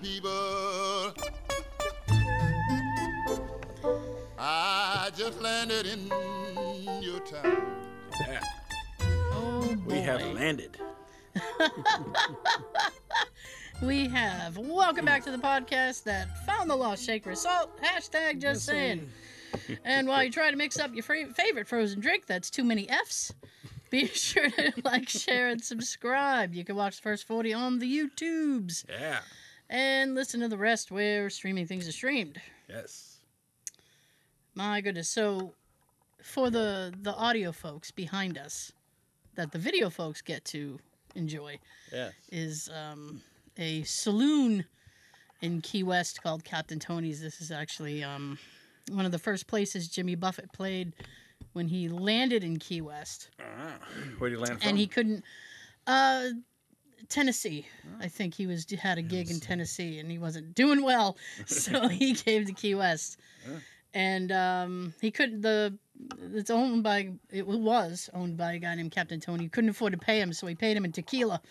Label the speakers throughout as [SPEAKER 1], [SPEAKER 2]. [SPEAKER 1] people. I just landed in your town.
[SPEAKER 2] Oh,
[SPEAKER 3] We have
[SPEAKER 2] boy.
[SPEAKER 3] landed.
[SPEAKER 2] We have. Welcome back to the podcast that found the lost shaker of salt. Hashtag just saying. and while you try to mix up your fra- favorite frozen drink, that's too many F's. Be sure to like, share, and subscribe. You can watch the first 40 on the YouTubes
[SPEAKER 3] Yeah.
[SPEAKER 2] and listen to the rest where streaming things are streamed.
[SPEAKER 3] Yes.
[SPEAKER 2] My goodness. So, for the the audio folks behind us, that the video folks get to enjoy,
[SPEAKER 3] Yes.
[SPEAKER 2] is um, a saloon in Key West called Captain Tony's. This is actually um, one of the first places Jimmy Buffett played when he landed in Key West,
[SPEAKER 3] Ah. Where do you land from?
[SPEAKER 2] and he couldn't. Uh, Tennessee, I think he was had a gig in Tennessee, and he wasn't doing well, so he came to Key West,
[SPEAKER 3] Yeah.
[SPEAKER 2] and um, he couldn't. The it's owned by it was owned by a guy named Captain Tony. He couldn't afford to pay him, so he paid him in tequila.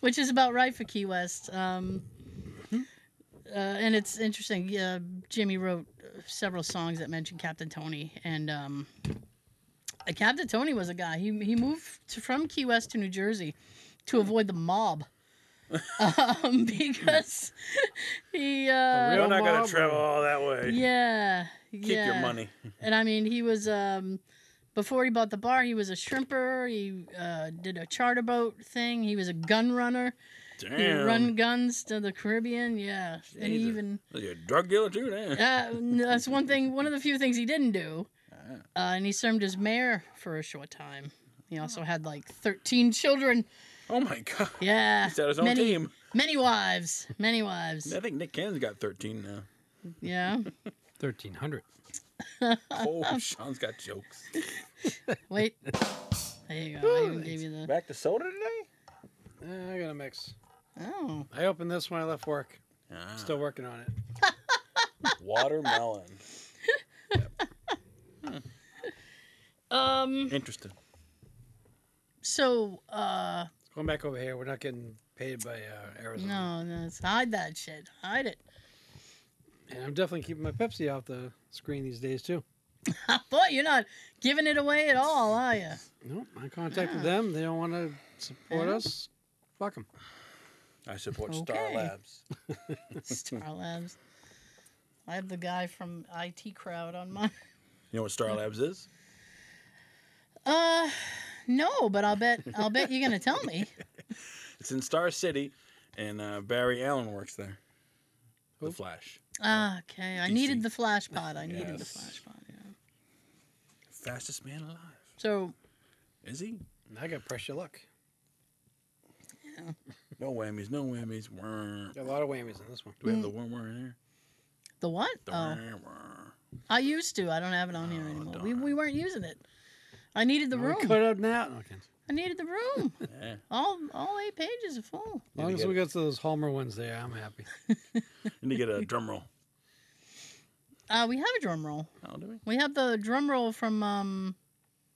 [SPEAKER 2] which is about right for Key West. Um,
[SPEAKER 3] Hmm.
[SPEAKER 2] uh, and it's interesting. Uh, Jimmy wrote uh, several songs that mention Captain Tony, and um, uh, Captain Tony was a guy. He he moved to, from Key West to New Jersey
[SPEAKER 3] Hmm.
[SPEAKER 2] to avoid the mob. um, because he uh,
[SPEAKER 3] We're not
[SPEAKER 4] Mama.
[SPEAKER 3] gonna travel all that way.
[SPEAKER 2] yeah
[SPEAKER 3] Keep your money.
[SPEAKER 2] and I mean, he was um, before he bought the bar, he was a shrimper. He uh, did a charter boat thing. He was a gun runner.
[SPEAKER 3] Damn.
[SPEAKER 2] He run guns to the Caribbean. Yeah, and he
[SPEAKER 3] Jesus.
[SPEAKER 2] even
[SPEAKER 3] You're a drug dealer too, damn.
[SPEAKER 2] uh, that's one thing. One of the few things he didn't do.
[SPEAKER 3] Ah.
[SPEAKER 2] Uh, and he served as mayor for a short time. He also had like thirteen children.
[SPEAKER 3] Oh my god.
[SPEAKER 2] Yeah,
[SPEAKER 3] He's got his own
[SPEAKER 2] many
[SPEAKER 3] team.
[SPEAKER 2] many wives, many wives.
[SPEAKER 3] I think Nick Cannon's got 13 now.
[SPEAKER 2] Yeah.
[SPEAKER 4] 1300.
[SPEAKER 3] Oh, Sean's got jokes.
[SPEAKER 2] Wait. There you go. I even gave you the.
[SPEAKER 3] Back to soda today?
[SPEAKER 4] Uh, I got a mix.
[SPEAKER 2] Oh.
[SPEAKER 4] I opened this when I left work.
[SPEAKER 3] Ah,
[SPEAKER 4] Still working on it.
[SPEAKER 3] watermelon.
[SPEAKER 2] Um.
[SPEAKER 3] Interesting.
[SPEAKER 2] So. Uh.
[SPEAKER 4] Going back over here. We're not getting paid by uh, Arizona.
[SPEAKER 2] No, no, it's hide that shit. Hide it.
[SPEAKER 4] And I'm definitely keeping my Pepsi off the screen these days, too.
[SPEAKER 2] Ah, Boy, you're not giving it away at all, are you?
[SPEAKER 4] Nope. I contacted
[SPEAKER 2] Ah.
[SPEAKER 4] them. They don't want to support
[SPEAKER 2] Yeah.
[SPEAKER 4] us. Fuck them.
[SPEAKER 3] I support Star
[SPEAKER 2] Okay.
[SPEAKER 3] Labs.
[SPEAKER 2] Star Labs. I have the guy from IT Crowd on my.
[SPEAKER 3] You know what Star Labs is?
[SPEAKER 2] Uh, no, but I'll bet I'll bet you're gonna tell me.
[SPEAKER 3] It's in Star City, and uh, Barry Allen works there. The Flash.
[SPEAKER 2] Ah, okay. I needed the flash pod. I needed the
[SPEAKER 3] Yes.
[SPEAKER 2] flash pod. Yeah.
[SPEAKER 3] Fastest man alive.
[SPEAKER 2] So
[SPEAKER 3] Is he?
[SPEAKER 4] I got pressure luck.
[SPEAKER 3] No whammies, no whammies. Whirr.
[SPEAKER 4] Got a lot of whammies in this one.
[SPEAKER 3] Do we have the worm in there?
[SPEAKER 2] the what?
[SPEAKER 3] The
[SPEAKER 2] Mm. Oh,
[SPEAKER 3] whirr, whirr.
[SPEAKER 2] I used to. I don't have it on here
[SPEAKER 3] Oh,
[SPEAKER 2] anymore.
[SPEAKER 3] darn.
[SPEAKER 2] We, we weren't using it. I needed the
[SPEAKER 4] Well, we
[SPEAKER 2] room.
[SPEAKER 4] Cut it up now. No, okay.
[SPEAKER 2] I needed the room.
[SPEAKER 3] Yeah.
[SPEAKER 2] All all eight pages are
[SPEAKER 4] As
[SPEAKER 2] full.
[SPEAKER 4] long
[SPEAKER 3] you
[SPEAKER 4] as
[SPEAKER 3] get
[SPEAKER 4] we
[SPEAKER 3] it?
[SPEAKER 4] get to those Hallmer ones there, I'm happy.
[SPEAKER 3] You need to get a drum roll.
[SPEAKER 2] Uh, we have a drum roll.
[SPEAKER 3] Oh, do we?
[SPEAKER 2] We have the drum roll from um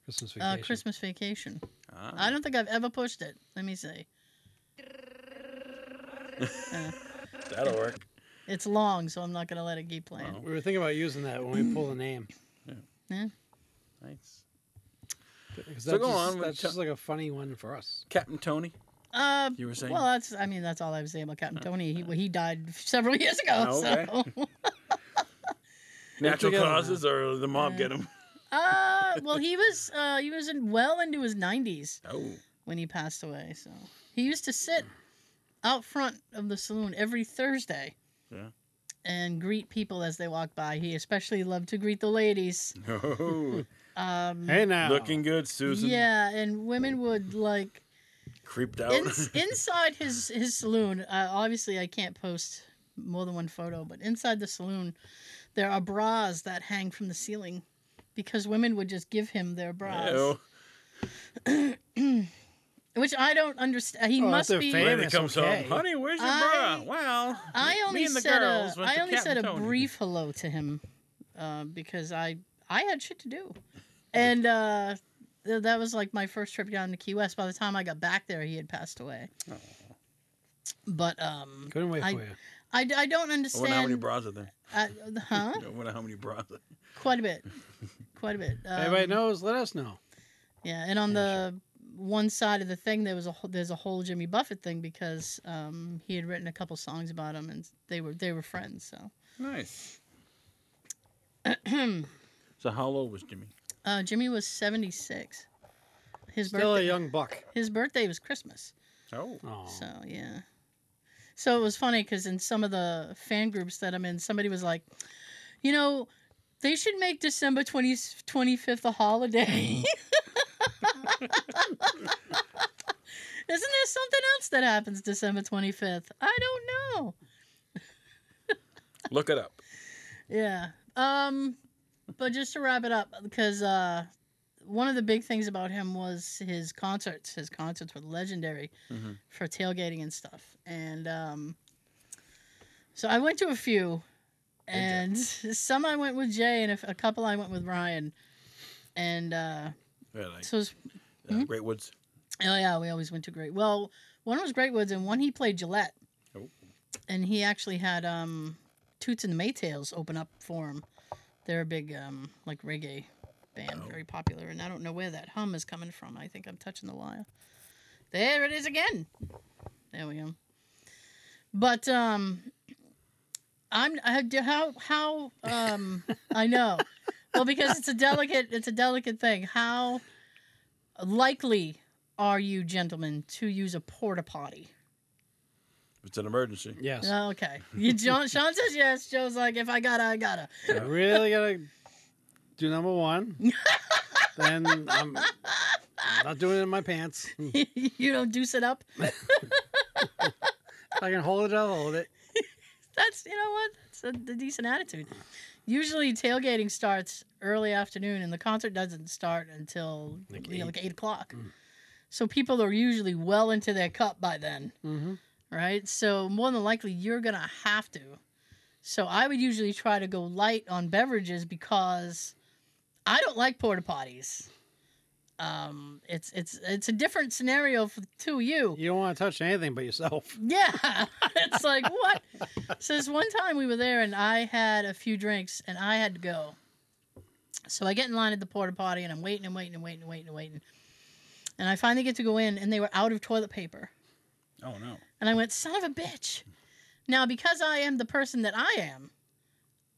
[SPEAKER 4] Christmas
[SPEAKER 2] Uh,
[SPEAKER 4] vacation.
[SPEAKER 2] Christmas vacation.
[SPEAKER 3] Ah.
[SPEAKER 2] I don't think I've ever pushed it. Let me see. Uh,
[SPEAKER 3] That'll work.
[SPEAKER 2] it's long, so I'm not gonna let it keep playing.
[SPEAKER 3] Oh.
[SPEAKER 4] We were thinking about using that when we pull the name.
[SPEAKER 3] Oh, Nice.
[SPEAKER 4] 'Cause
[SPEAKER 3] So
[SPEAKER 4] that's just,
[SPEAKER 3] go on with
[SPEAKER 4] That's
[SPEAKER 3] the-
[SPEAKER 4] just like a funny one for us.
[SPEAKER 3] Captain Tony.
[SPEAKER 2] Uh,
[SPEAKER 3] You were saying? Uh,
[SPEAKER 2] well, that's. I mean, that's all I was saying about Captain Tony. He he died several years ago.
[SPEAKER 3] Oh,
[SPEAKER 2] So,
[SPEAKER 4] together
[SPEAKER 3] Natural
[SPEAKER 4] now.
[SPEAKER 3] causes or the mob
[SPEAKER 2] Yeah.
[SPEAKER 3] get him?
[SPEAKER 2] uh, well, he was uh he was in well into his 90s
[SPEAKER 3] Oh.
[SPEAKER 2] when he passed away. So he used to sit out front of the saloon every Thursday.
[SPEAKER 3] Yeah.
[SPEAKER 2] And greet people as they walked by. He especially loved to greet the ladies.
[SPEAKER 3] No.
[SPEAKER 2] Um,
[SPEAKER 4] Hey now.
[SPEAKER 3] Oh. Looking good, Mm. Susan.
[SPEAKER 2] Yeah, and women would like
[SPEAKER 3] Creeped out.
[SPEAKER 2] in, inside his his saloon. Uh, obviously, I can't post more than one photo, but inside the saloon, there are bras that hang from the ceiling because women would just give him their bras,
[SPEAKER 3] Ew.
[SPEAKER 2] which I don't understand. He
[SPEAKER 4] Oh,
[SPEAKER 2] must
[SPEAKER 4] they're
[SPEAKER 2] be.
[SPEAKER 4] fake.
[SPEAKER 3] And he
[SPEAKER 4] Famous,
[SPEAKER 3] comes
[SPEAKER 4] okay.
[SPEAKER 3] home. Honey, where's your bra?
[SPEAKER 2] I-
[SPEAKER 3] Well,
[SPEAKER 2] I only
[SPEAKER 3] me and the
[SPEAKER 2] said a,
[SPEAKER 3] girls went
[SPEAKER 2] I
[SPEAKER 3] to
[SPEAKER 2] only said a
[SPEAKER 3] Captain Tony.
[SPEAKER 2] brief hello to him uh, because I I had shit to do, and uh, th- that was like my first trip down to Key West. By the time I got back there, he had passed away. But um,
[SPEAKER 4] Couldn't wait
[SPEAKER 2] I-
[SPEAKER 4] for you.
[SPEAKER 2] I, I don't
[SPEAKER 3] I wonder how many
[SPEAKER 2] understand.
[SPEAKER 3] bras are there.
[SPEAKER 2] I, Uh, huh?
[SPEAKER 3] I wonder how many bras. Are
[SPEAKER 2] Quite a bit. Quite a bit. Um,
[SPEAKER 4] Anybody knows? Let us know.
[SPEAKER 2] Yeah, and on
[SPEAKER 3] Yeah,
[SPEAKER 2] the one side of the thing, there was a whole, there's a whole Jimmy Buffett thing because um, he had written a couple songs about him, and they were they were friends. So
[SPEAKER 3] Nice. so how old was Jimmy?
[SPEAKER 2] uh, Jimmy was 76. His
[SPEAKER 4] Still a
[SPEAKER 2] birthday,
[SPEAKER 4] young buck.
[SPEAKER 2] his birthday was Christmas.
[SPEAKER 3] Oh,
[SPEAKER 4] Oh,
[SPEAKER 2] So yeah. So it was funny because in some of the fan groups that I'm in, somebody was like, you know, they should make December 20, 25th a holiday. Isn't there something else that happens December 25th? I don't know.
[SPEAKER 3] look it up.
[SPEAKER 2] Yeah. Um, but just to wrap it up, because uh, one of the big things about him was his concerts. His concerts were legendary
[SPEAKER 3] Mhm.
[SPEAKER 2] for tailgating and stuff. And um, so I went to a few,
[SPEAKER 3] Did ya?
[SPEAKER 2] and some I went with Jay, and a, a couple I went with Ryan. And uh,
[SPEAKER 3] Yeah, like,
[SPEAKER 2] so, it was,
[SPEAKER 3] uh,
[SPEAKER 2] mhm.
[SPEAKER 3] Great Woods.
[SPEAKER 2] oh yeah, we always went to Great. Well, one was Great Woods, and one he played Gillette.
[SPEAKER 3] Oh.
[SPEAKER 2] and he actually had um, Toots and the Maytails open up for him. They're a big um, like reggae band,
[SPEAKER 3] Oh.
[SPEAKER 2] very popular, and I don't know where that hum is coming from. I think I'm touching the wire. There it is again. There we go. But um, I'm I, do- how how um I know. Well, because it's a delicate it's a delicate thing. How likely are you gentlemen to use a porta potty?
[SPEAKER 3] It's an emergency.
[SPEAKER 4] yes.
[SPEAKER 2] Oh, okay. You, John, Sean says yes. Joe's like, if I gotta, I gotta.
[SPEAKER 4] I really gotta do number one. then I'm, I'm not doing it in my pants. If
[SPEAKER 2] you don't deuce it up.
[SPEAKER 4] I can hold it, I'll hold it.
[SPEAKER 2] That's you know what? That's a, d- decent attitude. Usually tailgating starts early afternoon, and the concert doesn't start until
[SPEAKER 4] Like
[SPEAKER 2] you know,
[SPEAKER 4] eight.
[SPEAKER 2] like eight o'clock.
[SPEAKER 4] Mm.
[SPEAKER 2] So people are usually well into their cup by then.
[SPEAKER 4] Mm-hmm.
[SPEAKER 2] right? So more than likely you're gonna have to. So I would usually try to go light on beverages because I don't like porta potties. Um, it's it's it's a different scenario for, to you.
[SPEAKER 4] You don't want to touch anything but yourself.
[SPEAKER 2] Yeah. It's like, what? so, this one time we were there and I had a few drinks and I had to go. So, I get in line at the porta potty and I'm waiting and waiting and waiting and waiting and waiting. And I finally get to go in and they were out of toilet paper.
[SPEAKER 3] Oh no.
[SPEAKER 2] And I went, son of a bitch. Now, because I am the person that I am,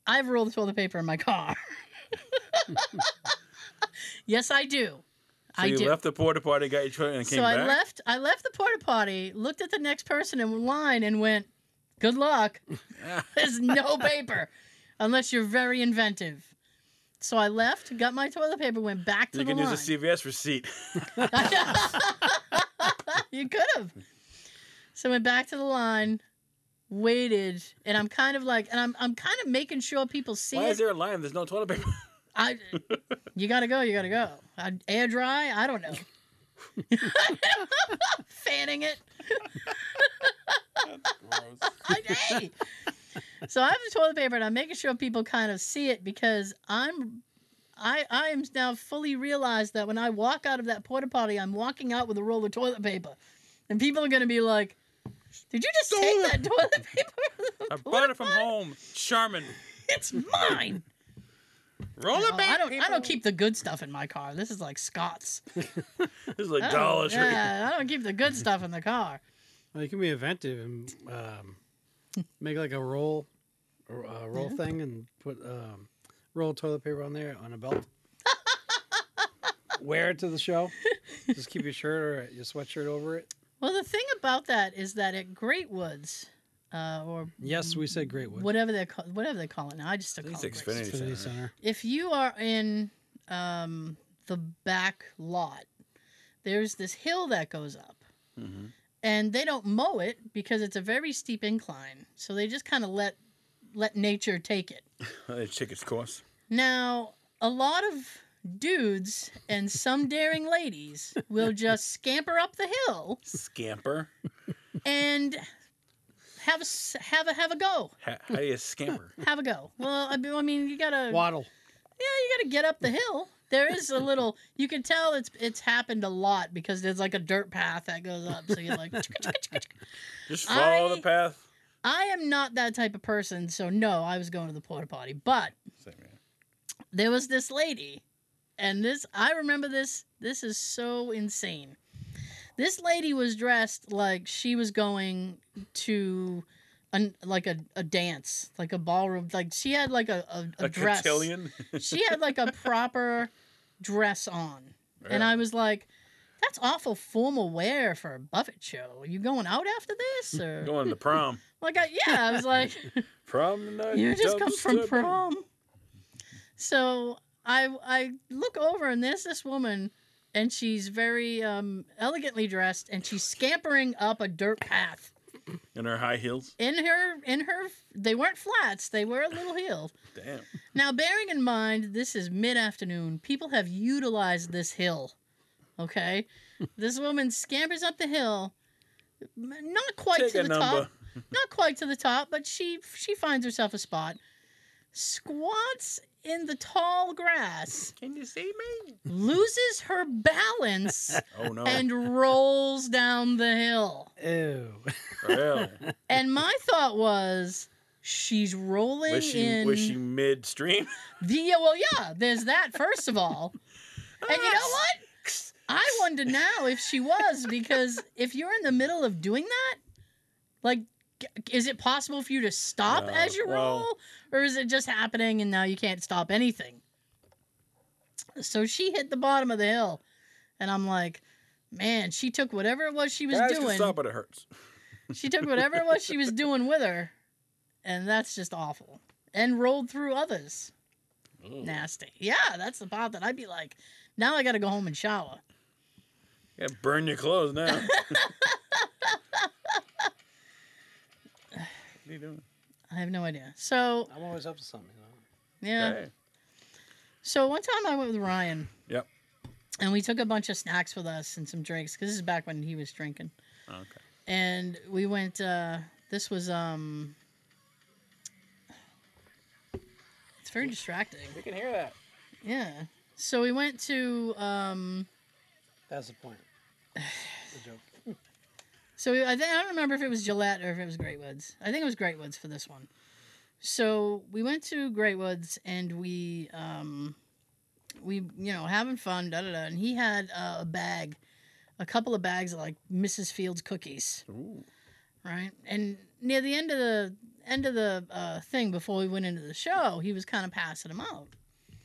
[SPEAKER 2] I've rolled the toilet paper in my car. yes, I do.
[SPEAKER 3] So
[SPEAKER 2] I
[SPEAKER 3] you
[SPEAKER 2] do.
[SPEAKER 3] left the porta potty, got your toilet, and came
[SPEAKER 2] so
[SPEAKER 3] back.
[SPEAKER 2] I left. I left the porta potty, looked at the next person in line, and went, "Good luck.
[SPEAKER 3] Ah,
[SPEAKER 2] There's no paper, unless you're very inventive." So I left, got my toilet paper, went back to
[SPEAKER 3] you
[SPEAKER 2] the
[SPEAKER 3] can
[SPEAKER 2] line.
[SPEAKER 3] use a CVS receipt.
[SPEAKER 2] you could have. So I went back to the line, waited, and I'm kind of like, and I'm I'm kind of making sure people see
[SPEAKER 3] Why
[SPEAKER 2] it.
[SPEAKER 3] is there a line? There's no toilet paper.
[SPEAKER 2] I, you gotta go, you gotta go. I, air dry, I don't know. Fanning it. I, hey. So I have the toilet paper, and I'm making sure people kind of see it because I'm, I I am now fully realized that when I walk out of that porta potty, I'm walking out with a roll of toilet paper, and people are gonna be like, "Did you just
[SPEAKER 3] Stole
[SPEAKER 2] take that toilet paper?
[SPEAKER 3] I brought it from home. Charmin.
[SPEAKER 2] it's mine."
[SPEAKER 3] Roll it
[SPEAKER 2] Oh,
[SPEAKER 3] back.
[SPEAKER 2] I don't I
[SPEAKER 3] people.
[SPEAKER 2] don't keep the good stuff in my car. This is like Scott's.
[SPEAKER 3] This is like
[SPEAKER 2] I don't-
[SPEAKER 3] Dollar Tree.
[SPEAKER 2] Oh, Yeah, I don't keep the good stuff in the car.
[SPEAKER 4] Well, you can be inventive and um, make like a roll, a uh, roll
[SPEAKER 2] Yeah.
[SPEAKER 4] thing, and put um, roll toilet paper on there on a belt. Wear it to the show. Just keep your shirt or your sweatshirt over it.
[SPEAKER 2] Well, the thing about that is that at Great Woods, uh, or
[SPEAKER 4] Yes, we said great wood.
[SPEAKER 2] whatever they call whatever they call it now, I just still
[SPEAKER 3] I think
[SPEAKER 2] call
[SPEAKER 3] it's
[SPEAKER 2] it Great Woods.
[SPEAKER 3] Xfinity.
[SPEAKER 4] Infinity
[SPEAKER 3] Center.
[SPEAKER 4] Center.
[SPEAKER 2] If you are in um, the back lot, there's this hill that goes up,
[SPEAKER 3] hmm
[SPEAKER 2] and they don't mow it because it's a very steep incline. So they just kind of let let nature take it.
[SPEAKER 3] Uh, chick its course.
[SPEAKER 2] Now, a lot of dudes and some daring ladies will just scamper up the hill
[SPEAKER 3] Scamper.
[SPEAKER 2] and have a s- have a have a go.
[SPEAKER 3] How, how do you scamper?
[SPEAKER 2] Have a go. Well, I be- I mean, you gotta
[SPEAKER 4] Waddle.
[SPEAKER 2] yeah, you gotta get up the hill. there is a little. You can tell it's it's happened a lot because there's like a dirt path that goes up. So you're like,
[SPEAKER 3] Just follow
[SPEAKER 2] I-
[SPEAKER 3] the path.
[SPEAKER 2] I am not that type of person. So no, I was going to the porta potty, but
[SPEAKER 3] Same here.
[SPEAKER 2] there was this lady and this i remember this this is so insane this lady was dressed like she was going to an, like a, a dance like a ballroom like she had like a, a, a,
[SPEAKER 3] A
[SPEAKER 2] dress
[SPEAKER 3] cotillion.
[SPEAKER 2] she had like a proper dress on and i was like that's awful formal wear for a buffett show are you going out after this or
[SPEAKER 3] going to prom.
[SPEAKER 2] like I, yeah i was like
[SPEAKER 3] Prom night.
[SPEAKER 2] you just come from
[SPEAKER 3] dubstep.
[SPEAKER 2] prom. So I I look over and there's this woman, and she's very um, elegantly dressed, and she's scampering up a dirt path
[SPEAKER 3] In her high heels.
[SPEAKER 2] in her in her. They weren't flats; they were a little hill.
[SPEAKER 3] Damn.
[SPEAKER 2] Now, bearing in mind this is mid afternoon, people have utilized this hill. Okay, this woman scampers up the hill, m- not quite
[SPEAKER 3] Take
[SPEAKER 2] to
[SPEAKER 3] a
[SPEAKER 2] the
[SPEAKER 3] number.
[SPEAKER 2] top not quite to the top, but she she finds herself a spot. Squats in the tall grass,
[SPEAKER 3] Can you see me?
[SPEAKER 2] loses her balance,
[SPEAKER 3] Oh no.
[SPEAKER 2] and rolls down the hill.
[SPEAKER 4] Ew.
[SPEAKER 3] really?
[SPEAKER 2] And my thought was, she's rolling
[SPEAKER 3] Was she
[SPEAKER 2] in.
[SPEAKER 3] was she midstream?
[SPEAKER 2] The, yeah, well, yeah. There's that first of all, and you know what? I wonder now if she was because if you're in the middle of doing that, like, g- is it possible for you to stop
[SPEAKER 3] No,
[SPEAKER 2] as you
[SPEAKER 3] well-
[SPEAKER 2] roll, or is it just happening and now you can't stop anything? So she hit the bottom of the hill, and I'm like, man, she took whatever it was she was
[SPEAKER 3] Guys can
[SPEAKER 2] doing.
[SPEAKER 3] stop, but it hurts.
[SPEAKER 2] She took whatever it was she was doing with her, and that's just awful. And rolled through others. Nasty. Yeah, that's the part that I'd be like, now I got to go home and shower.
[SPEAKER 3] Yeah, burn your clothes now. what are you doing?
[SPEAKER 2] I have no idea. So
[SPEAKER 4] I'm always up to something. You
[SPEAKER 2] yeah.
[SPEAKER 3] Hey.
[SPEAKER 2] So one time I went with Ryan.
[SPEAKER 3] Yep.
[SPEAKER 2] And we took a bunch of snacks with us and some drinks. Cause this is back when he was drinking.
[SPEAKER 3] Okay.
[SPEAKER 2] And we went. uh This was um. It's very distracting.
[SPEAKER 4] We can hear that.
[SPEAKER 2] Yeah. So we went to um.
[SPEAKER 4] That's the point. The joke.
[SPEAKER 2] So we, I, think, I don't remember if it was Gillette or if it was Great Woods. I think it was Great Woods for this one. So we went to Great Woods and we, um, we you know having fun da da da. And he had uh, a bag, a couple of bags of like Mrs. Fields cookies,
[SPEAKER 3] Ooh.
[SPEAKER 2] right? And near the end of the end of the uh, thing before we went into the show, he was kind of passing them out.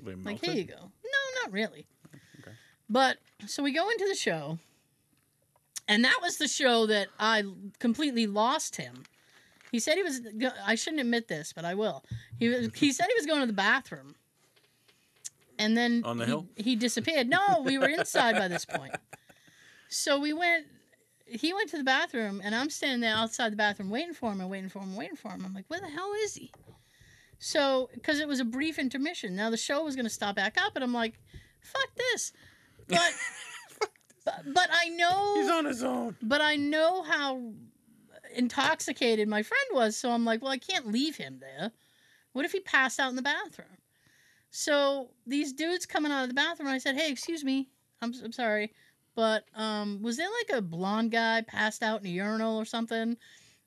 [SPEAKER 3] They
[SPEAKER 2] Like,
[SPEAKER 3] melted.
[SPEAKER 2] here you go. No, not really.
[SPEAKER 3] Okay.
[SPEAKER 2] But so we go into the show, and that was the show that I completely lost him. He said he was. go- I shouldn't admit this, but I will. He was, he said he was going to the bathroom, and then
[SPEAKER 3] On the
[SPEAKER 2] he,
[SPEAKER 3] hill?
[SPEAKER 2] he disappeared. No, we were inside by this point. So we went. He went to the bathroom, and I'm standing there outside the bathroom waiting for him and waiting for him, waiting for him. I'm like, where the hell is he? So, because it was a brief intermission. Now the show was going to stop back up, and I'm like, fuck this. But, but, but I know
[SPEAKER 3] He's on his own.
[SPEAKER 2] but I know how intoxicated my friend was, so I'm like, well, I can't leave him there. What if he passed out in the bathroom? So these dudes coming out of the bathroom, I said, hey, excuse me, I'm, I'm sorry, but um, was there like a blonde guy passed out in a urinal or something?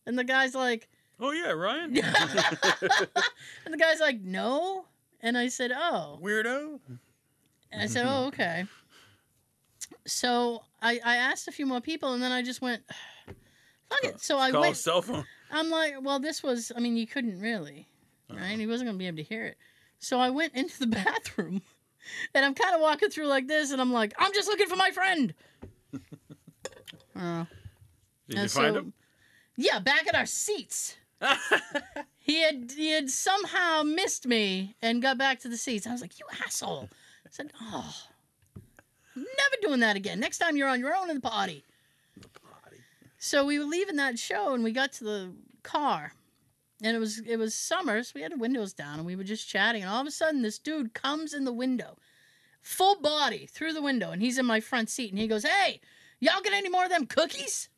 [SPEAKER 2] And the guy's like,
[SPEAKER 3] Oh yeah, Ryan.
[SPEAKER 2] and the guy's like, no. And I said, oh.
[SPEAKER 3] Weirdo.
[SPEAKER 2] And I said, "Oh, okay." So I, I asked a few more people, and then I just went, "Fuck it." So I Uh,
[SPEAKER 3] Call
[SPEAKER 2] went.
[SPEAKER 3] his cell phone.
[SPEAKER 2] I'm like, "Well, this was. I mean, you couldn't really, right? He wasn't gonna be able to hear it." So I went into the bathroom, and I'm kind of walking through like this, and I'm like, "I'm just looking for my friend." Oh.
[SPEAKER 3] Did you
[SPEAKER 2] And
[SPEAKER 3] find
[SPEAKER 2] so-
[SPEAKER 3] him?
[SPEAKER 2] Yeah, back at our seats. he had he had somehow missed me and got back to the seats. I was like, "You asshole!" I said, "Oh, never doing that again. Next time you're on your own in the potty." So we were leaving that show and we got to the car, and it was it was summer, so we had the windows down and we were just chatting, and all of a sudden this dude comes in the window, full body through the window, and he's in my front seat, and he goes, "Hey, y'all get any more of them cookies?"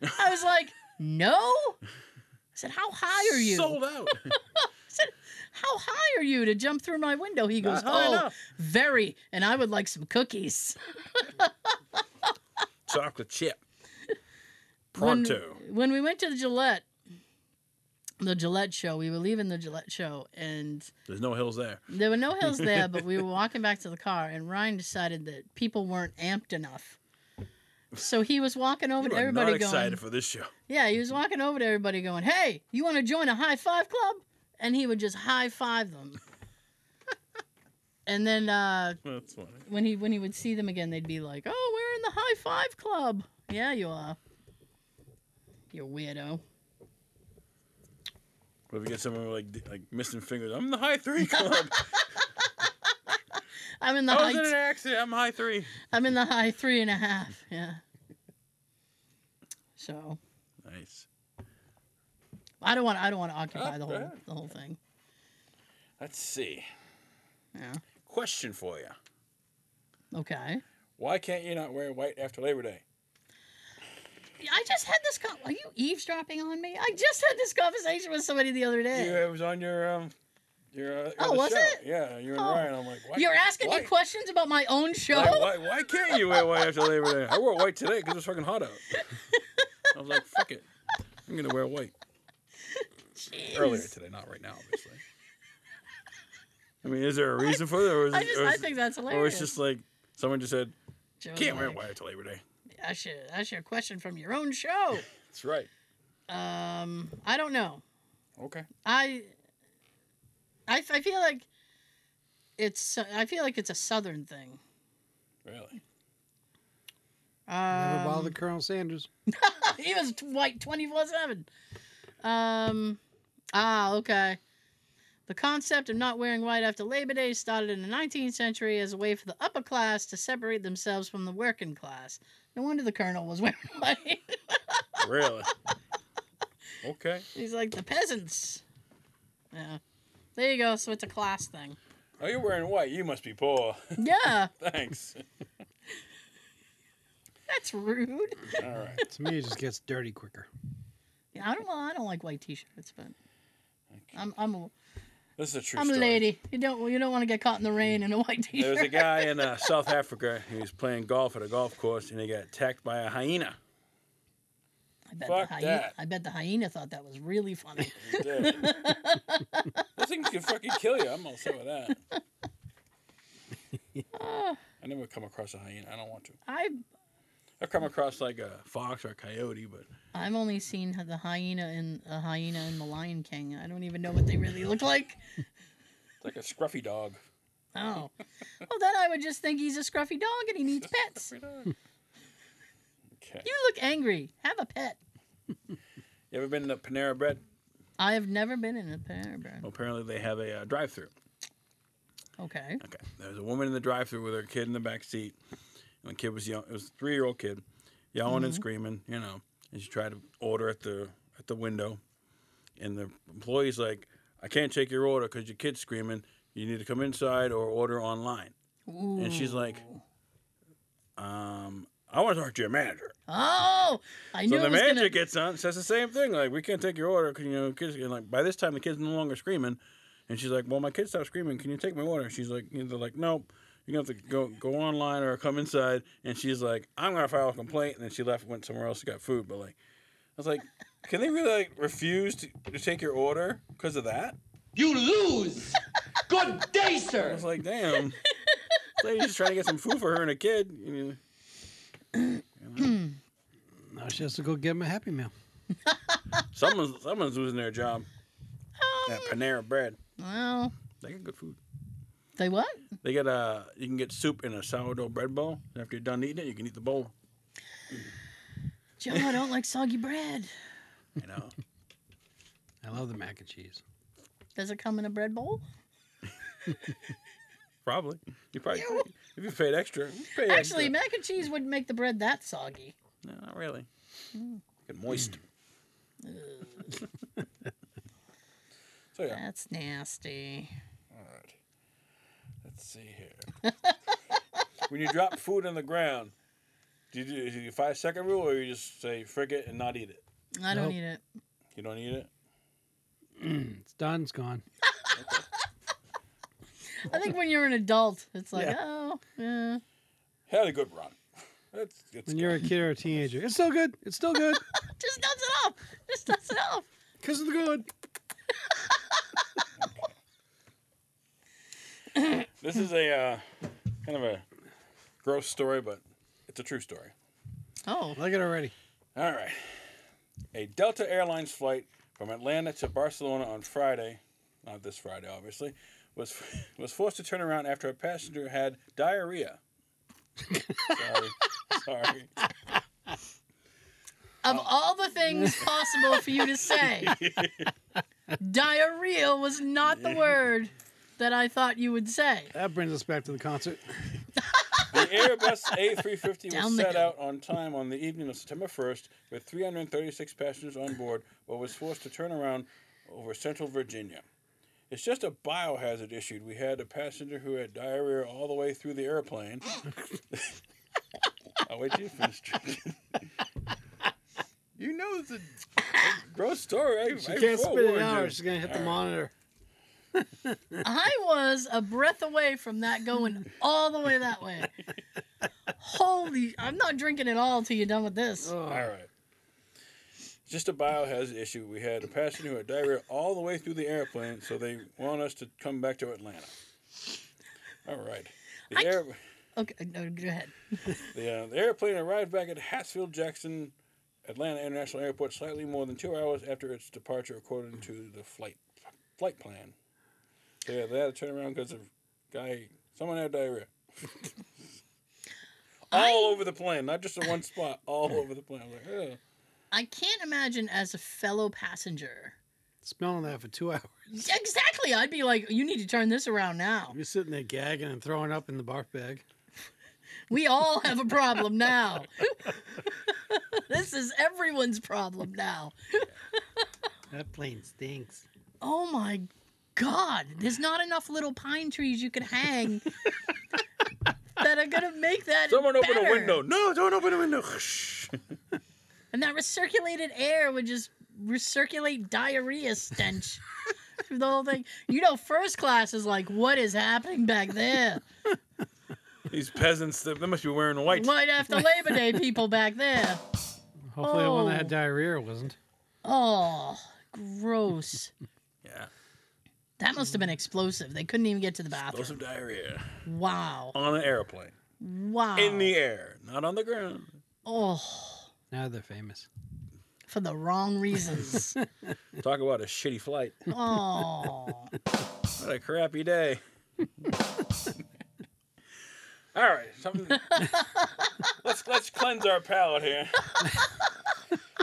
[SPEAKER 2] I was like, "No." I said, "How high are you?"
[SPEAKER 3] Sold out.
[SPEAKER 2] How high are you to jump through my window? He goes,
[SPEAKER 3] high
[SPEAKER 2] Oh,
[SPEAKER 3] enough.
[SPEAKER 2] very. And I would like some cookies.
[SPEAKER 3] Chocolate chip.
[SPEAKER 2] When-
[SPEAKER 3] Pronto.
[SPEAKER 2] When, we went to the Gillette, the Gillette show, we were leaving the Gillette show and
[SPEAKER 3] There's no hills there.
[SPEAKER 2] there were no hills there, but we were walking back to the car and Ryan decided that people weren't amped enough. So he was walking over
[SPEAKER 3] You
[SPEAKER 2] to
[SPEAKER 3] are not
[SPEAKER 2] everybody going,
[SPEAKER 3] excited for this show.
[SPEAKER 2] Yeah, he was walking over to everybody going, Hey, you want to join a high five club? And he would just high five them. and then uh,
[SPEAKER 3] That's funny.
[SPEAKER 2] when he when he would see them again, they'd be like, Oh, we're in the high five club. Yeah, you are. You weirdo.
[SPEAKER 3] What if we get someone like like missing fingers? I'm the high three club.
[SPEAKER 2] I'm in the
[SPEAKER 3] I
[SPEAKER 2] high
[SPEAKER 3] was in an accident. I'm high three.
[SPEAKER 2] I'm in the high three and a half. Yeah. So
[SPEAKER 3] Nice.
[SPEAKER 2] I don't want I don't want to
[SPEAKER 3] Oh,
[SPEAKER 2] occupy the whole
[SPEAKER 3] Okay.
[SPEAKER 2] the whole thing.
[SPEAKER 3] Let's see.
[SPEAKER 2] Yeah.
[SPEAKER 3] Question for you.
[SPEAKER 2] Okay.
[SPEAKER 3] Why can't you not wear white after Labor Day?
[SPEAKER 2] I just had this. Con- Are you eavesdropping on me? I just had this conversation with somebody the other
[SPEAKER 3] You,
[SPEAKER 2] day.
[SPEAKER 3] it was on your um, your. Uh,
[SPEAKER 2] Oh,
[SPEAKER 3] other
[SPEAKER 2] was
[SPEAKER 3] show.
[SPEAKER 2] it?
[SPEAKER 3] Yeah, you and
[SPEAKER 2] Oh.
[SPEAKER 3] Ryan. I'm like, why?
[SPEAKER 2] You're asking
[SPEAKER 3] why,
[SPEAKER 2] me questions about my own show.
[SPEAKER 3] Why, why, why can't you wear white after Labor Day? I wore white today because it's fucking hot out. I was like, fuck it. I'm gonna wear white
[SPEAKER 2] Jeez.
[SPEAKER 3] earlier today, not right now, obviously. I mean, is there a reason for that, or is
[SPEAKER 2] I
[SPEAKER 3] it-
[SPEAKER 2] just
[SPEAKER 3] or
[SPEAKER 2] I
[SPEAKER 3] is-
[SPEAKER 2] think that's
[SPEAKER 3] or
[SPEAKER 2] hilarious.
[SPEAKER 3] it's just like someone just said,
[SPEAKER 2] Joe's
[SPEAKER 3] can't wear
[SPEAKER 2] like,
[SPEAKER 3] white after Labor Day.
[SPEAKER 2] That's your that's your question from your own show.
[SPEAKER 3] That's right.
[SPEAKER 2] um, I don't know.
[SPEAKER 3] Okay.
[SPEAKER 2] I, I f- I feel like it's I feel like it's a southern thing.
[SPEAKER 3] Really?
[SPEAKER 2] Um,
[SPEAKER 4] Never bothered Colonel Sanders.
[SPEAKER 2] he was t- white 24 7. Um, ah, okay. The concept of not wearing white after Labor Day started in the 19th century as a way for the upper class to separate themselves from the working class. No wonder the colonel was wearing white.
[SPEAKER 3] Really? okay.
[SPEAKER 2] He's like the peasants. Yeah. There you go. So it's a class thing.
[SPEAKER 3] Oh, you're wearing white. You must be poor.
[SPEAKER 2] Yeah.
[SPEAKER 3] Thanks.
[SPEAKER 2] That's rude.
[SPEAKER 3] All right.
[SPEAKER 4] To me, it just gets dirty quicker.
[SPEAKER 2] Yeah, I don't. Well, I don't like white T-shirts, but
[SPEAKER 3] Okay.
[SPEAKER 2] I'm I'm a,
[SPEAKER 3] This is a true
[SPEAKER 2] I'm a
[SPEAKER 3] story.
[SPEAKER 2] lady. You don't you don't want to get caught in the rain in a white
[SPEAKER 3] There
[SPEAKER 2] T-shirt.
[SPEAKER 3] was a guy in uh, South Africa. He was playing golf at a golf course, and he got attacked by a hyena.
[SPEAKER 2] I bet,
[SPEAKER 3] Fuck
[SPEAKER 2] the hyena,
[SPEAKER 3] that.
[SPEAKER 2] I bet the hyena thought that was really funny.
[SPEAKER 3] He did. Those things can fucking kill you. I'm all set with that.
[SPEAKER 2] Ah,
[SPEAKER 3] I never come across a hyena. I don't want to.
[SPEAKER 2] I
[SPEAKER 3] I've come across like a fox or a coyote, but
[SPEAKER 2] I've only seen the hyena in a hyena in the Lion King. I don't even know what they really look like.
[SPEAKER 3] it's like a scruffy dog.
[SPEAKER 2] Oh, well then I would just think he's a scruffy dog and he needs pets.
[SPEAKER 3] Scruffy dog. Okay.
[SPEAKER 2] You look angry. Have a pet.
[SPEAKER 3] You ever been to Panera Bread?
[SPEAKER 2] I have never been in a Panera Bread.
[SPEAKER 3] Well, apparently they have a uh, drive-through.
[SPEAKER 2] Okay.
[SPEAKER 3] Okay. There was a woman in the drive-through with her kid in the back seat, and the kid was young. It was a three-year-old kid, yelling and screaming, you know. And she tried to order at the at the window, and the employee's like, "I can't take your order because your kid's screaming. You need to come inside or order online."
[SPEAKER 2] Ooh.
[SPEAKER 3] And she's like, um, "I want to talk to your manager."
[SPEAKER 2] Oh, I knew
[SPEAKER 3] So the
[SPEAKER 2] it was
[SPEAKER 3] manager
[SPEAKER 2] gonna.
[SPEAKER 3] gets on, says the same thing. Like, we can't take your order because you know, kids. And like by this time, the kid's no longer screaming, and she's like, "Well, my kid stopped screaming. Can you take my order?" She's like, "They're like, nope. You're gonna have to go go online or come inside." And she's like, "I'm gonna file a complaint." And then she left, went somewhere else, to got food. But like, I was like, "Can they really like refuse to, to take your order because of that?"
[SPEAKER 5] You lose. Good day, sir.
[SPEAKER 3] I was like, "Damn." So you just trying to get some food for her and a kid. You know.
[SPEAKER 4] Now she has to go get him a Happy Meal.
[SPEAKER 3] Someone's someone's losing their job at Panera Bread.
[SPEAKER 2] Oh. well,
[SPEAKER 3] They got good food.
[SPEAKER 2] they what?
[SPEAKER 3] They get a you can get soup in a sourdough bread bowl. After you're done eating it, you can eat the bowl.
[SPEAKER 2] Joe, I don't like soggy bread.
[SPEAKER 3] You know,
[SPEAKER 4] I love the mac and cheese.
[SPEAKER 2] Does it come in a bread bowl?
[SPEAKER 3] probably you probably could. if you paid extra. you Pay
[SPEAKER 2] Actually,
[SPEAKER 3] extra.
[SPEAKER 2] mac and cheese wouldn't make the bread that soggy.
[SPEAKER 3] no, not really. Get moist. Mm. so yeah,
[SPEAKER 2] That's nasty.
[SPEAKER 3] all right. Let's see here. when you drop food on the ground, do you do is it a five second rule or you just say frick it and not eat it?
[SPEAKER 2] I don't
[SPEAKER 4] Nope.
[SPEAKER 2] eat it.
[SPEAKER 3] You don't eat it.
[SPEAKER 4] It's done. It's gone.
[SPEAKER 2] I think when you're an adult, it's like,
[SPEAKER 4] Yeah.
[SPEAKER 2] oh, yeah.
[SPEAKER 3] Had a good run. That's, that's
[SPEAKER 4] When you're a kid or a teenager, it's still good. It's still good.
[SPEAKER 2] Just nuts it up. Just nuts it up.
[SPEAKER 4] Cause of the good.
[SPEAKER 3] This is a uh, kind of a gross story, but it's a true story.
[SPEAKER 2] Oh.
[SPEAKER 4] I like it already.
[SPEAKER 3] All right. A Delta Airlines flight from Atlanta to Barcelona on Friday, not this Friday, obviously, was was forced to turn around after a passenger had diarrhea. sorry, sorry.
[SPEAKER 2] Of
[SPEAKER 4] Oh.
[SPEAKER 2] all the things possible for you to say, diarrhea was not the word that I thought you would say.
[SPEAKER 4] That brings us back to the concert.
[SPEAKER 3] The Airbus A350
[SPEAKER 2] Down
[SPEAKER 3] was
[SPEAKER 2] the
[SPEAKER 3] set
[SPEAKER 2] hill.
[SPEAKER 3] out on time on the evening of September 1st with 336 passengers on board, but was forced to turn around over central Virginia. It's just a biohazard issue. We had a passenger who had diarrhea all the way through the airplane. I'll wait till you finish. drinking. you know it's a gross story. I,
[SPEAKER 4] She
[SPEAKER 3] I
[SPEAKER 4] can't spit
[SPEAKER 3] forewarned
[SPEAKER 4] it out,
[SPEAKER 3] you.
[SPEAKER 4] or she's gonna hit the
[SPEAKER 3] All right.
[SPEAKER 4] monitor.
[SPEAKER 2] I was a breath away from that going all the way that way. Holy, I'm not drinking at all till you're done with this.
[SPEAKER 4] Oh,
[SPEAKER 3] All right. Just a biohazard issue. We had a passenger who had diarrhea all the way through the airplane, so they want us to come back to Atlanta. All right. The,
[SPEAKER 2] I-
[SPEAKER 3] air,
[SPEAKER 2] Okay, no, go ahead.
[SPEAKER 3] the, uh, the airplane arrived back at Hatfield Jackson Atlanta International Airport slightly more than two hours after its departure, according to the flight flight plan. So yeah, they had to turn around because of guy someone had diarrhea. all
[SPEAKER 2] I-
[SPEAKER 3] over the plane, not just in one spot, all over the plane. I was like, "Ugh."
[SPEAKER 2] I can't imagine as a fellow passenger.
[SPEAKER 4] Smelling that for two hours.
[SPEAKER 2] Exactly. I'd be like, you need to turn this around now.
[SPEAKER 4] You're sitting there gagging and throwing up in the barf bag.
[SPEAKER 2] We all have a problem now. this is everyone's problem now.
[SPEAKER 4] That plane stinks.
[SPEAKER 2] Oh my God. There's not enough little pine trees you can hang that are going to make that.
[SPEAKER 3] Someone open
[SPEAKER 2] better.
[SPEAKER 3] a window. No, don't open a window.
[SPEAKER 2] And that recirculated air would just recirculate diarrhea stench through the whole thing. You know, first class is like, what is happening back there?
[SPEAKER 3] These peasants, they they must be wearing white.
[SPEAKER 2] Right after Labor Day, people back there.
[SPEAKER 4] Hopefully, the one that
[SPEAKER 2] Oh.
[SPEAKER 4] had diarrhea wasn't.
[SPEAKER 2] Oh, gross.
[SPEAKER 3] Yeah.
[SPEAKER 2] That must have been explosive. They couldn't even get to the bathroom.
[SPEAKER 3] Dose of diarrhea.
[SPEAKER 2] Wow.
[SPEAKER 3] On an airplane.
[SPEAKER 2] Wow.
[SPEAKER 3] In the air, not on the ground.
[SPEAKER 2] oh,
[SPEAKER 4] Now they're famous.
[SPEAKER 2] for the wrong reasons.
[SPEAKER 3] Talk about a shitty flight.
[SPEAKER 2] oh.
[SPEAKER 3] What a crappy day. All right. Something... let's, let's cleanse our palate here.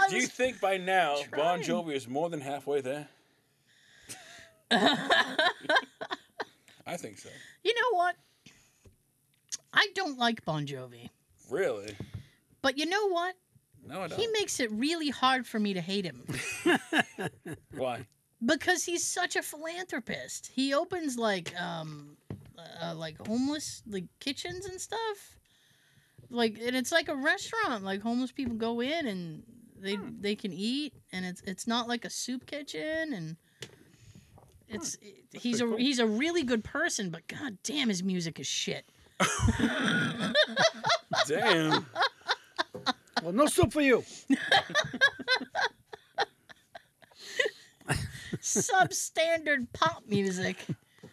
[SPEAKER 3] Do you think by now Bon
[SPEAKER 2] trying.
[SPEAKER 3] Jovi is more than halfway there? I think so.
[SPEAKER 2] You know what? I don't like Bon Jovi.
[SPEAKER 3] Really?
[SPEAKER 2] But you know what?
[SPEAKER 3] No, I don't.
[SPEAKER 2] He makes it really hard for me to hate him
[SPEAKER 3] Why?
[SPEAKER 2] because he's such a philanthropist. He opens like um uh, like homeless like kitchens and stuff. Like and it's like a restaurant. Like homeless people go in and they
[SPEAKER 3] Hmm.
[SPEAKER 2] they can eat and it's it's not like a soup kitchen and it's he's a
[SPEAKER 3] Hmm. pretty cool.
[SPEAKER 2] he's a really good person, but god damn his music is shit.
[SPEAKER 3] Damn.
[SPEAKER 4] Well, no soup for you.
[SPEAKER 2] Substandard pop music.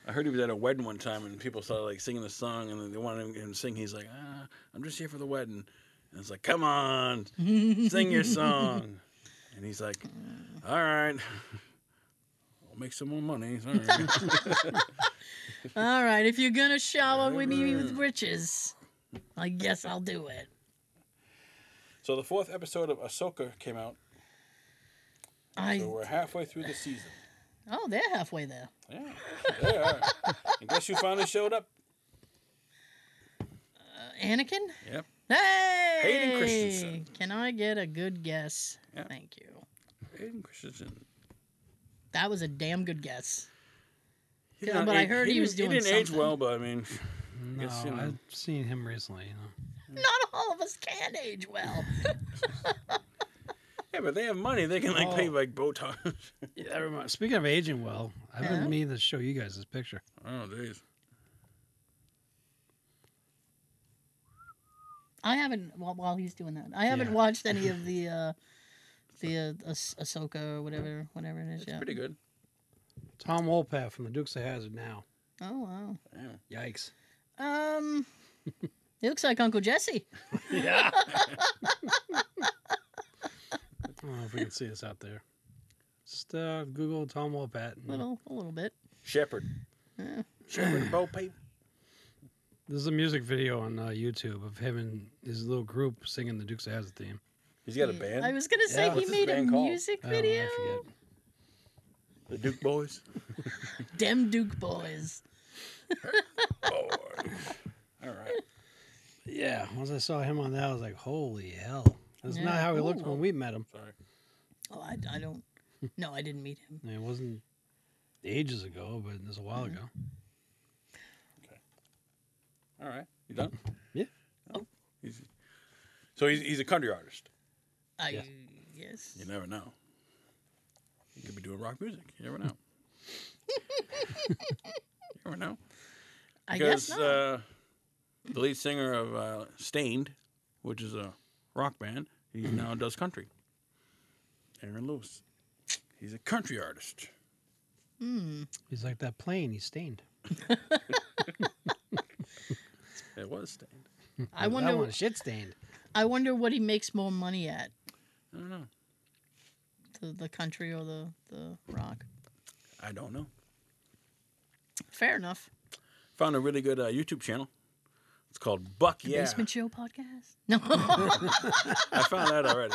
[SPEAKER 3] I heard he was at a wedding one time, and people started like singing the song, and then they wanted him, him to sing. He's like, ah, "I'm just here for the wedding," and it's like, "Come on, sing your song." And he's like, "All right, I'll make some more money." All right.
[SPEAKER 2] All right, if you're gonna shower with me with riches, I guess I'll do it.
[SPEAKER 3] so the fourth episode of Ahsoka came out,
[SPEAKER 2] I
[SPEAKER 3] so uh, we're halfway through the season.
[SPEAKER 2] oh, they're halfway there.
[SPEAKER 3] Yeah, yeah. I guess you finally showed up.
[SPEAKER 2] Uh, Anakin.
[SPEAKER 3] Yep.
[SPEAKER 2] Hey,
[SPEAKER 3] Hayden Christensen.
[SPEAKER 2] Can I get a good guess?
[SPEAKER 3] Yep.
[SPEAKER 2] Thank you.
[SPEAKER 3] Hayden Christensen.
[SPEAKER 2] That was a damn good guess.
[SPEAKER 3] He
[SPEAKER 2] Yeah,
[SPEAKER 3] did not
[SPEAKER 2] but I
[SPEAKER 3] age-
[SPEAKER 2] heard he was
[SPEAKER 3] didn't-
[SPEAKER 2] doing
[SPEAKER 3] He didn't age
[SPEAKER 2] something.
[SPEAKER 3] well, but I mean,
[SPEAKER 4] No,
[SPEAKER 3] guess, you know.
[SPEAKER 4] I've seen him recently. You know.
[SPEAKER 2] Not all of us can age well.
[SPEAKER 3] yeah, but they have money. They can like pay
[SPEAKER 4] Oh.
[SPEAKER 3] like Botox.
[SPEAKER 4] Yeah, that reminds. Speaking of aging well, I've
[SPEAKER 2] Yeah.
[SPEAKER 4] been meaning to show you guys this picture.
[SPEAKER 3] oh, jeez.
[SPEAKER 2] I haven't while, while he's doing that. I haven't
[SPEAKER 6] Yeah.
[SPEAKER 2] watched any of the uh, the uh, Ahs- Ahsoka or whatever whatever it is
[SPEAKER 3] It's
[SPEAKER 2] yet.
[SPEAKER 3] pretty good.
[SPEAKER 6] Tom Wolpat from the Dukes of Hazard now.
[SPEAKER 2] Oh wow.
[SPEAKER 3] Yeah.
[SPEAKER 6] Yikes.
[SPEAKER 2] Um, he looks like Uncle Jesse.
[SPEAKER 6] Yeah. I don't know if we can see this out there. Just uh, Google Tom Wolpat. and
[SPEAKER 2] Little a little bit.
[SPEAKER 3] Shepherd.
[SPEAKER 2] Yeah.
[SPEAKER 3] Shepherd Bo Peep.
[SPEAKER 6] There's a music video on uh, YouTube of him and his little group singing the Dukes of Hazzard theme.
[SPEAKER 3] He's got a
[SPEAKER 2] He-
[SPEAKER 3] band.
[SPEAKER 2] I was gonna say
[SPEAKER 6] Yeah.
[SPEAKER 2] he
[SPEAKER 6] What's
[SPEAKER 3] his
[SPEAKER 2] made a
[SPEAKER 3] band called?
[SPEAKER 2] music
[SPEAKER 6] Oh, I don't know, I
[SPEAKER 2] video.
[SPEAKER 6] forget.
[SPEAKER 3] The Duke Boys.
[SPEAKER 2] Dem Duke boys.
[SPEAKER 3] Boys. All right.
[SPEAKER 6] Yeah, once I saw him on that, I was like, holy hell. That's
[SPEAKER 2] Yeah.
[SPEAKER 6] not how he looked
[SPEAKER 2] Ooh.
[SPEAKER 6] when we met him.
[SPEAKER 3] Sorry.
[SPEAKER 2] Oh, I, I don't. No, I didn't meet him.
[SPEAKER 6] I mean, it wasn't ages ago, but it was a while
[SPEAKER 4] Mm-hmm.
[SPEAKER 6] ago.
[SPEAKER 3] All right. You done?
[SPEAKER 6] Yeah.
[SPEAKER 3] Oh. He's, so he's, he's a country artist.
[SPEAKER 2] I
[SPEAKER 6] Yeah.
[SPEAKER 2] yes.
[SPEAKER 3] You never know. He could be doing rock music. You never know. you never know.
[SPEAKER 2] I
[SPEAKER 3] because
[SPEAKER 2] guess not.
[SPEAKER 3] uh, the lead singer of uh, Stained, which is a rock band, he now does country. Aaron Lewis, he's a country artist.
[SPEAKER 2] Hmm.
[SPEAKER 6] He's like that plane, he's stained.
[SPEAKER 3] It was Stained.
[SPEAKER 2] I
[SPEAKER 6] That
[SPEAKER 2] wonder.
[SPEAKER 6] one, shit stained.
[SPEAKER 2] I wonder what he makes more money at
[SPEAKER 3] I don't know.
[SPEAKER 2] the, the country or the the rock.
[SPEAKER 3] I don't know.
[SPEAKER 2] Fair enough.
[SPEAKER 3] Found a really good uh, YouTube channel. It's called Buck
[SPEAKER 2] The
[SPEAKER 3] Yeah.
[SPEAKER 2] Basement Show podcast. No.
[SPEAKER 3] I found that already.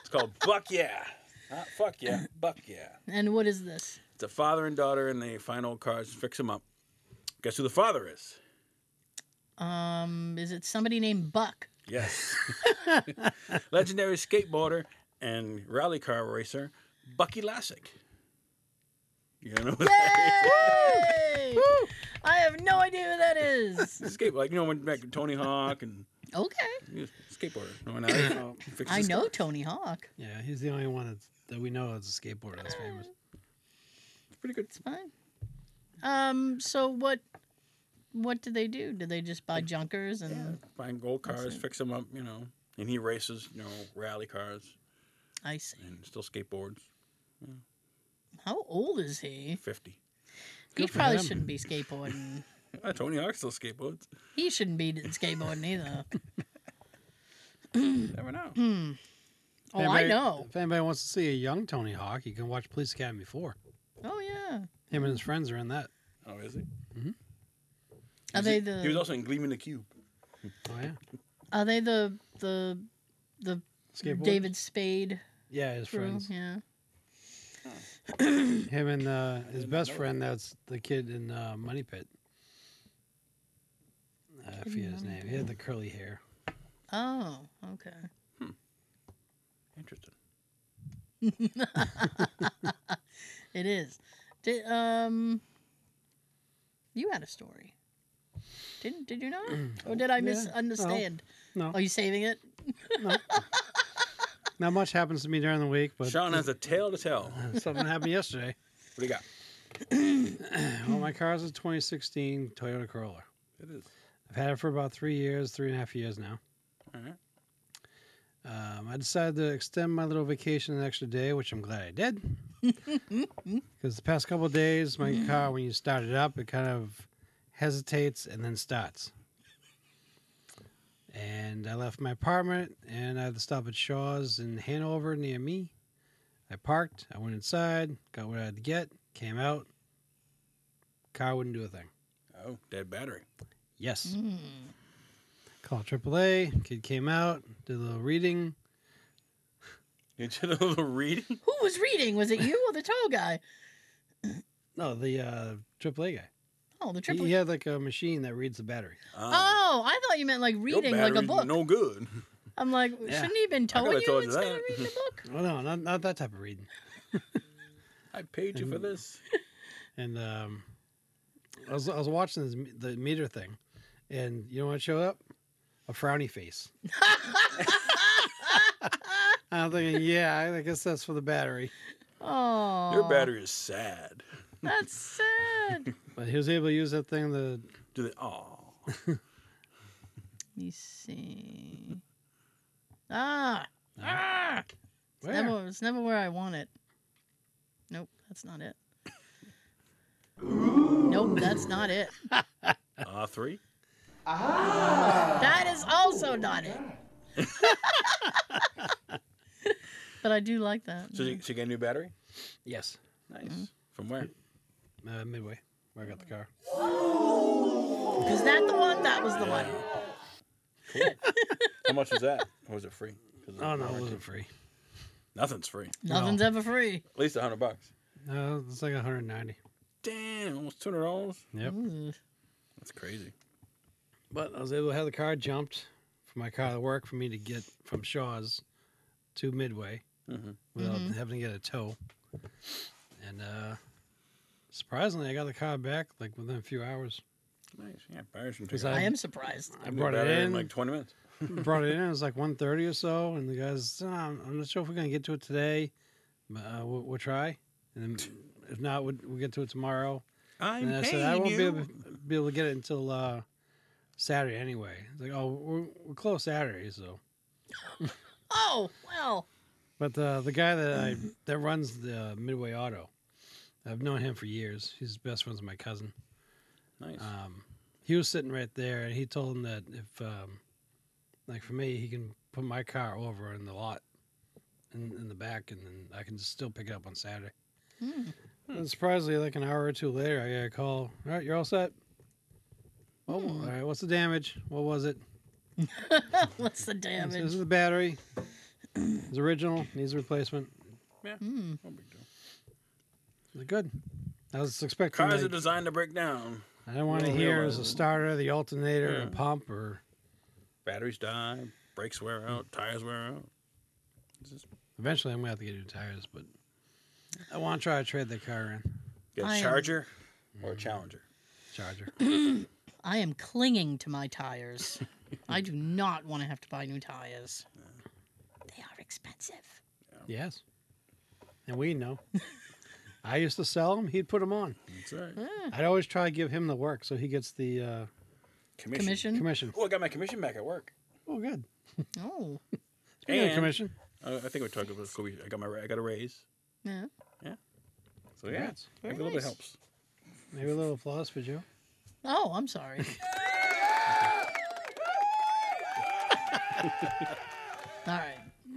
[SPEAKER 3] It's called Buck Yeah. Not fuck yeah, Buck Yeah.
[SPEAKER 2] and what is this?
[SPEAKER 3] It's a father and daughter, and they find old cars and fix them up. Guess who the father is?
[SPEAKER 2] Um, is it somebody named Buck?
[SPEAKER 3] Yes. Legendary skateboarder and rally car racer Bucky Lassick. You know what
[SPEAKER 2] Yay! I have no idea who that is.
[SPEAKER 3] skate like you know when back to Tony Hawk and
[SPEAKER 2] Okay.
[SPEAKER 3] he was a skateboarder. No one else fixes
[SPEAKER 2] I
[SPEAKER 3] his
[SPEAKER 2] know
[SPEAKER 3] stuff.
[SPEAKER 2] Tony Hawk.
[SPEAKER 6] Yeah, he's the only one that's, that we know as a skateboarder that's famous.
[SPEAKER 3] It's pretty good.
[SPEAKER 2] It's fine. Um, so what what did they do? Did they just buy junkers and
[SPEAKER 3] Find gold
[SPEAKER 2] That's
[SPEAKER 3] cars,
[SPEAKER 2] it.
[SPEAKER 3] fix them up, you know. And he races, you know, rally cars
[SPEAKER 2] I see.
[SPEAKER 3] and still skateboards.
[SPEAKER 2] How old is he?
[SPEAKER 3] Fifty.
[SPEAKER 2] He
[SPEAKER 6] Good for
[SPEAKER 2] probably
[SPEAKER 6] him.
[SPEAKER 2] shouldn't be skateboarding.
[SPEAKER 3] Ah, Tony Hawk still skateboards.
[SPEAKER 2] He shouldn't be skateboarding either.
[SPEAKER 3] You never know.
[SPEAKER 2] Hmm.
[SPEAKER 6] If
[SPEAKER 2] Oh, I
[SPEAKER 6] anybody-
[SPEAKER 2] know.
[SPEAKER 6] If anybody wants to see a young Tony Hawk, you can watch Police Academy 4.
[SPEAKER 2] Oh yeah.
[SPEAKER 6] Him and his friends are in that.
[SPEAKER 3] Oh, is he?
[SPEAKER 2] Are
[SPEAKER 3] Is
[SPEAKER 2] they
[SPEAKER 3] he- He was
[SPEAKER 2] the
[SPEAKER 3] also in Gleaming the Cube.
[SPEAKER 6] Oh, yeah.
[SPEAKER 2] Are they the the the
[SPEAKER 6] Skateboard.
[SPEAKER 2] David Spade
[SPEAKER 6] Yeah, his
[SPEAKER 2] crew?
[SPEAKER 6] friends.
[SPEAKER 2] Yeah. Mm-hmm.
[SPEAKER 6] Him and uh, his
[SPEAKER 3] didn't
[SPEAKER 6] best
[SPEAKER 3] know
[SPEAKER 6] friend, that's the kid in uh, Money Pit. Uh, I
[SPEAKER 2] Kid in
[SPEAKER 6] forget his
[SPEAKER 2] Money
[SPEAKER 6] name. He had the curly hair.
[SPEAKER 2] Oh, okay.
[SPEAKER 3] Interesting.
[SPEAKER 2] It is. Did um you had a story. Didn't did you not? or did I
[SPEAKER 6] Yeah, no.
[SPEAKER 2] misunderstand?
[SPEAKER 6] No,
[SPEAKER 2] Are you saving it?
[SPEAKER 6] not much happens to me during the week, but
[SPEAKER 3] Sean has a tale to tell. What
[SPEAKER 6] something happened yesterday.
[SPEAKER 3] do you got?
[SPEAKER 6] Well, my car's a 2016 Toyota Corolla.
[SPEAKER 3] It is.
[SPEAKER 6] I've had it for about three years, three and a half years now.
[SPEAKER 3] All right.
[SPEAKER 6] Um, I decided to extend my little vacation an extra day, which I'm glad I did. Because the past couple of days, my car, when you start it up, it kind of hesitates and then starts. And I left my apartment and I had to stop at Shaw's in Hanover near me. I parked, I went inside, got what I had to get, came out. Car wouldn't do a thing.
[SPEAKER 3] Oh, dead battery.
[SPEAKER 6] Yes.
[SPEAKER 2] Mm.
[SPEAKER 6] Called AAA, kid came out, did a little reading.
[SPEAKER 3] You did a little reading.
[SPEAKER 2] Who was reading? Was it you or the tall guy?
[SPEAKER 6] No, the uh, AAA guy.
[SPEAKER 2] Oh, the
[SPEAKER 6] He-
[SPEAKER 2] triple.
[SPEAKER 6] He had like a machine that reads the battery.
[SPEAKER 3] Ah,
[SPEAKER 2] Oh, I thought you meant like
[SPEAKER 3] your
[SPEAKER 2] reading like a
[SPEAKER 3] battery's
[SPEAKER 2] book.
[SPEAKER 3] No good.
[SPEAKER 2] I'm like,
[SPEAKER 6] Yeah.
[SPEAKER 2] shouldn't he have been towing
[SPEAKER 3] coulda
[SPEAKER 2] you,
[SPEAKER 3] told you
[SPEAKER 2] instead of
[SPEAKER 3] that.
[SPEAKER 2] reading a book?
[SPEAKER 6] Oh no, not, not that type of reading.
[SPEAKER 3] I paid you for this.
[SPEAKER 6] And um, I was I was watching this, me- the meter thing, and you know what showed up? A frowny face. I'm thinking, yeah, I guess that's for the battery.
[SPEAKER 2] Oh,
[SPEAKER 3] Your battery is sad.
[SPEAKER 2] That's sad.
[SPEAKER 6] But he was able to use that thing. The
[SPEAKER 3] Do they? Oh,
[SPEAKER 2] me see. Ah, ah! It's
[SPEAKER 6] uh-huh. Where?
[SPEAKER 2] never, it's never where I want it. Nope, that's not it. Nope, that's not it.
[SPEAKER 3] Ah, three.
[SPEAKER 2] That is also not it. but I do like that.
[SPEAKER 3] So you, so you get a new battery?
[SPEAKER 6] Yes.
[SPEAKER 3] Nice. From where?
[SPEAKER 6] Uh, midway, where I got the car.
[SPEAKER 2] Is that the one? That was the one.
[SPEAKER 3] Cool. How much was that? Or was it free? 'Cause of the
[SPEAKER 6] Oh no, it
[SPEAKER 3] warranty.
[SPEAKER 6] wasn't free.
[SPEAKER 3] Nothing's free.
[SPEAKER 2] Nothing's ever free.
[SPEAKER 3] At least a hundred bucks.
[SPEAKER 6] No, Uh, it's like 190.
[SPEAKER 3] Damn, almost two hundred dollars.
[SPEAKER 6] Yep. Um,
[SPEAKER 2] Ooh.
[SPEAKER 3] That's crazy.
[SPEAKER 6] But I was able to have the car jumped for my car to work for me to get from Shaw's to Midway
[SPEAKER 3] Mhm.
[SPEAKER 6] without
[SPEAKER 2] Mhm.
[SPEAKER 6] having to get a tow. And uh, surprisingly, I got the car back like within a few hours.
[SPEAKER 3] Nice. Yeah, buyers can take
[SPEAKER 6] Because
[SPEAKER 3] it.
[SPEAKER 2] I am surprised.
[SPEAKER 6] I brought it
[SPEAKER 3] Battery
[SPEAKER 6] in,
[SPEAKER 3] like twenty minutes.
[SPEAKER 6] brought it in. It was like 1.30 or so, and the guys, "Ah, I'm I'm not sure if we're gonna get to it today, but uh, we'll, we'll try. And then if not, we'll, we'll get to it tomorrow.
[SPEAKER 3] I'm
[SPEAKER 6] And I said, I won't be able, be able to get it until uh, Saturday anyway. It's like, oh, we're, we're close Saturday, so.
[SPEAKER 2] Oh, well.
[SPEAKER 6] But uh, the guy that I that runs the Midway Auto, I've known him for years. He's best friends with my cousin.
[SPEAKER 3] Nice.
[SPEAKER 6] Um, he was sitting right there, and he told him that if, um, like for me, he can put my car over in the lot, in, in the back, and then I can still pick it up on Saturday.
[SPEAKER 2] Hmm.
[SPEAKER 6] And surprisingly, like an hour or two later, I got a call. All right, you're all set. Oh,
[SPEAKER 2] Hmm.
[SPEAKER 6] all right. What's the damage? What was it?
[SPEAKER 2] What's the
[SPEAKER 6] This
[SPEAKER 2] damage?
[SPEAKER 6] is the battery. it's original. Needs a replacement.
[SPEAKER 2] Hmm.
[SPEAKER 3] no big deal.
[SPEAKER 6] Is it good? I was expecting.
[SPEAKER 3] Cars
[SPEAKER 6] like-
[SPEAKER 3] are designed to break down.
[SPEAKER 6] I don't want to
[SPEAKER 3] Well,
[SPEAKER 6] hear
[SPEAKER 3] yeah,
[SPEAKER 6] is a
[SPEAKER 3] well-
[SPEAKER 6] starter, the alternator,
[SPEAKER 3] Yeah.
[SPEAKER 6] a pump, or
[SPEAKER 3] Batteries die. Brakes wear out. Tires wear out. It's just
[SPEAKER 6] eventually I'm gonna have to get new tires, but I want to try to trade the car in.
[SPEAKER 3] get
[SPEAKER 2] I
[SPEAKER 3] a
[SPEAKER 2] am-
[SPEAKER 3] Charger or a Challenger.
[SPEAKER 6] Charger.
[SPEAKER 2] I am clinging to my tires. I do not want to have to buy new tires. They are expensive.
[SPEAKER 6] yes. And we know. I used to sell them. He'd put them on.
[SPEAKER 3] That's right.
[SPEAKER 2] Mm,
[SPEAKER 6] I'd always try to give him the work so he gets the uh,
[SPEAKER 3] Commission.
[SPEAKER 2] Commission?
[SPEAKER 6] commission.
[SPEAKER 3] Oh, I got my commission back at work.
[SPEAKER 6] Oh, good.
[SPEAKER 2] Oh,
[SPEAKER 6] Speaking of
[SPEAKER 3] And-
[SPEAKER 6] commission.
[SPEAKER 3] I, Uh, I think we talked about this. I got my ra- I got a raise.
[SPEAKER 2] yeah.
[SPEAKER 3] So yeah,
[SPEAKER 6] Congrats.
[SPEAKER 3] I think a little bit
[SPEAKER 2] nice.
[SPEAKER 3] helps.
[SPEAKER 6] Maybe a little applause for Joe.
[SPEAKER 2] Oh, I'm sorry. All right.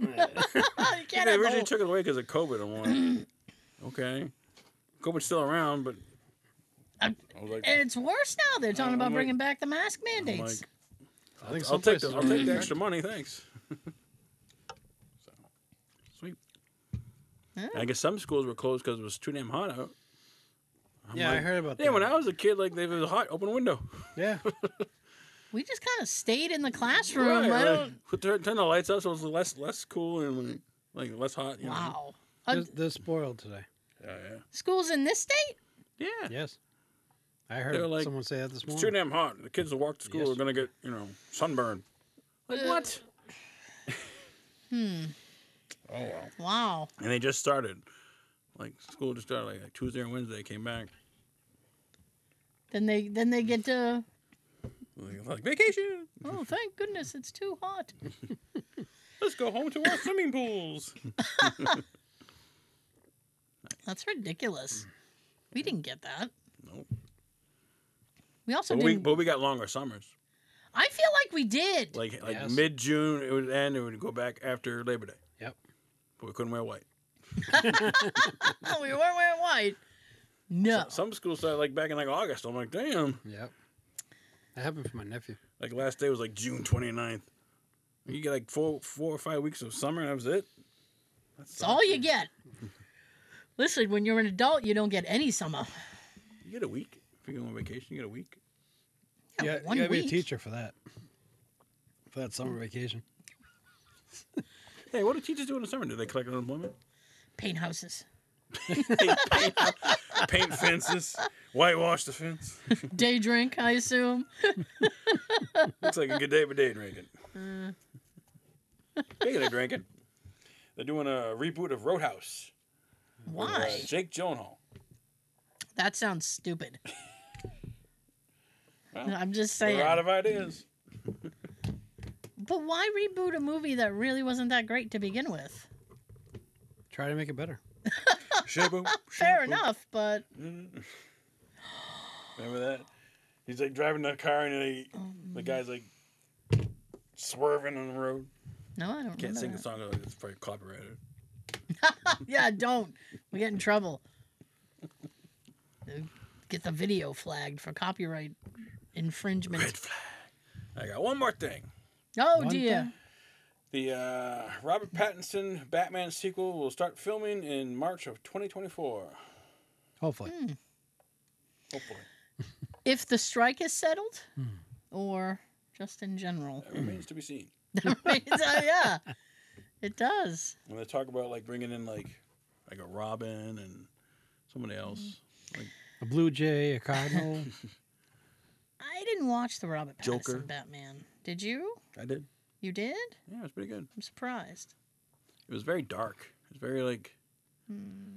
[SPEAKER 2] you can't
[SPEAKER 3] they
[SPEAKER 2] have the
[SPEAKER 3] originally
[SPEAKER 2] whole-
[SPEAKER 3] took it away because of COVID. I'm like, okay, COVID's still around, but
[SPEAKER 2] I'm-
[SPEAKER 3] I was like,
[SPEAKER 2] and it's worse now. They're
[SPEAKER 3] I'm
[SPEAKER 2] talking about
[SPEAKER 3] like-
[SPEAKER 2] bringing back the mask
[SPEAKER 3] I'm like,
[SPEAKER 2] mandates.
[SPEAKER 6] I think
[SPEAKER 3] I'll
[SPEAKER 6] some
[SPEAKER 3] take
[SPEAKER 6] places
[SPEAKER 3] the, I'll
[SPEAKER 6] are-
[SPEAKER 2] Mm-hmm.
[SPEAKER 3] take the extra money, thanks. so, sweet.
[SPEAKER 2] Yeah.
[SPEAKER 3] I guess some schools were closed because it was too damn hot out. I'm
[SPEAKER 6] Yeah, I
[SPEAKER 3] like,
[SPEAKER 6] heard about that.
[SPEAKER 3] Yeah, when I was a kid, like they it was hot, open window.
[SPEAKER 6] Yeah.
[SPEAKER 2] we just kind of stayed in the classroom. I
[SPEAKER 3] like,
[SPEAKER 2] don't.
[SPEAKER 3] put- turn, turn the lights up so it was less less cool and like, like less hot. You know?
[SPEAKER 2] Wow. Uh,
[SPEAKER 6] They're, they're spoiled today.
[SPEAKER 3] Yeah, yeah.
[SPEAKER 2] schools in this state?
[SPEAKER 3] Yeah.
[SPEAKER 6] Yes. I heard
[SPEAKER 3] They're like,
[SPEAKER 6] someone say that this
[SPEAKER 3] It's too
[SPEAKER 6] morning.
[SPEAKER 3] damn hot. The kids that walk to school
[SPEAKER 6] Yes.
[SPEAKER 3] are gonna get, you know, sunburned. Like
[SPEAKER 2] Uh,
[SPEAKER 3] what?
[SPEAKER 2] Hmm.
[SPEAKER 3] Oh well.
[SPEAKER 2] Wow.
[SPEAKER 3] And they just started. Like school just started like, Tuesday and Wednesday came back.
[SPEAKER 2] Then they then they get to
[SPEAKER 3] Like, like, vacation.
[SPEAKER 2] oh thank goodness it's too hot.
[SPEAKER 3] Let's go home to our swimming pools.
[SPEAKER 2] That's ridiculous. We didn't get that.
[SPEAKER 3] Nope.
[SPEAKER 2] We also
[SPEAKER 3] But we,
[SPEAKER 2] didn't.
[SPEAKER 3] but we got longer summers.
[SPEAKER 2] I feel like we did.
[SPEAKER 3] Like like
[SPEAKER 6] Yes.
[SPEAKER 3] mid June it would end and we'd go back after Labor Day.
[SPEAKER 6] Yep.
[SPEAKER 3] But we couldn't wear white.
[SPEAKER 2] oh, we weren't wearing white. No.
[SPEAKER 3] Some schools started like back in like August. I'm like, damn.
[SPEAKER 6] Yep. That happened for my nephew.
[SPEAKER 3] Like last day was like June 29th. You get like four four or five weeks of summer and that was it.
[SPEAKER 2] It's all you get. Listen, when you're an adult, you don't get any summer.
[SPEAKER 3] You get a week. If you go on vacation, you get a week.
[SPEAKER 2] Yeah,
[SPEAKER 6] Yeah, you
[SPEAKER 2] one
[SPEAKER 6] gotta be
[SPEAKER 2] week.
[SPEAKER 6] a teacher for that. For that summer vacation.
[SPEAKER 3] Hey, what do teachers do in the summer? Do they collect unemployment?
[SPEAKER 2] Paint houses,
[SPEAKER 3] Paint fences, whitewash the fence.
[SPEAKER 2] day drink, I assume.
[SPEAKER 3] Looks like a good day for day drinking. Speaking of drinking, they're doing a reboot of Roadhouse. with, uh,
[SPEAKER 2] Why?
[SPEAKER 3] Jake Gyllenhaal.
[SPEAKER 2] That sounds stupid.
[SPEAKER 3] Well,
[SPEAKER 2] I'm just
[SPEAKER 3] They're out
[SPEAKER 2] saying.
[SPEAKER 3] of ideas.
[SPEAKER 2] But why reboot a movie that really wasn't that great to begin with?
[SPEAKER 6] Try to make it better.
[SPEAKER 3] Shabu,
[SPEAKER 2] Fair
[SPEAKER 3] shabu.
[SPEAKER 2] enough, but
[SPEAKER 3] Mm-hmm. Remember that? He's like driving the car and he, the guy's like swerving on the road.
[SPEAKER 2] no, I don't.
[SPEAKER 3] Can't
[SPEAKER 2] remember
[SPEAKER 3] sing the
[SPEAKER 2] that.
[SPEAKER 3] song, though, it's probably copyrighted.
[SPEAKER 2] yeah, don't. We get in trouble. Get the video flagged for copyright infringement.
[SPEAKER 3] I got one more thing.
[SPEAKER 2] Oh
[SPEAKER 6] One
[SPEAKER 2] dear.
[SPEAKER 3] The uh, Robert Pattinson Batman sequel will start filming in March of 2024.
[SPEAKER 6] Hopefully.
[SPEAKER 2] Mm.
[SPEAKER 3] Hopefully.
[SPEAKER 2] If the strike is settled,
[SPEAKER 3] Hmm.
[SPEAKER 2] or just in general.
[SPEAKER 3] That remains to be seen.
[SPEAKER 2] Right, so, yeah, it does.
[SPEAKER 3] When they talk about like bringing in like like a Robin and somebody else,
[SPEAKER 6] A blue jay, a cardinal.
[SPEAKER 2] I didn't watch the Robert Pattinson
[SPEAKER 3] Joker.
[SPEAKER 2] Batman. Did you?
[SPEAKER 3] I did.
[SPEAKER 2] You did?
[SPEAKER 3] Yeah, it was pretty good.
[SPEAKER 2] I'm surprised.
[SPEAKER 3] It was very dark. It was very like
[SPEAKER 2] Hmm.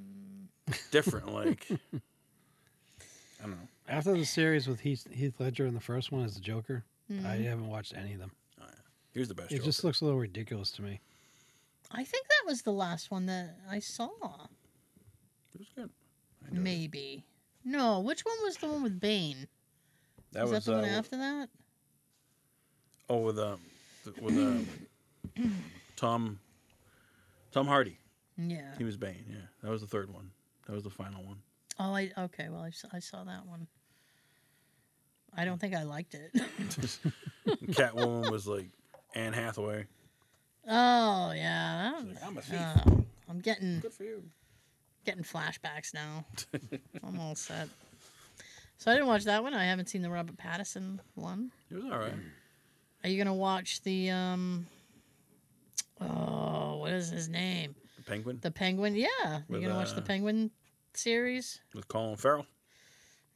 [SPEAKER 3] different. Like I don't know.
[SPEAKER 6] After the series with Heath, Heath Ledger in the first one as the Joker,
[SPEAKER 2] Hmm.
[SPEAKER 6] I
[SPEAKER 2] Mm-hmm.
[SPEAKER 3] uh,
[SPEAKER 6] haven't watched any of them.
[SPEAKER 3] He was the best.
[SPEAKER 6] It
[SPEAKER 3] Joker.
[SPEAKER 6] just looks a little ridiculous to me.
[SPEAKER 2] I think that was the last one that I saw.
[SPEAKER 3] It was good. I enjoyed it.
[SPEAKER 2] Maybe. No, which one was the one with Bane?
[SPEAKER 3] That
[SPEAKER 2] was,
[SPEAKER 3] was
[SPEAKER 2] that the
[SPEAKER 3] uh,
[SPEAKER 2] one after that?
[SPEAKER 3] oh with um th- with um Tom Tom Hardy.
[SPEAKER 2] Yeah.
[SPEAKER 3] He was Bane. Yeah, that was the third one. That was the final one.
[SPEAKER 2] Oh, I okay. Well, I saw, I saw that one. I
[SPEAKER 3] Hmm.
[SPEAKER 2] don't think I liked it.
[SPEAKER 3] Catwoman was like Anne Hathaway.
[SPEAKER 2] oh yeah, that
[SPEAKER 3] She's
[SPEAKER 2] was-
[SPEAKER 3] like, I'm a thief.
[SPEAKER 2] oh, I'm getting
[SPEAKER 3] Good for you.
[SPEAKER 2] getting flashbacks now. I'm all set. So I didn't watch that one. I haven't seen the Robert Pattinson one.
[SPEAKER 3] It was all right.
[SPEAKER 2] Are you gonna watch the um? Oh, what is his name?
[SPEAKER 3] The Penguin
[SPEAKER 2] The Penguin. Yeah, you
[SPEAKER 3] With,
[SPEAKER 2] gonna watch the
[SPEAKER 3] uh,
[SPEAKER 2] Penguin series?
[SPEAKER 3] with Colin Farrell.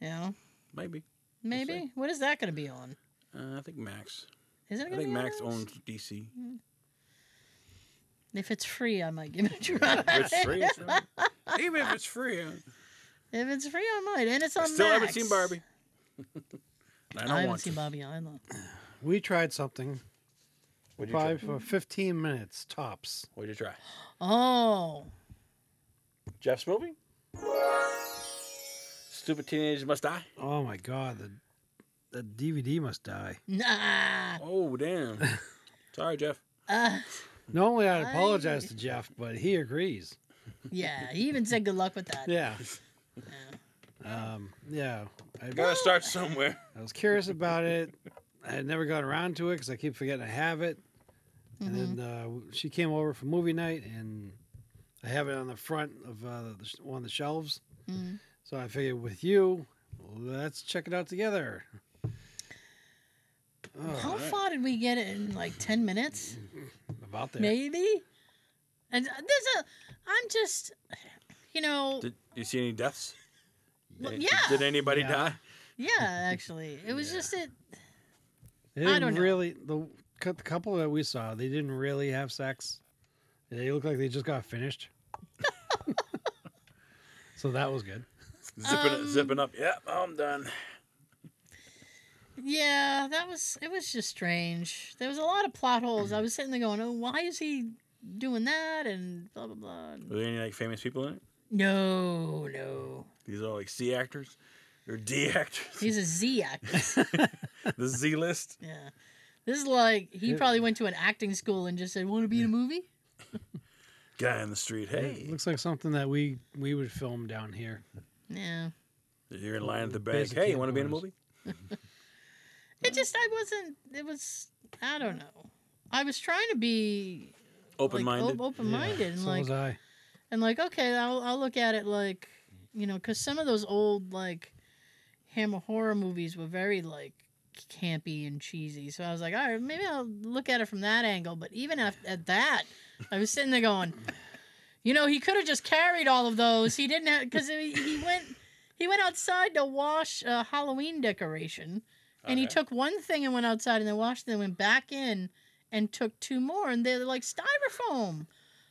[SPEAKER 2] Yeah,
[SPEAKER 3] Maybe.
[SPEAKER 2] maybe. What is that gonna be on?
[SPEAKER 3] Uh, I think Max.
[SPEAKER 2] Is it?
[SPEAKER 3] I
[SPEAKER 2] Gonna
[SPEAKER 3] think
[SPEAKER 2] be on
[SPEAKER 3] Max
[SPEAKER 2] those?
[SPEAKER 3] owns DC.
[SPEAKER 2] If it's free, I might give it a try.
[SPEAKER 3] If it's free. It's right. Even if it's free, I
[SPEAKER 2] If it's free, I might. And it's
[SPEAKER 3] I
[SPEAKER 2] on
[SPEAKER 3] still haven't
[SPEAKER 2] Max.
[SPEAKER 3] seen Barbie. I don't
[SPEAKER 2] I haven't
[SPEAKER 3] want
[SPEAKER 2] seen
[SPEAKER 3] to.
[SPEAKER 2] Barbie either.
[SPEAKER 6] We tried something.
[SPEAKER 3] What'd you try?
[SPEAKER 6] Five for 15 minutes tops.
[SPEAKER 3] What'd you try?
[SPEAKER 2] Oh,
[SPEAKER 3] Jeff's movie. Stupid teenagers must die.
[SPEAKER 6] Oh my god, the the DVD must die.
[SPEAKER 2] nah.
[SPEAKER 3] Oh damn. Sorry, Jeff.
[SPEAKER 2] Uh,
[SPEAKER 6] Not only I
[SPEAKER 2] I-
[SPEAKER 6] apologize to Jeff, but he agrees.
[SPEAKER 2] yeah, he even said good luck with that.
[SPEAKER 6] Yeah.
[SPEAKER 2] Yeah.
[SPEAKER 6] Um, yeah. I,
[SPEAKER 3] Gotta start somewhere.
[SPEAKER 6] I was curious about it. I had never got around to it because I keep forgetting I have it.
[SPEAKER 2] Mm-hmm.
[SPEAKER 6] And then uh, she came over for movie night, and I have it on the front of uh, the, sh- one of the shelves.
[SPEAKER 2] Mhm.
[SPEAKER 6] So I figured with you, let's check it out together. Ugh,
[SPEAKER 2] How far did we get it in like ten minutes?
[SPEAKER 6] about there.
[SPEAKER 2] Maybe. And uh, there's a. I'm just. You know.
[SPEAKER 3] Did you see any deaths?
[SPEAKER 2] Well,
[SPEAKER 3] Eh,
[SPEAKER 2] yeah.
[SPEAKER 3] Did anybody
[SPEAKER 6] Yeah.
[SPEAKER 3] die?
[SPEAKER 2] Yeah, actually, it was just it.
[SPEAKER 6] They
[SPEAKER 2] I
[SPEAKER 6] didn't
[SPEAKER 2] don't know.
[SPEAKER 6] really the cou- the couple that we saw. They didn't really have sex. They looked like they just got finished. so that was good.
[SPEAKER 3] Zipping,
[SPEAKER 2] Um,
[SPEAKER 3] zipping up. Yep, I'm done.
[SPEAKER 2] Yeah, that was. It was just strange. There was a lot of plot holes. I was sitting there going, "Oh, why is he doing that?" And blah blah blah.
[SPEAKER 3] Were there any like famous people in it?
[SPEAKER 2] No, no.
[SPEAKER 3] These are like C actors or D actors.
[SPEAKER 2] He's a Z actor.
[SPEAKER 3] the Z list.
[SPEAKER 2] Yeah. This is like he probably went to an acting school and just said, "Want to be in a movie?"
[SPEAKER 3] Guy in the street. Hey,
[SPEAKER 6] It looks like something that we we would film down here.
[SPEAKER 2] Yeah.
[SPEAKER 3] you're in line at the bank.
[SPEAKER 6] Basic
[SPEAKER 3] Hey, you want to be in a
[SPEAKER 6] camcorder.
[SPEAKER 3] movie?
[SPEAKER 2] It just I wasn't. It was I don't know. I was trying to be
[SPEAKER 3] Open minded.
[SPEAKER 2] open minded, and
[SPEAKER 6] so
[SPEAKER 2] like
[SPEAKER 6] was I.
[SPEAKER 2] and like okay, I'll I'll look at it like you know because some of those old like Hammer horror movies were very like campy and cheesy. So I was like, all right, maybe I'll look at it from that angle. But even at, at that, I was sitting there going, you know, he could have just carried all of those. He didn't have because he, he went he went outside to wash a Halloween decoration, and he
[SPEAKER 3] Okay.
[SPEAKER 2] took one thing and went outside and then washed, and then went back in and took two more, and they're like styrofoam.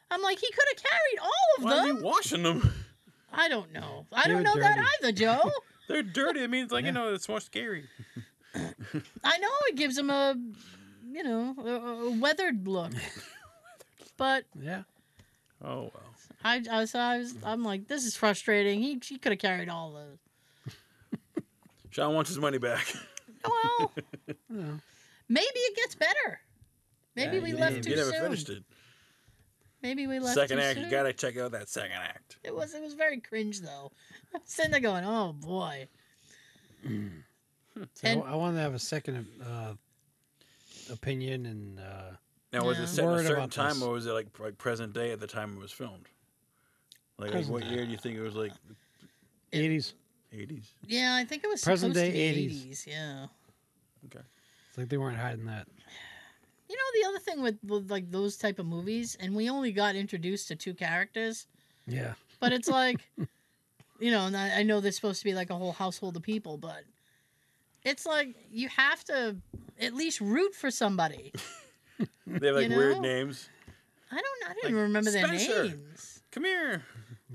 [SPEAKER 2] I'm like, he could have carried all of
[SPEAKER 3] Why are
[SPEAKER 2] them.
[SPEAKER 3] you washing them?
[SPEAKER 2] I don't know. I
[SPEAKER 6] They
[SPEAKER 2] don't
[SPEAKER 6] were
[SPEAKER 2] know that
[SPEAKER 6] dirty.
[SPEAKER 2] either, Joe.
[SPEAKER 3] They're dirty. It means like
[SPEAKER 6] Yeah.
[SPEAKER 3] you know it's more scary.
[SPEAKER 2] I know it gives him a you know, a, a weathered look. but
[SPEAKER 4] Yeah.
[SPEAKER 3] Oh well.
[SPEAKER 2] I, I, so I was, I'm like, this is frustrating. He, she could have carried all those.
[SPEAKER 3] Sean wants his money back.
[SPEAKER 2] Well,
[SPEAKER 4] Well,
[SPEAKER 2] maybe it gets better. Maybe
[SPEAKER 4] Yeah,
[SPEAKER 2] we
[SPEAKER 4] you
[SPEAKER 2] left
[SPEAKER 4] never-
[SPEAKER 2] too
[SPEAKER 3] you never
[SPEAKER 2] soon.
[SPEAKER 3] finished it.
[SPEAKER 2] Maybe we left
[SPEAKER 3] second
[SPEAKER 2] too
[SPEAKER 3] act,
[SPEAKER 2] soon.
[SPEAKER 3] you gotta check out that second act.
[SPEAKER 2] It was, it was very cringe though. I'm sitting there going, oh boy.
[SPEAKER 4] see, I-
[SPEAKER 2] And-
[SPEAKER 4] I, want to have a second uh, opinion and uh,
[SPEAKER 3] Now was
[SPEAKER 2] Yeah.
[SPEAKER 3] it set at
[SPEAKER 4] Worried
[SPEAKER 3] a certain
[SPEAKER 4] about
[SPEAKER 3] time,
[SPEAKER 4] this.
[SPEAKER 3] or was it like like present day at the time it was filmed? Like, like
[SPEAKER 4] Present
[SPEAKER 3] what
[SPEAKER 4] day.
[SPEAKER 3] year do you think it was? Like
[SPEAKER 4] 80s.
[SPEAKER 3] eighties.
[SPEAKER 2] Yeah, I think it was
[SPEAKER 4] Present
[SPEAKER 2] supposed
[SPEAKER 4] day
[SPEAKER 2] to be
[SPEAKER 4] 80s.
[SPEAKER 2] 80s. Yeah.
[SPEAKER 4] It's like they weren't hiding that.
[SPEAKER 2] You know the other thing with, with like those type of movies, and we only got introduced to two characters,
[SPEAKER 4] Yeah.
[SPEAKER 2] but it's like, you know, and I, I know there's supposed to be like a whole household of people, but it's like you have to at least root for somebody.
[SPEAKER 3] They have like
[SPEAKER 2] You
[SPEAKER 3] weird
[SPEAKER 2] know?
[SPEAKER 3] names.
[SPEAKER 2] I don't, I didn't
[SPEAKER 3] Like,
[SPEAKER 2] remember their
[SPEAKER 3] Spencer.
[SPEAKER 2] names.
[SPEAKER 3] Come here.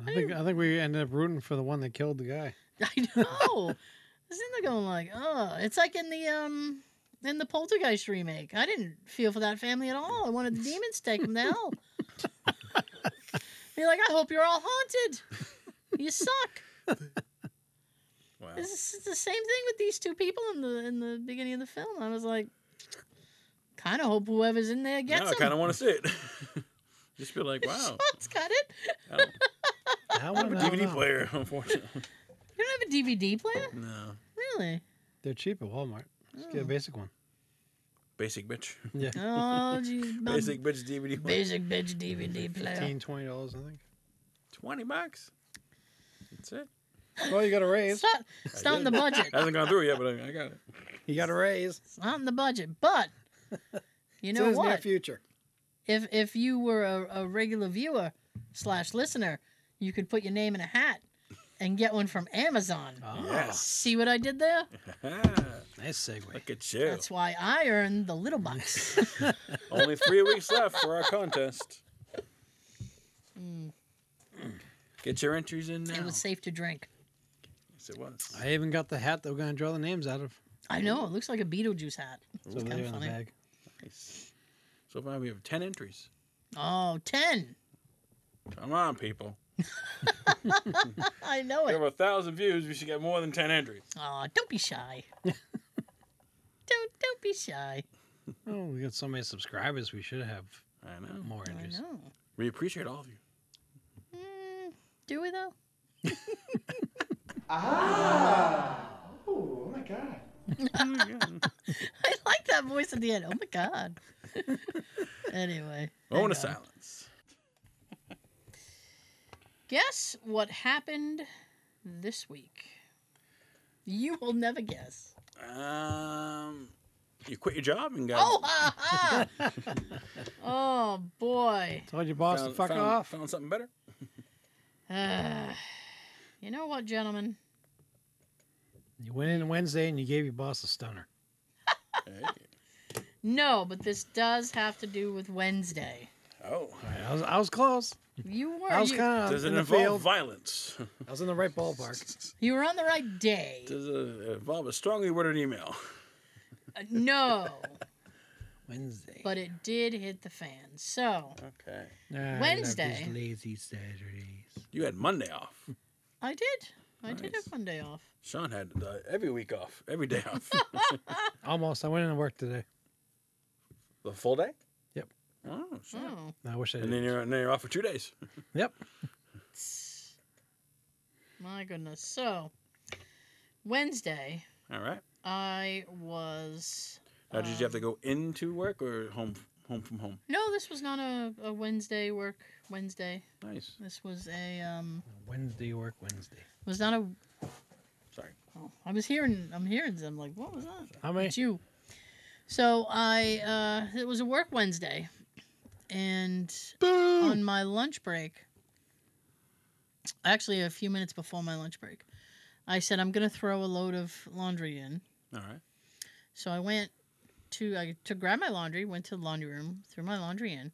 [SPEAKER 4] I think I think we ended up rooting for the one that killed the guy.
[SPEAKER 2] I know. Isn't it going like, oh, it's like in the um in the Poltergeist remake. I didn't feel for that family at all. I wanted the demons to take them to hell. Be like, I hope you're all haunted. You suck.
[SPEAKER 3] Wow.
[SPEAKER 2] This is the same thing with these two people in the in the beginning of the film. I was like, kind of hope whoever's in there gets
[SPEAKER 3] Now I kind
[SPEAKER 2] them.
[SPEAKER 3] of want to see it. Just be like, wow.
[SPEAKER 2] Let's cut it.
[SPEAKER 3] I don't
[SPEAKER 4] That one,
[SPEAKER 3] have a
[SPEAKER 4] I don't
[SPEAKER 3] DVD
[SPEAKER 4] know.
[SPEAKER 3] player, unfortunately.
[SPEAKER 2] You don't have a DVD player,
[SPEAKER 3] No.
[SPEAKER 2] really?
[SPEAKER 4] They're cheap at Walmart. Just get a
[SPEAKER 2] Oh.
[SPEAKER 4] basic one.
[SPEAKER 3] Basic bitch.
[SPEAKER 4] Yeah.
[SPEAKER 2] Oh, gee, my
[SPEAKER 3] Basic bitch DVD. player.
[SPEAKER 2] basic bitch DVD player.
[SPEAKER 4] Fifteen, twenty dollars, I think.
[SPEAKER 3] Twenty bucks. That's it.
[SPEAKER 4] Well, you got a raise.
[SPEAKER 2] It's not, it's not in the
[SPEAKER 3] did.
[SPEAKER 2] budget.
[SPEAKER 3] Hasn't gone through yet, but I, I got it.
[SPEAKER 4] You got a raise.
[SPEAKER 2] It's not in the budget, but you
[SPEAKER 4] it's
[SPEAKER 2] know
[SPEAKER 4] in his near
[SPEAKER 2] what?
[SPEAKER 4] future.
[SPEAKER 2] If if you were a, a regular viewer slash listener, you could put your name in a hat and get one from Amazon.
[SPEAKER 4] Ah,
[SPEAKER 3] Yes.
[SPEAKER 2] See what I did there?
[SPEAKER 4] Nice segue.
[SPEAKER 3] Look at you.
[SPEAKER 2] That's why I earned the little bucks.
[SPEAKER 3] Only three weeks left for our contest.
[SPEAKER 2] Mm,
[SPEAKER 3] Get your entries in now.
[SPEAKER 2] it was safe to drink.
[SPEAKER 3] Yes, it was.
[SPEAKER 4] I even got the hat that we're gonna draw the names out of.
[SPEAKER 2] I know it looks like a Beetlejuice hat.
[SPEAKER 4] So they're
[SPEAKER 2] kinda
[SPEAKER 4] in the
[SPEAKER 2] funny.
[SPEAKER 4] bag.
[SPEAKER 3] Nice. So far, we have 10 entries.
[SPEAKER 2] Oh, 10.
[SPEAKER 3] Come on, people.
[SPEAKER 2] I know
[SPEAKER 3] We
[SPEAKER 2] it.
[SPEAKER 3] have a thousand views. We should get more than 10 entries.
[SPEAKER 2] Oh, don't be shy. don't don't be shy.
[SPEAKER 4] Oh, we got so many subscribers. We should have
[SPEAKER 3] I know.
[SPEAKER 4] more
[SPEAKER 2] I
[SPEAKER 4] entries.
[SPEAKER 2] know.
[SPEAKER 3] We appreciate all of you.
[SPEAKER 2] Mm, do we though?
[SPEAKER 5] Ah! Oh, my God.
[SPEAKER 2] I like that voice at the end. Oh my god. anyway.
[SPEAKER 4] Oh,
[SPEAKER 3] Moment of
[SPEAKER 2] hang on.
[SPEAKER 3] silence.
[SPEAKER 2] Guess what happened this week? You will never guess.
[SPEAKER 3] Um, you quit your job and got.
[SPEAKER 2] Oh, ha, ha. oh boy.
[SPEAKER 4] Told your boss to fuck
[SPEAKER 3] found,
[SPEAKER 4] off.
[SPEAKER 3] Found something better.
[SPEAKER 2] Ah. you know what, gentlemen?
[SPEAKER 4] You went in Wednesday and you gave your boss a stunner.
[SPEAKER 3] Hey.
[SPEAKER 2] No, but this does have to do with Wednesday.
[SPEAKER 3] Oh.
[SPEAKER 4] All right, I was I was close.
[SPEAKER 2] You were
[SPEAKER 4] I was
[SPEAKER 2] you,
[SPEAKER 4] kind of
[SPEAKER 3] Does
[SPEAKER 4] in
[SPEAKER 3] it
[SPEAKER 4] the
[SPEAKER 3] involve
[SPEAKER 4] field.
[SPEAKER 3] violence?
[SPEAKER 4] I was in the right ballpark.
[SPEAKER 2] you were on the right day.
[SPEAKER 3] Does it involve a strongly worded email?
[SPEAKER 2] Uh, no,
[SPEAKER 4] Wednesday.
[SPEAKER 2] but it did hit the fan. So
[SPEAKER 3] Okay.
[SPEAKER 4] I love
[SPEAKER 2] Wednesday.
[SPEAKER 4] these lazy Saturdays.
[SPEAKER 3] You had Monday off.
[SPEAKER 2] I did. I did
[SPEAKER 3] Nice.
[SPEAKER 2] have one day off.
[SPEAKER 3] Sean had uh, every week off, every day off.
[SPEAKER 4] Almost. I went into work today.
[SPEAKER 3] the full day?
[SPEAKER 4] Yep.
[SPEAKER 3] Oh, shit.
[SPEAKER 2] Oh.
[SPEAKER 4] I wish I
[SPEAKER 3] And then
[SPEAKER 4] did.
[SPEAKER 3] you're, and then you're off for two days.
[SPEAKER 4] Yep.
[SPEAKER 2] My goodness. So, Wednesday,
[SPEAKER 3] All right.
[SPEAKER 2] I was.
[SPEAKER 3] Now, did you have to
[SPEAKER 2] Um,
[SPEAKER 3] go into work or home home from home?
[SPEAKER 2] No, this was not a, a Wednesday work Wednesday.
[SPEAKER 3] Nice.
[SPEAKER 2] This was a. um
[SPEAKER 4] Wednesday work Wednesday.
[SPEAKER 2] was not a.
[SPEAKER 3] Sorry.
[SPEAKER 2] Oh, I was hearing. I'm hearing them. Like, what was that?
[SPEAKER 4] How many?
[SPEAKER 2] It's you. So, I. uh It was a work Wednesday. And on my lunch break, actually, a few minutes before my lunch break, I said, I'm going to throw a load of laundry in.
[SPEAKER 3] All right.
[SPEAKER 2] So I went to I to grab my laundry, went to the laundry room, threw my laundry in,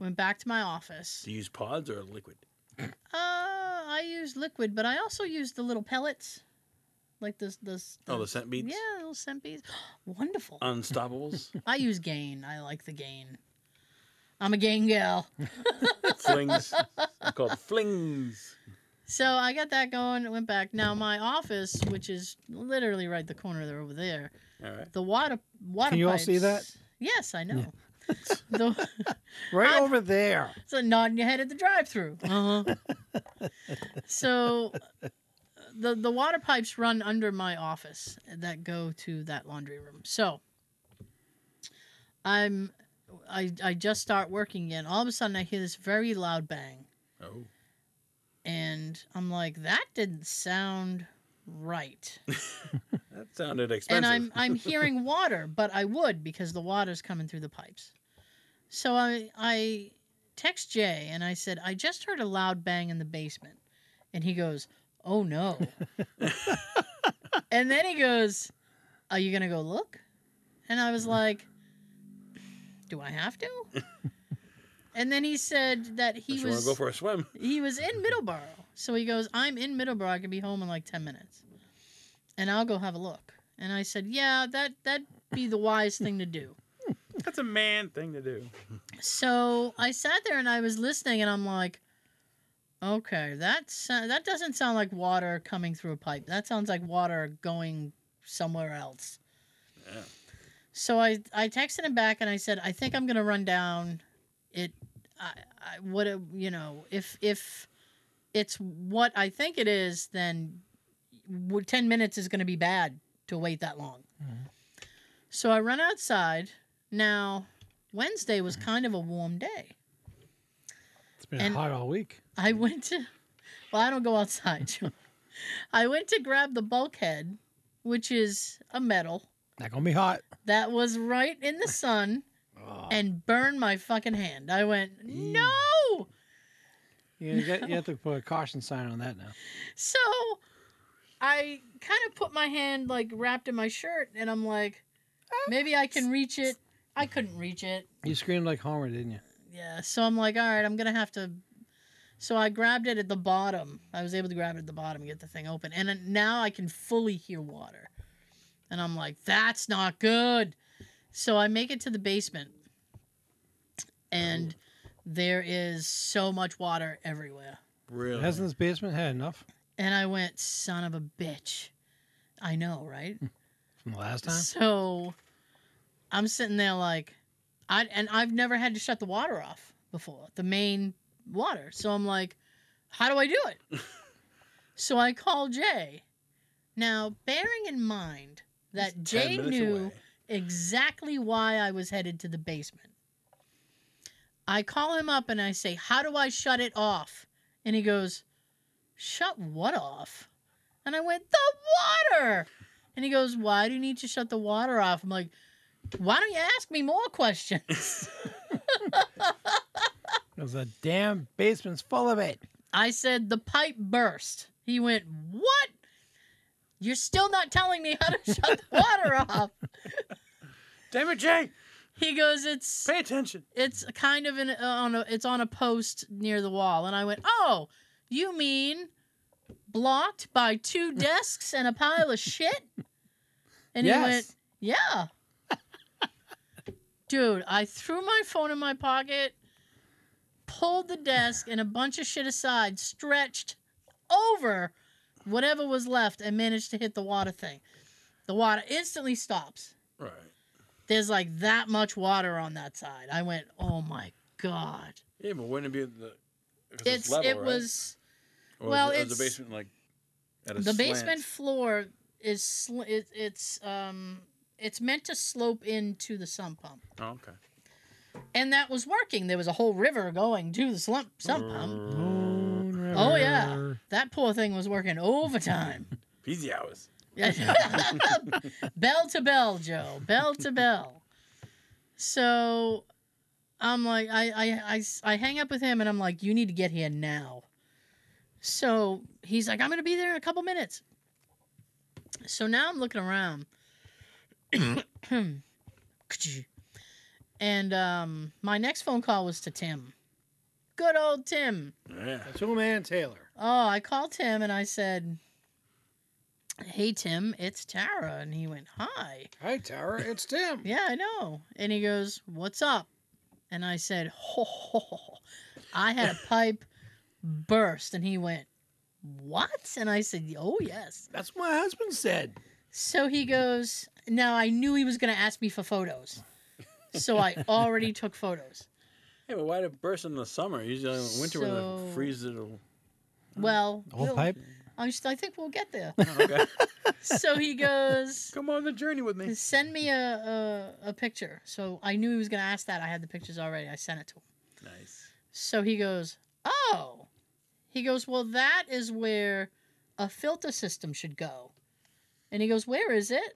[SPEAKER 2] went back to my office.
[SPEAKER 3] Do you use pods or liquid?
[SPEAKER 2] Uh, I used liquid, but I also used the little pellets. like this this.
[SPEAKER 3] Oh, the scent beads?
[SPEAKER 2] Yeah, little scent beads. Wonderful.
[SPEAKER 3] Unstoppables.
[SPEAKER 2] I use gain. I like the gain. I'm a gain gal.
[SPEAKER 3] flings. They're called flings.
[SPEAKER 2] So I got that going. It went back. Now my office, which is literally right the corner there over there,
[SPEAKER 3] All right.
[SPEAKER 2] the water water.
[SPEAKER 4] Can you all
[SPEAKER 2] pipes-
[SPEAKER 4] see that?
[SPEAKER 2] Yes, I know. the,
[SPEAKER 4] Right
[SPEAKER 2] I'm-
[SPEAKER 4] over there.
[SPEAKER 2] So nodding your head at the drive-through. Uh huh. so the the water pipes run under my office that go to that laundry room. So I'm I I just start working again. All of a sudden I hear this very loud bang
[SPEAKER 3] Oh.
[SPEAKER 2] and I'm like that didn't sound right.
[SPEAKER 3] That sounded expensive.
[SPEAKER 2] and I'm I'm hearing water, but I would because the water's coming through the pipes. So I I text Jay and I said I just heard a loud bang in the basement, and he goes, "Oh no," and then he goes, "Are you gonna go look?" And I was like, "Do I have to?" and then he said that
[SPEAKER 3] Unless
[SPEAKER 2] he
[SPEAKER 3] you want
[SPEAKER 2] was
[SPEAKER 3] to go for a swim.
[SPEAKER 2] he was in Middleborough. So he goes, I'm in Middleborough. I can be home in like 10 minutes. And I'll go have a look. And I said, Yeah, that, that'd be the wise thing to do.
[SPEAKER 3] That's a man thing to do.
[SPEAKER 2] So I sat there and I was listening and I'm like, Okay, that's, uh, that doesn't sound like water coming through a pipe. That sounds like water going somewhere else.
[SPEAKER 3] Yeah.
[SPEAKER 2] So I, I texted him back and I said, I think I'm going to run down. It, I, I, what, it- you know, if, if, it's what I think it is, then w- 10 minutes is going to be bad to wait that long. So I run outside. Now, Wednesday was kind of a warm day.
[SPEAKER 4] It's been
[SPEAKER 2] And-
[SPEAKER 4] hot all week.
[SPEAKER 2] I went to, well, I don't go outside. Joe. I went to grab the bulkhead, which is a metal
[SPEAKER 4] Not gonna be hot. Oh,
[SPEAKER 2] that was right in the sun and burned my fucking hand. I went, no!
[SPEAKER 4] You, you got- you have to put a caution sign on that now.
[SPEAKER 2] So I kind of put my hand like wrapped in my shirt and I'm like, maybe I can reach it. I couldn't reach it.
[SPEAKER 4] You screamed like Homer, didn't you?
[SPEAKER 2] Yeah. So I'm like, all right, I'm going to have to. So I grabbed it at the bottom. I was able to grab it at the bottom and get the thing open. And then now I can fully hear water. And I'm like, that's not good. So I make it to the basement. And there is so much water everywhere.
[SPEAKER 3] Really?
[SPEAKER 4] Hasn't this basement had enough
[SPEAKER 2] And I went, son of a bitch. I know, right?
[SPEAKER 4] from the last time?
[SPEAKER 2] So I'm sitting there like, I and I've never had to shut the water off before, the main water. So I'm like, how do I do it? so I call Jay. Now, bearing in mind that
[SPEAKER 3] It's 10
[SPEAKER 2] Jay
[SPEAKER 3] minutes
[SPEAKER 2] knew
[SPEAKER 3] away.
[SPEAKER 2] exactly why I was headed to the basement. I call him up and I say, How do I shut it off? And he goes, Shut what off? And I went, The water. And he goes, Why do you need to shut the water off? I'm like, Why don't you ask me more questions?
[SPEAKER 4] Because the damn basement's full of it.
[SPEAKER 2] I said, The pipe burst. He went, What? You're still not telling me how to shut the water off.
[SPEAKER 3] Damn it, Jay!
[SPEAKER 2] He goes, It's
[SPEAKER 3] Pay attention.
[SPEAKER 2] it's kind of an, uh, on a it's on a post near the wall and i went oh you mean blocked by two desks and a pile of shit and he went
[SPEAKER 4] yes.
[SPEAKER 2] yeah dude i threw my phone in my pocket pulled the desk and a bunch of shit aside stretched over whatever was left and managed to hit the water thing the water instantly stops
[SPEAKER 3] Right.
[SPEAKER 2] there's like that much water on that side. I went, oh my god!
[SPEAKER 3] Yeah, but wouldn't it be the. 'cause
[SPEAKER 2] It's,
[SPEAKER 3] level,
[SPEAKER 2] it
[SPEAKER 3] right?
[SPEAKER 2] was
[SPEAKER 3] Or is
[SPEAKER 2] well,
[SPEAKER 3] it- or is
[SPEAKER 2] it's-
[SPEAKER 3] the basement like. At a
[SPEAKER 2] the
[SPEAKER 3] slant?
[SPEAKER 2] basement floor is sl- it, it's um it's meant to slope into the sump pump,
[SPEAKER 3] Oh, okay.
[SPEAKER 2] and that was working. There was a whole river going to the slump sump pump.
[SPEAKER 3] Mm.
[SPEAKER 2] Oh, yeah. That poor thing was working overtime.
[SPEAKER 3] Peasy hours.
[SPEAKER 2] bell to bell, Joe. Bell to bell. So I'm like, I, I, I s- I hang up with him and I'm like, you need to get here now. So he's like, I'm going to be there in a couple minutes. So now I'm looking around. and um, my next phone call was to Tim. Good old Tim.
[SPEAKER 3] Yeah.
[SPEAKER 4] Two man Taylor.
[SPEAKER 2] Oh, I called Tim and I said, "Hey Tim, it's Tara," and he went, "Hi."
[SPEAKER 4] Hi, Tara. It's Tim.
[SPEAKER 2] Yeah, I know. And he goes, What's up? And I said, Ho, ho, ho, ho. I had a pipe burst. And he went, What? And I said, Oh, yes.
[SPEAKER 6] That's what my husband said.
[SPEAKER 2] So he goes, Now I knew he was going to ask me for photos. So I already took photos.
[SPEAKER 3] Yeah, but why did it burst in the summer? Usually in the winter when
[SPEAKER 2] So-
[SPEAKER 3] it freezes it'll.
[SPEAKER 2] Well,
[SPEAKER 4] The whole
[SPEAKER 2] we'll-
[SPEAKER 4] pipe.
[SPEAKER 2] I'm st- I think we'll get there.
[SPEAKER 3] Okay.
[SPEAKER 2] so he goes,
[SPEAKER 3] Come on the journey with me.
[SPEAKER 2] Send me a, a, a picture. So I knew he was going to ask that. I had the pictures already. I sent it to him.
[SPEAKER 3] Nice.
[SPEAKER 2] So he goes, Oh. He goes, Well, that is where a filter system should go. And he goes, Where is it?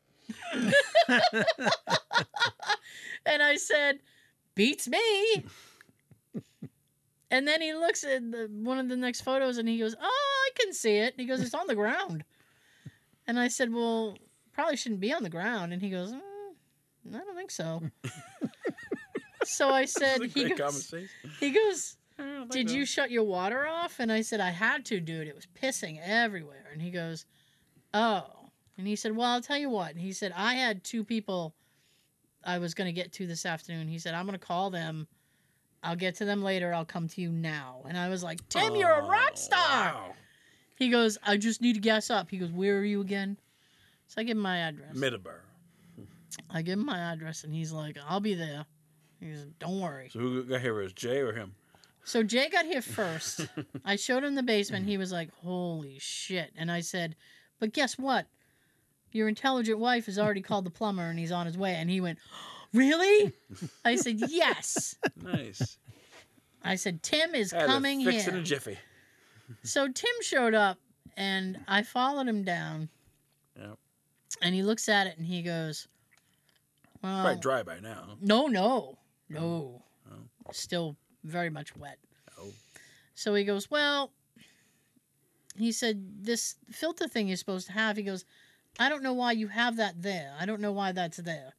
[SPEAKER 2] and I said, Beats me. and then he looks at the, one of the next photos and he goes, Oh, I can see it. And he goes, It's on the ground. And I said, Well, probably shouldn't be on the ground. And he goes, "Mm, I don't think so. so I said,
[SPEAKER 3] This is a
[SPEAKER 2] he
[SPEAKER 3] great
[SPEAKER 2] goes,
[SPEAKER 3] conversation.
[SPEAKER 2] he goes,
[SPEAKER 3] I don't like
[SPEAKER 2] Did
[SPEAKER 3] that.
[SPEAKER 2] you shut your water off? And I said, I had to, dude. It was pissing everywhere. And he goes, Oh. And he said, Well, I'll tell you what. And he said, I had two people I was going to get to this afternoon. He said, I'm going to call them. I'll get to them later. I'll come to you now. And I was like, Tim, you're a rock
[SPEAKER 3] Oh,
[SPEAKER 2] star.
[SPEAKER 3] wow.
[SPEAKER 2] He goes, I just need to gas up. He goes, Where are you again? So I give him my address.
[SPEAKER 3] Middleborough.
[SPEAKER 2] I give him my address, and he's like, I'll be there. He goes, Don't worry.
[SPEAKER 3] So who got here? Was Jay or him?
[SPEAKER 2] So Jay got here first. I showed him the basement. He was like, "Holy shit!" And I said, "But guess what? Your intelligent wife has already called the plumber, and he's on his way." And he went, "Really?" I said, "Yes."
[SPEAKER 3] Nice.
[SPEAKER 2] I said, "Tim is
[SPEAKER 3] Had to
[SPEAKER 2] coming
[SPEAKER 3] fix it in
[SPEAKER 2] here." Uh,
[SPEAKER 3] a jiffy.
[SPEAKER 2] So Tim showed up, and I followed him down.
[SPEAKER 3] Yep.
[SPEAKER 2] And he looks at it, and he goes, "Well,
[SPEAKER 3] Probably dry by now.
[SPEAKER 2] No, no, no.
[SPEAKER 3] Oh.
[SPEAKER 2] Still very much wet.
[SPEAKER 3] Oh.
[SPEAKER 2] So he goes, Well, he said, this filter thing you're supposed to have. He goes, I don't know why you have that there. I don't know why that's there.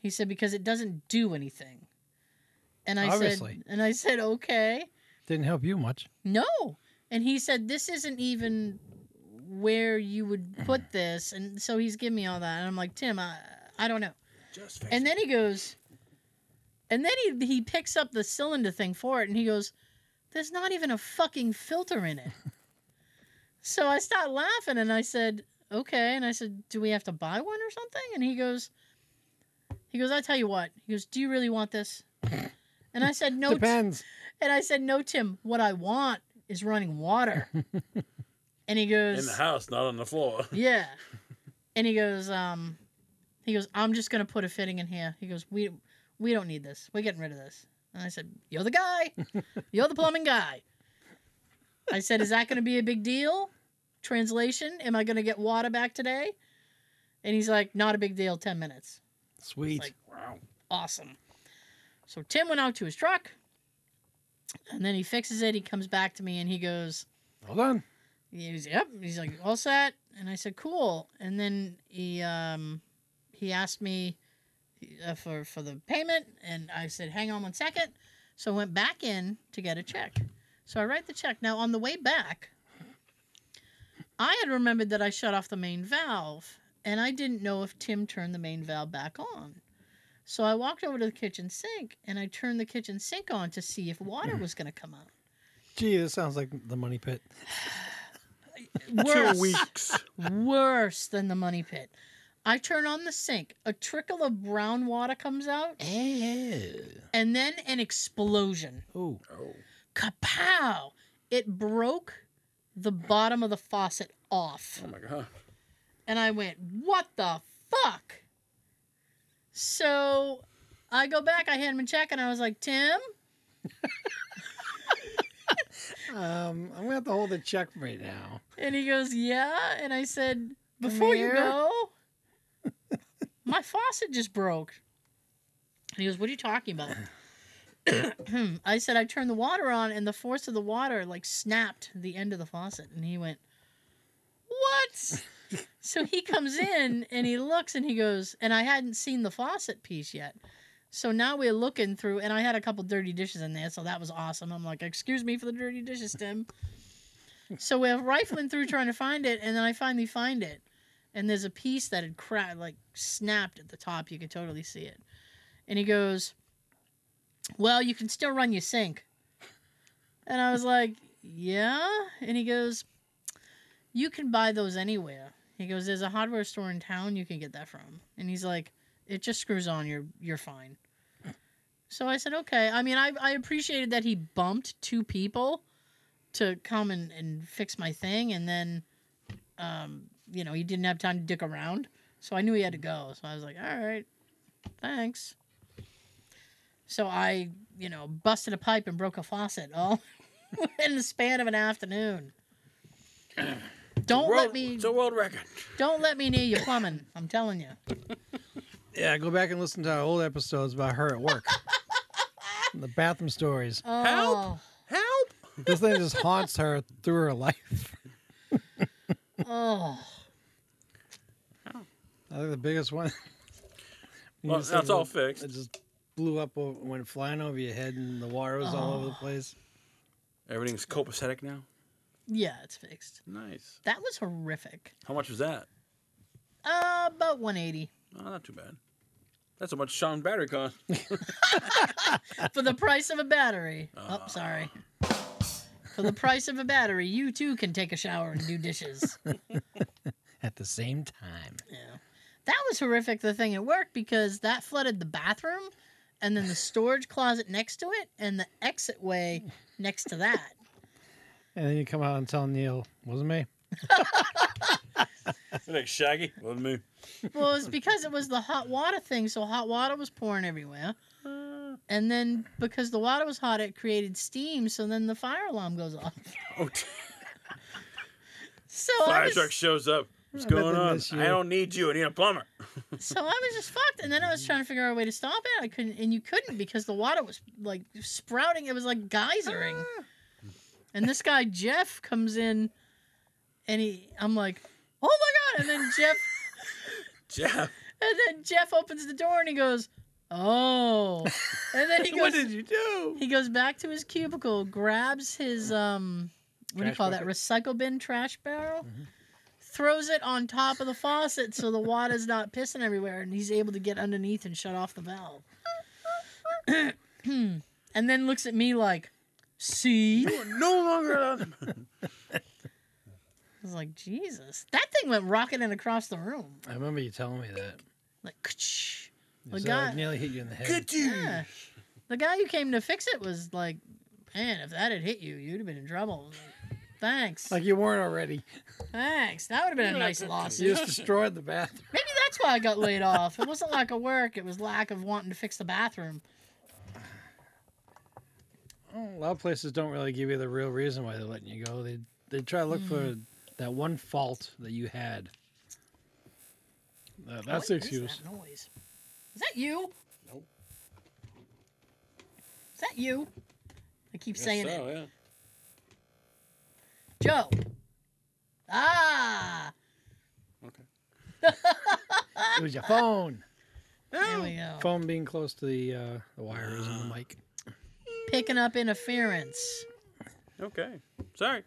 [SPEAKER 2] He said, Because it doesn't do anything. And I
[SPEAKER 4] Obviously.
[SPEAKER 2] said, And I said, Okay.
[SPEAKER 4] Didn't help you much.
[SPEAKER 2] No. And he said, This isn't even where you would put this. And so he's giving me all that. And I'm like, Tim, I, I don't know.
[SPEAKER 3] Just fix
[SPEAKER 2] And
[SPEAKER 3] it.
[SPEAKER 2] then he goes, and then he he picks up the cylinder thing for it, and he goes, "There's not even a fucking filter in it." so I start laughing, and I said, "Okay." And I said, "Do we have to buy one or something?" And he goes, he goes, "I tell you what." He goes, "Do you really want this?" And I said, "No." Ti-"
[SPEAKER 4] Depends.
[SPEAKER 2] And I said, "No, Tim. What I want is running water." and he goes,
[SPEAKER 3] in the house, not on the floor.
[SPEAKER 2] yeah. And he goes, um, he goes, I'm just gonna put a fitting in here. He goes, we we don't need this. We're getting rid of this. And I said, you're the guy. You're the plumbing guy. I said, is that gonna be a big deal? Translation: Am I gonna get water back today? And he's like, not a big deal. Ten minutes.
[SPEAKER 4] Sweet.
[SPEAKER 2] Like, Awesome. So Tim went out to his truck, and then he fixes it. He comes back to me and he goes,
[SPEAKER 4] Hold on.
[SPEAKER 2] he was, yep. He's like, all set. And I said, cool. And then he um, he asked me uh, for for the payment, and I said, hang on one second. So I went back in to get a check. So I write the check. Now on the way back, I had remembered that I shut off the main valve, and I didn't know if Tim turned the main valve back on. So I walked over to the kitchen sink and I turned the kitchen sink on to see if water was going to come out.
[SPEAKER 4] Gee, this sounds like the money pit.
[SPEAKER 2] Worse.
[SPEAKER 3] Two weeks.
[SPEAKER 2] worse than the money pit. I turn on the sink. A trickle of brown water comes out,
[SPEAKER 6] Ew.
[SPEAKER 2] and then an explosion.
[SPEAKER 4] Ooh.
[SPEAKER 3] Oh.
[SPEAKER 2] Kapow! It broke the bottom of the faucet off.
[SPEAKER 3] Oh my god.
[SPEAKER 2] And I went, What the fuck? So I go back, I hand him a check, and I was like, Tim?
[SPEAKER 6] Um, I'm gonna have to hold the check right now.
[SPEAKER 2] And he goes, Yeah. And I said, Before you
[SPEAKER 6] here."
[SPEAKER 2] go, my faucet just broke. And he goes, What are you talking about? I said, I turned the water on and the force of the water like snapped the end of the faucet. And he went, What? so he comes in and he looks and he goes, And I hadn't seen the faucet piece yet. So now we're looking through, and I had a couple dirty dishes in there, so that was awesome. I'm like, Excuse me for the dirty dishes, Tim. So we're rifling through trying to find it, and then I finally find it. and there's a piece that had cra- like snapped at the top. You could totally see it. And he goes, "Well, you can still run your sink." And I was like, "Yeah." And he goes, "You can buy those anywhere." He goes, "There's a hardware store in town you can get that from." And he's like, "It just screws on. You're you're fine." So I said, "Okay." I mean, I I appreciated that he bumped two people to come and, and fix my thing and then um, you know he didn't have time to dick around so i knew he had to go so i was like all right thanks so i you know busted a pipe and broke a faucet all in the span of an afternoon don't
[SPEAKER 3] World-
[SPEAKER 2] let me
[SPEAKER 3] It's a world record.
[SPEAKER 2] don't let me near your plumbing i'm telling you
[SPEAKER 4] Yeah, go back and listen to our old episodes about her at work.
[SPEAKER 6] The bathroom stories.
[SPEAKER 2] oh
[SPEAKER 3] Help! Help!
[SPEAKER 4] this thing just haunts her through her life.
[SPEAKER 2] oh
[SPEAKER 4] I think the biggest one. You
[SPEAKER 3] Well,
[SPEAKER 4] said
[SPEAKER 3] that's all
[SPEAKER 4] that
[SPEAKER 3] fixed.
[SPEAKER 4] It just blew up, o- went flying over your head, and the water was all over the place.
[SPEAKER 3] Everything's copacetic now.
[SPEAKER 2] yeah it's fixed
[SPEAKER 3] Nice.
[SPEAKER 2] that was horrific
[SPEAKER 3] How much was that?
[SPEAKER 2] uh, about 180
[SPEAKER 3] Oh, not too bad. That's how much Sean Battery cost.
[SPEAKER 2] For the price of a battery. Oh,
[SPEAKER 3] Ah.
[SPEAKER 2] sorry. For the price of a battery, you too can take a shower and do dishes.
[SPEAKER 6] At the same time.
[SPEAKER 2] Yeah. That was horrific, the thing at work, because that flooded the bathroom and then the storage closet next to it and the exit way next to that.
[SPEAKER 4] And then you come out and tell Neil, wasn't me.
[SPEAKER 3] like Shaggy. Love me.
[SPEAKER 2] Well, it was because it was the hot water thing, so hot water was pouring everywhere. And then because the water was hot, it created steam, so then the fire alarm goes off.
[SPEAKER 3] Oh,
[SPEAKER 2] So Oh, I
[SPEAKER 3] fire
[SPEAKER 2] was,
[SPEAKER 3] truck shows up. What's
[SPEAKER 4] I bet
[SPEAKER 3] going
[SPEAKER 4] they
[SPEAKER 3] on?
[SPEAKER 4] miss you.
[SPEAKER 3] I don't need you. I need a plumber.
[SPEAKER 2] So I was just fucked, and then I was trying to figure out a way to stop it. I couldn't, and you couldn't because the water was like sprouting. It was like geysering.
[SPEAKER 3] Ah.
[SPEAKER 2] And this guy Jeff comes in, and he, I'm like, oh my god! And then Jeff,
[SPEAKER 3] Jeff.
[SPEAKER 2] and then Jeff opens the door and he goes, oh. And then he goes,
[SPEAKER 4] you do?
[SPEAKER 2] he goes back to his cubicle, grabs his um, what do you
[SPEAKER 4] Trash
[SPEAKER 2] call that
[SPEAKER 4] bucket?
[SPEAKER 2] recycle bin trash barrel, throws it on top of the faucet so the water's not pissing everywhere, and he's able to get underneath and shut off the valve. and then looks at me like, "See?" I
[SPEAKER 3] You are no longer allowed.
[SPEAKER 2] was like, "Jesus!" That thing went rocketing across the room,
[SPEAKER 4] I remember you telling me that.
[SPEAKER 2] like, "Ksh."
[SPEAKER 4] You
[SPEAKER 2] the
[SPEAKER 4] said,
[SPEAKER 2] guy,
[SPEAKER 4] like, nearly hit you in the head.
[SPEAKER 3] Good you.
[SPEAKER 2] yeah. the guy who came to fix it was like, "Man, if that had hit you, you'd have been in trouble." I was like, Thanks.
[SPEAKER 6] Like you weren't already.
[SPEAKER 2] Thanks. That would have been a nice
[SPEAKER 6] You
[SPEAKER 2] lawsuit.
[SPEAKER 6] just destroyed the bathroom.
[SPEAKER 2] Maybe that's why I got laid off. It wasn't lack of work, it was lack of wanting to fix the bathroom.
[SPEAKER 4] A lot of places don't really give you the real reason why they're letting you go. They they try to look for
[SPEAKER 2] Mm-hmm.
[SPEAKER 4] that one fault that you had.
[SPEAKER 6] Uh, that's the
[SPEAKER 2] What is
[SPEAKER 6] excuse.
[SPEAKER 2] That noise. Is that you? Nope. Is that you? I keep saying
[SPEAKER 3] Guess so,
[SPEAKER 2] it.
[SPEAKER 3] oh, yeah.
[SPEAKER 2] Joe. Ah.
[SPEAKER 6] It was your phone.
[SPEAKER 2] There we go.
[SPEAKER 4] Phone being close to the uh, the wires and the mic.
[SPEAKER 2] Picking up interference.
[SPEAKER 3] Okay. Sorry.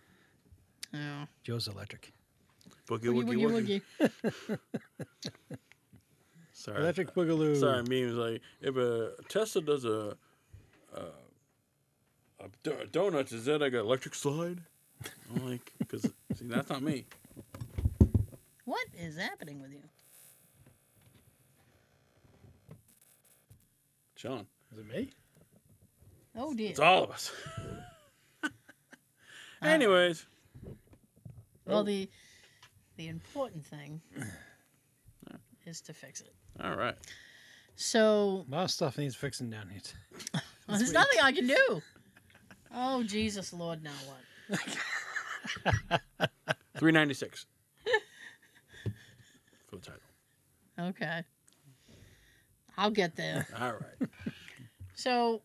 [SPEAKER 2] Oh.
[SPEAKER 4] Joe's electric.
[SPEAKER 3] Boogie
[SPEAKER 2] Woogie,
[SPEAKER 3] woogie
[SPEAKER 2] woogie,
[SPEAKER 3] woogie.
[SPEAKER 2] woogie.
[SPEAKER 3] Sorry.
[SPEAKER 4] Electric boogaloo.
[SPEAKER 3] Sorry, me was like if a Tesla does a, a, a do- donuts, is that like an electric slide? I'm like, because see, that's not me.
[SPEAKER 2] What is happening with you?
[SPEAKER 3] Sean,
[SPEAKER 6] Is it me?
[SPEAKER 2] Oh dear.
[SPEAKER 3] it's all of us. Anyways,
[SPEAKER 2] Well, the the important thing is to fix it.
[SPEAKER 3] all right.
[SPEAKER 2] So
[SPEAKER 4] A lot of stuff needs fixing down here.
[SPEAKER 2] Well, there's nothing I can do. Oh Jesus, Lord, now what?
[SPEAKER 3] Three ninety six for the title.
[SPEAKER 2] Okay, I'll get there.
[SPEAKER 3] All right.
[SPEAKER 2] So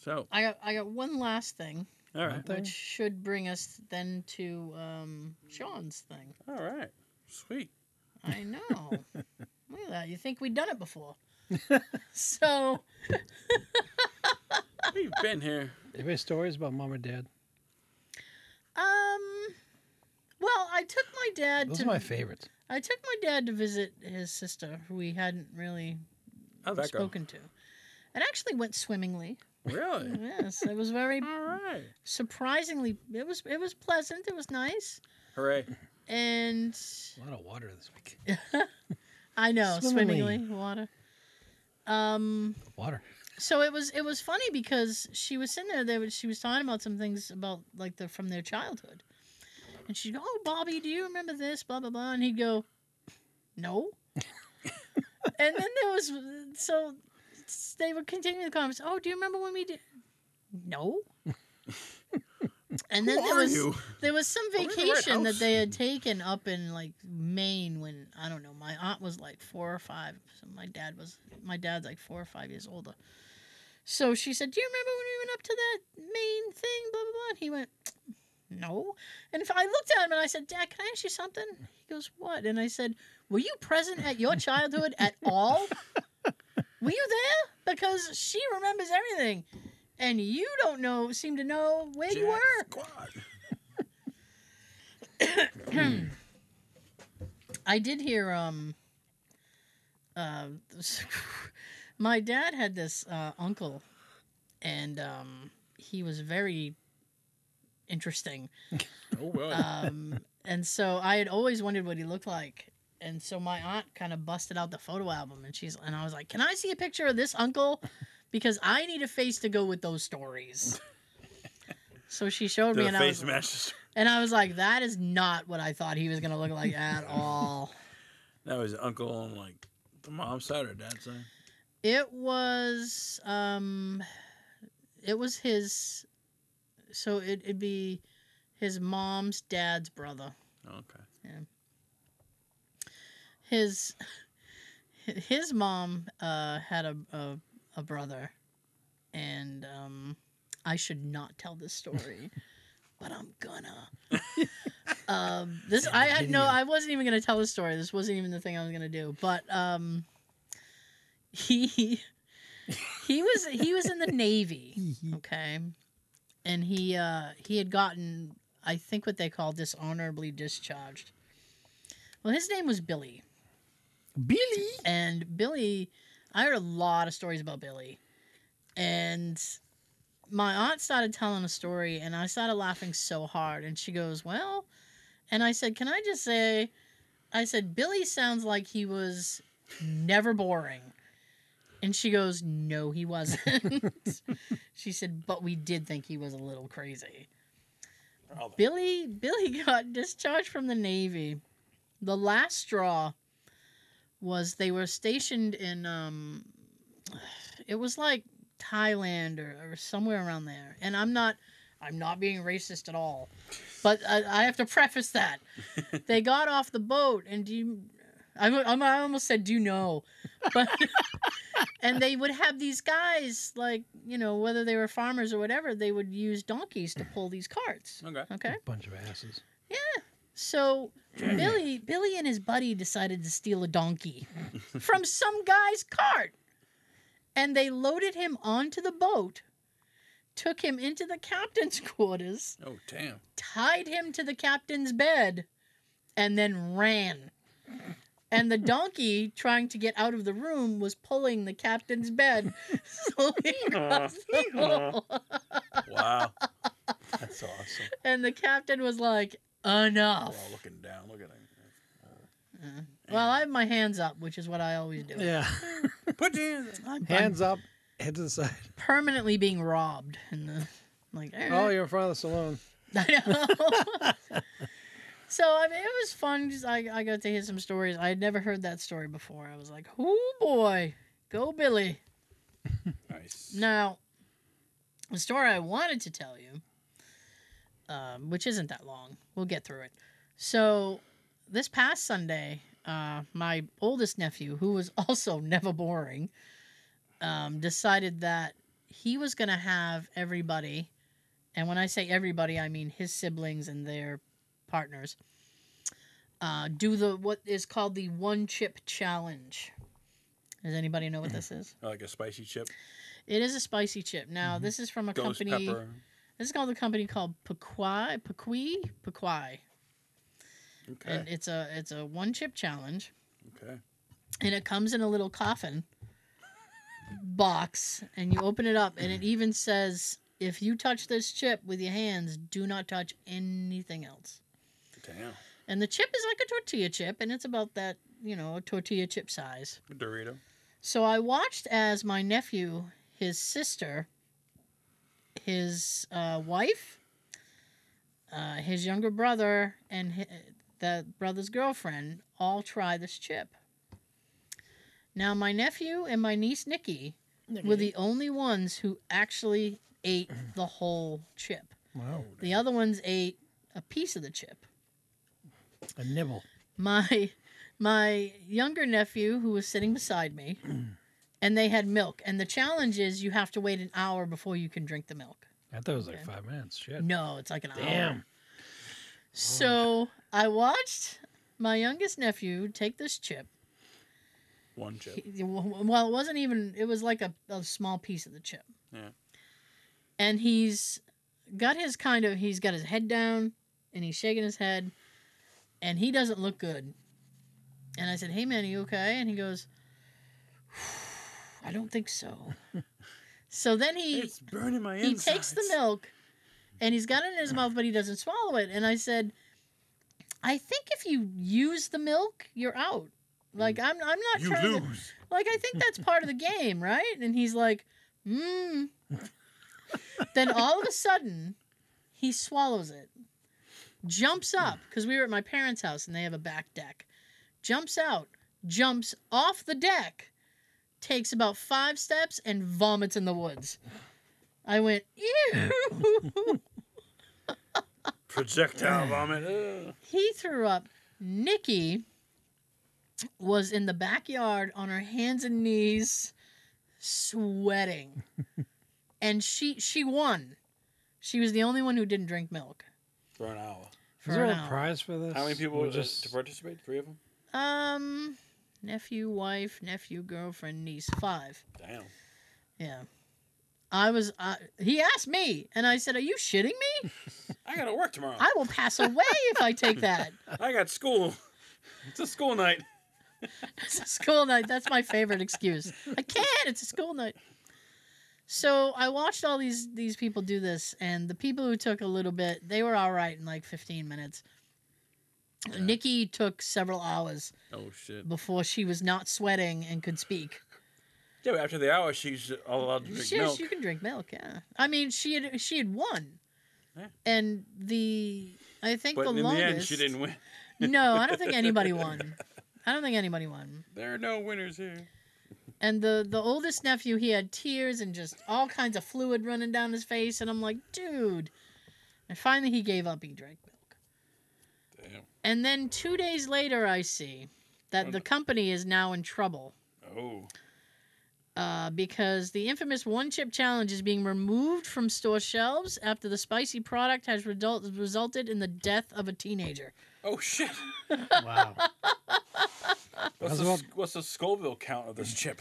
[SPEAKER 3] So,
[SPEAKER 2] I got I got one last thing,
[SPEAKER 3] all right,
[SPEAKER 6] Oh.
[SPEAKER 2] which should bring us then to um, Sean's thing.
[SPEAKER 3] all right, sweet.
[SPEAKER 2] I know. Look at that. You think we'd done it before? so
[SPEAKER 3] We've been here.
[SPEAKER 4] Anybody stories about mom or dad?
[SPEAKER 2] um, well, I took my dad
[SPEAKER 4] Those
[SPEAKER 2] to
[SPEAKER 4] are my favorites.
[SPEAKER 2] I took my dad to visit his sister, who we hadn't really
[SPEAKER 3] How'd Oh, that go?
[SPEAKER 2] spoken to. It actually went swimmingly.
[SPEAKER 3] Really?
[SPEAKER 2] Yes, it was very
[SPEAKER 3] All right.
[SPEAKER 2] surprisingly. It was it was pleasant. It was nice,
[SPEAKER 3] Hooray.
[SPEAKER 2] and
[SPEAKER 4] A lot of water this week.
[SPEAKER 2] I know
[SPEAKER 4] Swimmingly.
[SPEAKER 2] swimmingly water. Um,
[SPEAKER 4] Water.
[SPEAKER 2] so it was it was funny because she was sitting there. They were, she was talking about some things about like the from their childhood, and she'd go, "Oh, Bobby, do you remember this?" Blah blah blah, and he'd go, "No." and then there was so they would continue the conversation. Oh, do you remember when we did? No. and then
[SPEAKER 3] Who
[SPEAKER 2] there
[SPEAKER 3] are
[SPEAKER 2] was
[SPEAKER 3] you?
[SPEAKER 2] there was some
[SPEAKER 3] we in the right
[SPEAKER 2] vacation that
[SPEAKER 3] house?
[SPEAKER 2] they had taken up in like Maine when I don't know. My aunt was like four or five. So my dad was my dad's like four or five years older. So she said, "Do you remember when we went up to that Maine thing?" Blah blah blah. And he went, "No." And if I looked at him and I said, "Dad, can I ask you something?" He goes, "What?" And I said, "Were you present at your childhood at all? Were you there? Because she remembers everything." And you don't know, seem to know where you
[SPEAKER 3] Jack
[SPEAKER 2] were.
[SPEAKER 3] Squad.
[SPEAKER 2] I did hear um uh my dad had this uh, uncle and um he was very interesting
[SPEAKER 3] Oh, well.
[SPEAKER 2] um and so I had always wondered what he looked like and so my aunt kind of busted out the photo album and she's and I was like can I see a picture of this uncle because I need a face to go with those stories so she showed me
[SPEAKER 3] the
[SPEAKER 2] and I was
[SPEAKER 3] face matches.
[SPEAKER 2] and I was like that is not what I thought he was gonna look like at all
[SPEAKER 3] That was uncle on like the mom's side or dad's side.
[SPEAKER 2] It was um it was his so it, it'd be his mom's dad's brother.
[SPEAKER 3] Oh, okay.
[SPEAKER 2] His his mom uh had a a, a brother and um I should not tell this story. But I'm gonna. um, this I had no. I wasn't even gonna tell the story. This wasn't even the thing I was gonna do. But um, he he was he was in the navy. okay and he uh he had gotten i think what they call dishonorably discharged well his name was billy
[SPEAKER 6] Billy.
[SPEAKER 2] and billy i heard a lot of stories about billy and my aunt started telling a story and i started laughing so hard and she goes well and i said can i just say i said billy sounds like he was never boring and she goes no he wasn't she said but we did think he was a little crazy billy billy got discharged from the navy the last straw was they were stationed in um it was like Thailand or, or somewhere around there. And I'm not I'm not being racist at all. But I, I have to preface that. they got off the boat and do you I, wa- I'm- I almost said do you know. But and they would have these guys like, you know, whether they were farmers or whatever, they would use donkeys to pull these carts.
[SPEAKER 3] Okay.
[SPEAKER 2] Okay?
[SPEAKER 4] Bunch of asses.
[SPEAKER 2] So Billy Billy and his buddy decided to steal a donkey from some guy's cart. And they loaded him onto the boat, took him into the captain's quarters,
[SPEAKER 3] Oh, damn.
[SPEAKER 2] tied him to the captain's bed, and then ran. And the donkey trying to get out of the room was pulling the captain's bed slowly across the hall.
[SPEAKER 3] Wow.
[SPEAKER 4] That's awesome.
[SPEAKER 2] And the captain was like, enough.
[SPEAKER 3] We're all looking down. Look at him.
[SPEAKER 2] Well, I have my hands up, which is what I always do.
[SPEAKER 4] Yeah.
[SPEAKER 3] Put your hands up.
[SPEAKER 2] I'm, I'm
[SPEAKER 4] Hands up, head to the side.
[SPEAKER 2] permanently being robbed in the like. eh.
[SPEAKER 4] Oh, you're in front of the saloon.
[SPEAKER 2] I know. so I mean, it was fun. Just, I I got to hear some stories. I had never heard that story before. I was like, "Oh boy, go Billy!"
[SPEAKER 3] Nice.
[SPEAKER 2] Now, the story I wanted to tell you, um, which isn't that long, we'll get through it. So, this past Sunday, uh, my oldest nephew, who was also never boring, um, decided that he was going to have everybody, and when I say everybody, I mean his siblings and their partners, uh, do the what is called the one chip challenge. Does anybody know what this is?
[SPEAKER 3] Like a spicy chip,
[SPEAKER 2] It is a spicy chip. Now, this is from a
[SPEAKER 3] ghost
[SPEAKER 2] company.
[SPEAKER 3] Mm-hmm. pepper.
[SPEAKER 2] This is called a company called Pequai, Pequi, Pequai.
[SPEAKER 3] Okay.
[SPEAKER 2] and it's a it's a one chip challenge.
[SPEAKER 3] okay.
[SPEAKER 2] and it comes in a little coffin box and you open it up and it even says if you touch this chip with your hands do not touch anything else
[SPEAKER 3] Damn.
[SPEAKER 2] and the chip is like a tortilla chip and it's about that you know a tortilla chip size
[SPEAKER 3] Dorito.
[SPEAKER 2] so i watched as my nephew his sister his uh, wife uh, his younger brother and hi the brother's girlfriend all try this chip now my nephew and my niece nikki were the only ones who actually ate the whole chip.
[SPEAKER 6] Wow.
[SPEAKER 2] The other ones ate a piece of the chip.
[SPEAKER 6] A nibble.
[SPEAKER 2] My my younger nephew who was sitting beside me and they had milk and the challenge is you have to wait an hour before you can drink the milk.
[SPEAKER 4] I thought it was like five minutes. Shit.
[SPEAKER 2] No, it's like an hour.
[SPEAKER 6] Damn.
[SPEAKER 2] So, I watched my youngest nephew take this chip.
[SPEAKER 3] One chip.
[SPEAKER 2] He- Well, it wasn't even it was like a, a small piece of the chip.
[SPEAKER 3] Yeah.
[SPEAKER 2] and he's got his kind of he's got his head down and he's shaking his head and he doesn't look good and i said hey man are you okay and he goes i don't think so so then he
[SPEAKER 3] It's burning my
[SPEAKER 2] he
[SPEAKER 3] insides.
[SPEAKER 2] takes the milk and he's got it in his mouth but he doesn't swallow it and i said i think if you use the milk you're out like
[SPEAKER 3] Mm.
[SPEAKER 2] i'm, I'm not
[SPEAKER 1] You
[SPEAKER 2] trying to
[SPEAKER 1] lose.
[SPEAKER 2] like I think that's part of the game, right? And he's like, hmm. then all of a sudden, he swallows it, jumps up because we were at my parents' house and they have a back deck, jumps out, jumps off the deck, takes about five steps and vomits in the woods. I went, ew.
[SPEAKER 3] projectile vomit. Ugh.
[SPEAKER 2] he threw up. Nikki was in the backyard on her hands and knees, sweating, and she she won. She was the only one who didn't drink milk
[SPEAKER 3] For an hour.
[SPEAKER 2] for
[SPEAKER 4] Is there
[SPEAKER 2] an
[SPEAKER 4] a
[SPEAKER 2] hour.
[SPEAKER 4] prize for this?
[SPEAKER 3] How many people
[SPEAKER 4] Or
[SPEAKER 3] was just to participate? Three of them.
[SPEAKER 2] Um, nephew, wife, nephew, girlfriend, niece, five.
[SPEAKER 3] Damn.
[SPEAKER 2] Yeah, I was. I he asked me, and I said, "Are you shitting me?
[SPEAKER 3] I gotta work tomorrow.
[SPEAKER 2] I will pass away if I take that."
[SPEAKER 3] I got school. It's a school night.
[SPEAKER 2] It's a school night. That's my favorite excuse. I can't. It's a school night. So I watched all these these people do this, and the people who took a little bit, they were all right in like 15 minutes. Nikki took several hours
[SPEAKER 3] Oh shit.
[SPEAKER 2] before she was not sweating and could speak.
[SPEAKER 3] Yeah, but after the hour, she's all allowed to drink
[SPEAKER 2] She,
[SPEAKER 3] milk.
[SPEAKER 2] she can drink milk. Yeah, I mean she had she had won,
[SPEAKER 3] Yeah.
[SPEAKER 2] and the I think
[SPEAKER 3] But
[SPEAKER 2] the
[SPEAKER 3] in
[SPEAKER 2] longest.
[SPEAKER 3] the end, she didn't win.
[SPEAKER 2] No, I don't think anybody won. I don't think anybody won.
[SPEAKER 3] There are no winners here.
[SPEAKER 2] And the the oldest nephew, he had tears and just all kinds of fluid running down his face, and I'm like, dude. And finally, he gave up. He drank milk.
[SPEAKER 3] Damn.
[SPEAKER 2] And then two days later, I see that the company is now in trouble
[SPEAKER 3] Oh.
[SPEAKER 2] uh, because the infamous one chip challenge is being removed from store shelves after the spicy product has result- resulted in the death of a teenager.
[SPEAKER 3] Oh shit.
[SPEAKER 4] Wow. How's
[SPEAKER 3] What's the,
[SPEAKER 4] about-
[SPEAKER 3] sc- what's the Scoville count of this chip?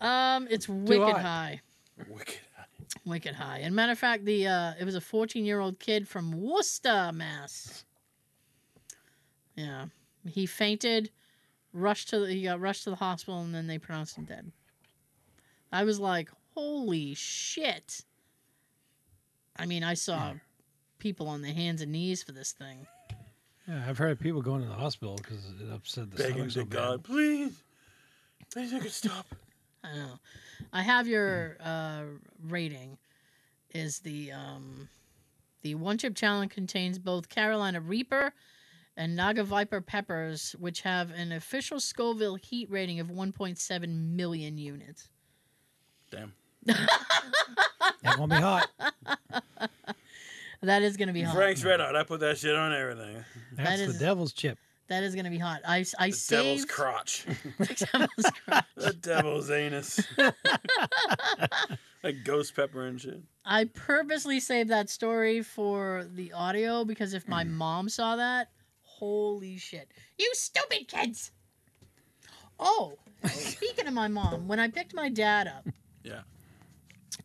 [SPEAKER 2] Um, it's wicked
[SPEAKER 4] high.
[SPEAKER 2] high.
[SPEAKER 3] Wicked.
[SPEAKER 2] Wicked high. And matter of fact, the uh, it was a 14 year old kid from Worcester, Mass. Yeah, he fainted, rushed to the, he got rushed to the hospital, and then they pronounced him dead. I was like, holy shit! I mean, I saw people on their hands and knees for this thing.
[SPEAKER 4] Yeah, I've heard of people going to the hospital because it upset the stomach
[SPEAKER 3] Begging
[SPEAKER 4] so
[SPEAKER 3] to
[SPEAKER 4] bad.
[SPEAKER 3] God, please, please make it stop.
[SPEAKER 2] I don't know. Oh. I have your uh, rating. Is the um, the one chip challenge contains both Carolina Reaper and Naga Viper peppers, which have an official Scoville heat rating of 1.7 million units.
[SPEAKER 3] Damn.
[SPEAKER 4] It's gonna be hot.
[SPEAKER 2] That is going to be hot.
[SPEAKER 3] Frank's Red Hot. I put that shit on everything.
[SPEAKER 4] That's
[SPEAKER 2] is-
[SPEAKER 4] the devil's chip.
[SPEAKER 2] That is going to be hot. I I
[SPEAKER 3] The devil's
[SPEAKER 2] saved
[SPEAKER 3] crotch.
[SPEAKER 2] Devil's Cry.
[SPEAKER 3] the devil's anus. like ghost pepper and shit.
[SPEAKER 2] I purposely saved that story for the audio because if my mom saw that, holy shit. You stupid kids! Oh, speaking of my mom, when I picked my dad up,
[SPEAKER 3] Yeah.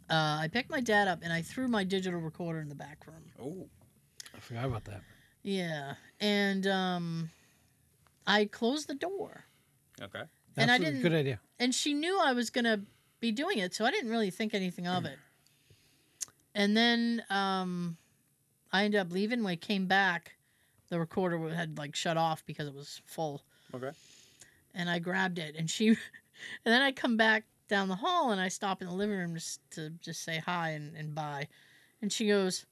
[SPEAKER 2] uh, I picked my dad up and I threw my digital recorder in the back room.
[SPEAKER 3] Oh.
[SPEAKER 4] I forgot about that.
[SPEAKER 2] Yeah. And um, I closed the door.
[SPEAKER 3] Okay.
[SPEAKER 2] And I
[SPEAKER 4] Absolutely
[SPEAKER 2] didn't-
[SPEAKER 4] Good idea.
[SPEAKER 2] and she knew I was gonna be doing it, so I didn't really think anything of it. And then um, I ended up leaving. When I came back, the recorder wa- had like shut off because it was full,
[SPEAKER 3] Okay.
[SPEAKER 2] and I grabbed it. And she, and then I come back down the hall and I stop in the living room just to just say hi and, and bye. And she goes,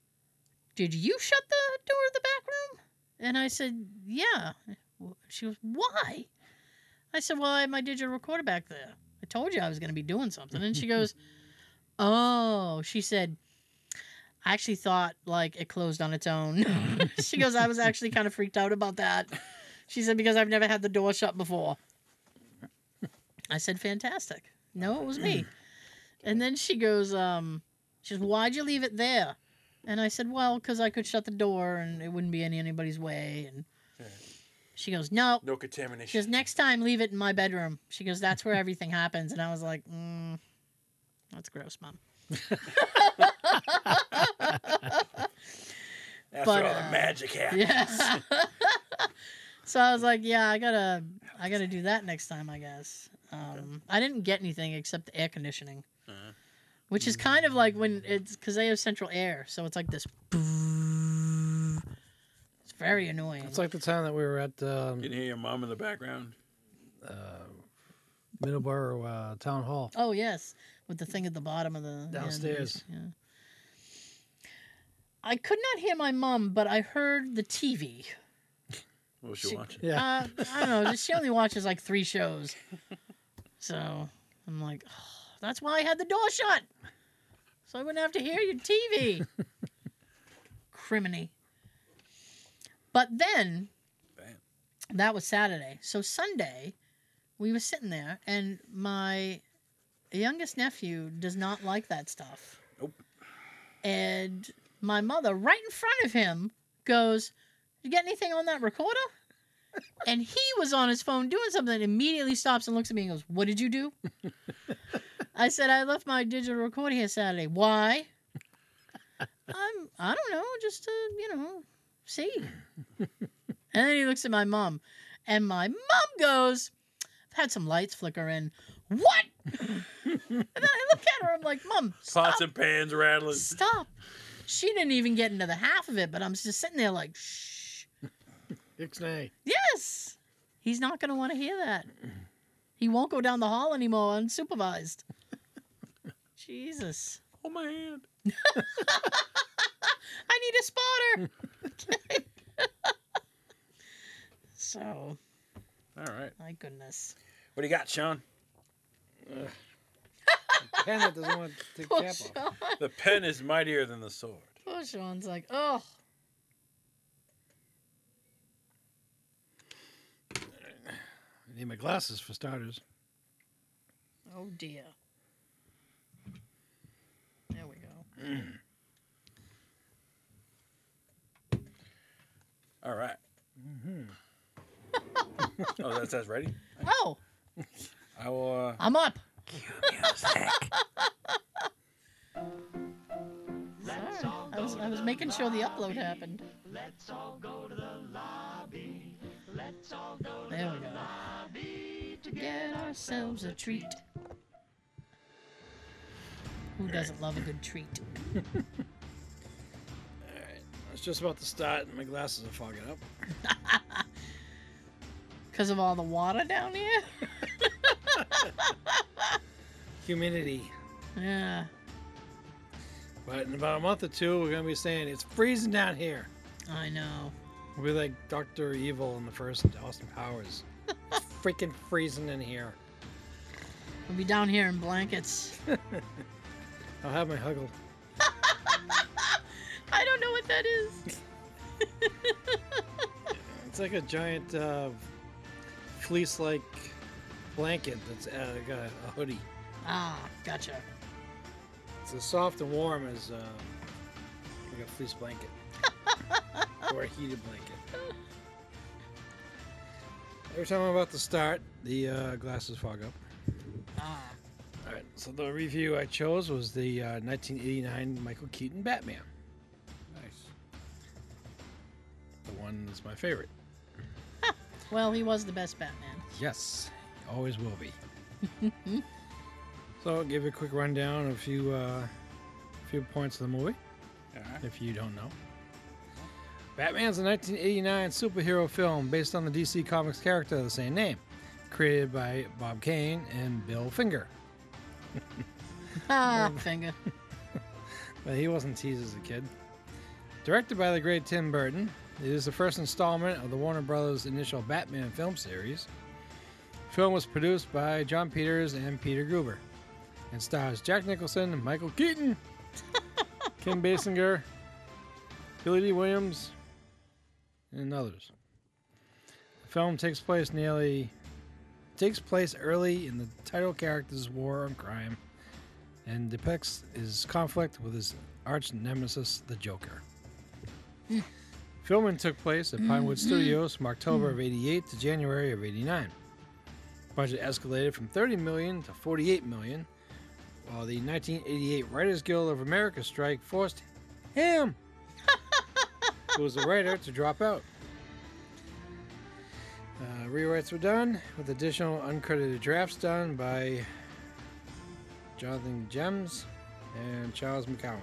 [SPEAKER 2] "Did you shut the door of the back room?" And I said, "Yeah." She goes, "Why?" I said, Well, I had my digital recorder back there. I told you I was going to be doing something. And she goes, Oh, she said, I actually thought like it closed on its own. she goes, I was actually kind of freaked out about that. She said, Because I've never had the door shut before. I said, Fantastic. No, it was me. And then she goes, um, She says, Why'd you leave it there? And I said, Well, because I could shut the door and it wouldn't be in anybody's way. And she goes, No,
[SPEAKER 7] No
[SPEAKER 2] she goes,
[SPEAKER 7] contamination.
[SPEAKER 2] next time, leave it in my bedroom. She goes, that's where everything happens. And I was like, mm, that's gross, mom.
[SPEAKER 7] That's
[SPEAKER 2] but,
[SPEAKER 7] where all
[SPEAKER 2] uh,
[SPEAKER 7] the magic happens.
[SPEAKER 2] Yes. so I was like, yeah, I gotta, I gotta do that next time, I guess. Um, I didn't get anything except air conditioning,
[SPEAKER 3] Uh-huh.
[SPEAKER 2] which is kind of like when it's because they have central air, so it's like this. It's very annoying.
[SPEAKER 4] It's like the time that we were at um,
[SPEAKER 3] You can hear your mom in the background.
[SPEAKER 4] Middleborough uh, Town Hall.
[SPEAKER 2] Oh yes, with the thing at the bottom of the yeah, there
[SPEAKER 4] Downstairs.
[SPEAKER 2] is, Yeah. I could not hear my mom, but I heard the TV.
[SPEAKER 3] What was she,
[SPEAKER 2] She-
[SPEAKER 3] watching?
[SPEAKER 4] Yeah.
[SPEAKER 2] Uh, I don't know. She only watches like three shows, so I'm like, "Oh, that's why I had the door shut, so I wouldn't have to hear your TV. Criminy. But then
[SPEAKER 3] Bam.
[SPEAKER 2] that was Saturday. So Sunday, we were sitting there, and my youngest nephew does not like that stuff.
[SPEAKER 3] Nope.
[SPEAKER 2] And my mother, right in front of him, goes, "You get anything on that recorder?" and he was on his phone doing something. and Immediately stops and looks at me and goes, "What did you do?" I said, "I left my digital recorder here Saturday. Why?" I'm, I don't know, just to you know, see. And then he looks at my mom, and my mom goes, I've had some lights flicker in. What? and then I look at her, I'm like, Mom, stop.
[SPEAKER 3] Pots and pans rattling.
[SPEAKER 2] Stop. She didn't even get into the half of it, but I'm just sitting there like, Shh.
[SPEAKER 6] Ixnay.
[SPEAKER 2] Yes. He's not going to want to hear that. He won't go down the hall anymore unsupervised. Jesus.
[SPEAKER 3] Hold my hand.
[SPEAKER 2] I need a spotter. so,
[SPEAKER 3] All right.
[SPEAKER 2] my goodness.
[SPEAKER 3] What do you got, Sean?
[SPEAKER 4] Pen that doesn't want to take the
[SPEAKER 2] Poor
[SPEAKER 4] cap off.
[SPEAKER 2] Sean.
[SPEAKER 3] The pen is mightier than the sword.
[SPEAKER 2] Poor Sean's like, oh.
[SPEAKER 4] I need my glasses for starters.
[SPEAKER 2] Oh dear. There we go.
[SPEAKER 3] All right. Mm-hmm. oh, that's that's ready.
[SPEAKER 2] Oh,
[SPEAKER 3] I will. Uh,
[SPEAKER 2] I'm up. Sorry. I was, I was making sure the upload happened. Let's all go to the lobby. Let's all go to the lobby to get ourselves a treat. Who doesn't love a good treat?
[SPEAKER 6] It's just about to start, and my glasses are fogging up.
[SPEAKER 2] Because of all the water down here?
[SPEAKER 6] Humidity.
[SPEAKER 2] Yeah.
[SPEAKER 6] But in about a month or two, we're gonna be saying it's freezing down here.
[SPEAKER 2] I know.
[SPEAKER 6] We'll be like Doctor Evil in the first Austin Powers. It's freaking freezing in here.
[SPEAKER 2] We'll be down here in blankets.
[SPEAKER 6] I'll have my huggle.
[SPEAKER 2] I don't know what that is.
[SPEAKER 6] It's like a giant uh, fleece-like blanket that's uh, got a a hoodie.
[SPEAKER 2] Ah, gotcha.
[SPEAKER 6] It's as soft and warm as uh, like a fleece blanket or a heated blanket. Every time I'm about to start, the uh, glasses fog up.
[SPEAKER 2] Ah,
[SPEAKER 6] All right, so the review I chose was the uh, 1989 Michael Keaton Batman.
[SPEAKER 3] nice.
[SPEAKER 6] The
[SPEAKER 4] one is my favorite.
[SPEAKER 2] Well, he was the best Batman.
[SPEAKER 4] Yes, always will be.
[SPEAKER 6] So I'll give you a quick rundown of a few, uh, few points of the movie.
[SPEAKER 4] If you don't know,
[SPEAKER 6] Batman's a 1989 superhero film based on the DC Comics character of the same name, created by Bob Kane and Bill Finger.
[SPEAKER 2] Ah, finger.
[SPEAKER 6] But he wasn't teased as a kid. Directed by the great Tim Burton, it is the first installment of the Warner Brothers' initial Batman film series. The film was produced by John Peters and Peter Gruber and stars Jack Nicholson, Michael Keaton, Kim Basinger, Billy D. Williams, and others. The film takes place nearly takes place early in the title character's war on crime and depicts his conflict with his arch nemesis, the Joker. Filming took place at Pinewood Studios from October of 88 to January of 89. Budget escalated from 30 million to 48 million, while the 1988 Writers Guild of America strike forced him, who was a writer, to drop out. Uh, rewrites were done, with additional uncredited drafts done by Jonathan Gems, and Charles McCowan.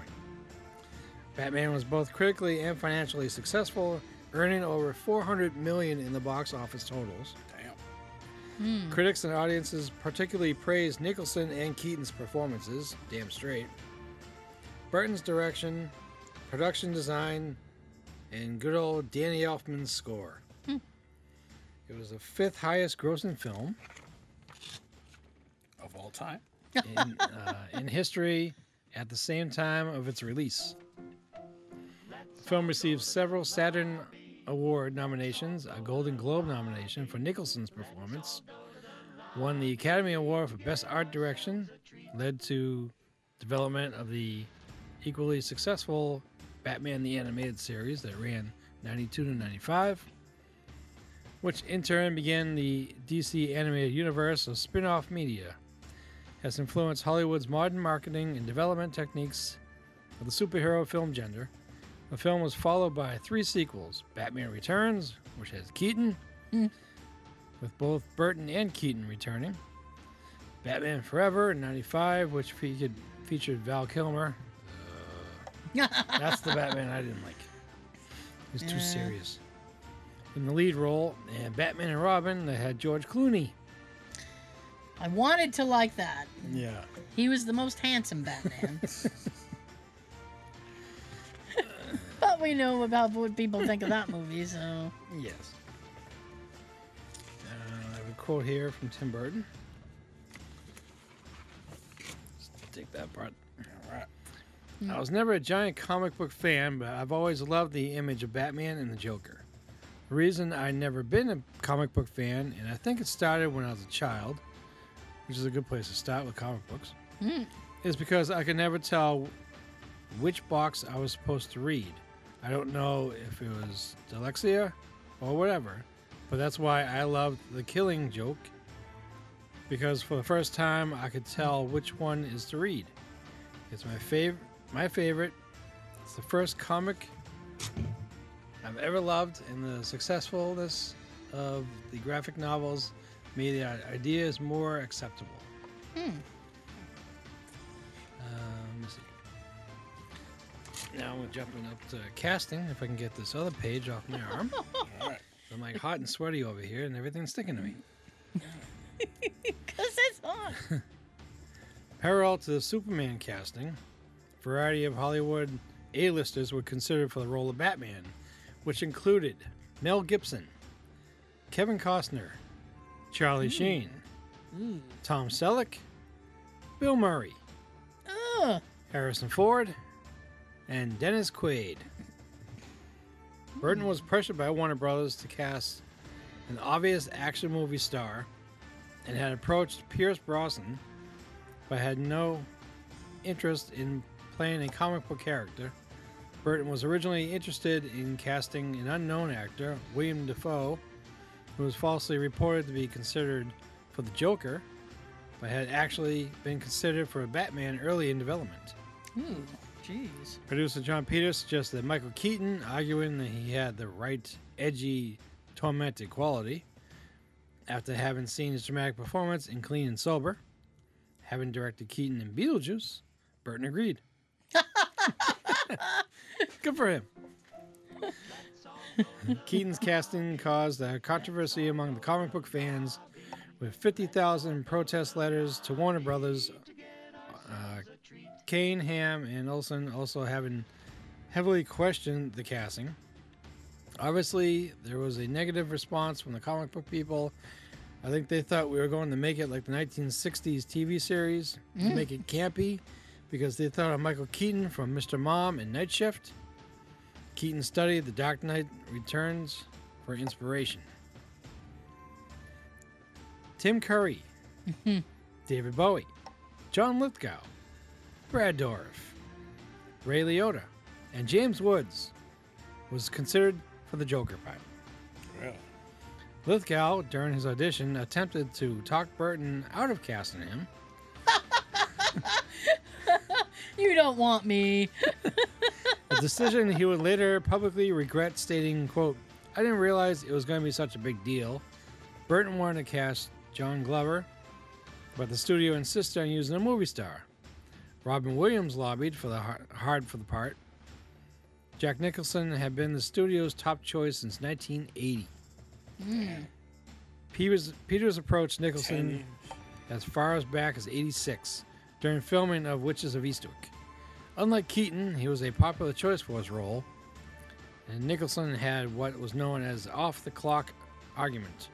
[SPEAKER 6] Batman was both critically and financially successful, earning over 400 million in the box office totals. Damn. Critics and audiences particularly praised Nicholson and Keaton's performances, damn straight. Burton's direction, production design, and good old Danny Elfman's score. It was the fifth highest grossing film.
[SPEAKER 4] of all time.
[SPEAKER 6] in, uh, in history at the same time of its release. The film received several Saturn Award nominations, a Golden Globe nomination for Nicholson's performance, won the Academy Award for Best Art Direction, led to development of the equally successful Batman the Animated Series that ran 92 to 95. Which in turn began the DC animated universe of spin off media has influenced Hollywood's modern marketing and development techniques of the superhero film genre. The film was followed by three sequels Batman Returns, which has Keaton, with both Burton and Keaton returning, Batman Forever in 95, which featured, featured Val Kilmer. That's the Batman I didn't like. He's too
[SPEAKER 2] Yeah.
[SPEAKER 6] serious. In the lead role, and Batman and Robin, they had George Clooney.
[SPEAKER 2] I wanted to like that.
[SPEAKER 6] Yeah.
[SPEAKER 2] He was the most handsome Batman. but we know about what people think of that movie, so
[SPEAKER 6] Yes. Uh, I have a quote here from Tim Burton. Let's take that part. All right. I was never a giant comic book fan, but I've always loved the image of Batman and the Joker. The reason I'd never been a comic book fan, and I think it started when I was a child, which is a good place to start with comic books, is because I could never tell which box I was supposed to read. I don't know if it was dyslexia or whatever, but that's why I loved the killing joke because for the first time I could tell which one is to read. It's my favorite. My favorite. It's the first comic I've ever loved, and the successfulness of the graphic novels made the i- ideas more acceptable. Um, let me see. Now I'm jumping up to casting if I can get this other page off my arm. I'm like hot and sweaty over here, and everything's sticking to me.
[SPEAKER 2] because it's on.
[SPEAKER 6] Parallel to the Superman casting, a variety of Hollywood A-listers were considered for the role of Batman, which included Mel Gibson, Kevin Costner, Charlie Sheen, Tom Selleck, Bill Murray,
[SPEAKER 2] Ugh.
[SPEAKER 6] Harrison Ford, and Dennis Quaid. Burton was pressured by Warner Brothers to cast an obvious action movie star and had approached Pierce Brosnan, but had no interest in playing a comic book character. Burton was originally interested in casting an unknown actor, William Defoe, who was falsely reported to be considered for the Joker, but had actually been considered for a Batman early in development.
[SPEAKER 2] Jeez.
[SPEAKER 6] Producer John Peters suggested that Michael Keaton, arguing that he had the right edgy, tormented quality, after having seen his dramatic performance in Clean and Sober, having directed Keaton in Beetlejuice, Burton agreed. Good for him. Keaton's casting caused a controversy among the comic book fans, with 50,000 protest letters to Warner Brothers Kane, Ham, and Olsen also having heavily questioned the casting. Obviously, there was a negative response from the comic book people. I think they thought we were going to make it like the 1960s TV series, to make it campy, because they thought of Michael Keaton from Mr. Mom and Night Shift. Keaton studied The Dark Knight Returns for inspiration. Tim Curry, David Bowie, John Lithgow, Brad Dorff, Ray Liotta, and James Woods was considered for the Joker part.
[SPEAKER 3] Really?
[SPEAKER 6] Lithgow, during his audition, attempted to talk Burton out of casting him.
[SPEAKER 2] You don't want me.
[SPEAKER 6] A decision he would later publicly regret, stating, quote, I didn't realize it was going to be such a big deal. Burton wanted to cast John Glover, but the studio insisted on using a movie star. Robin Williams lobbied for the har- hard for the part. Jack Nicholson had been the studio's top choice since 1980. Peters, Peters approached Nicholson as far as back as 86 during filming of Witches of Eastwick. Unlike Keaton, he was a popular choice for his role, and Nicholson had what was known as off the clock argument.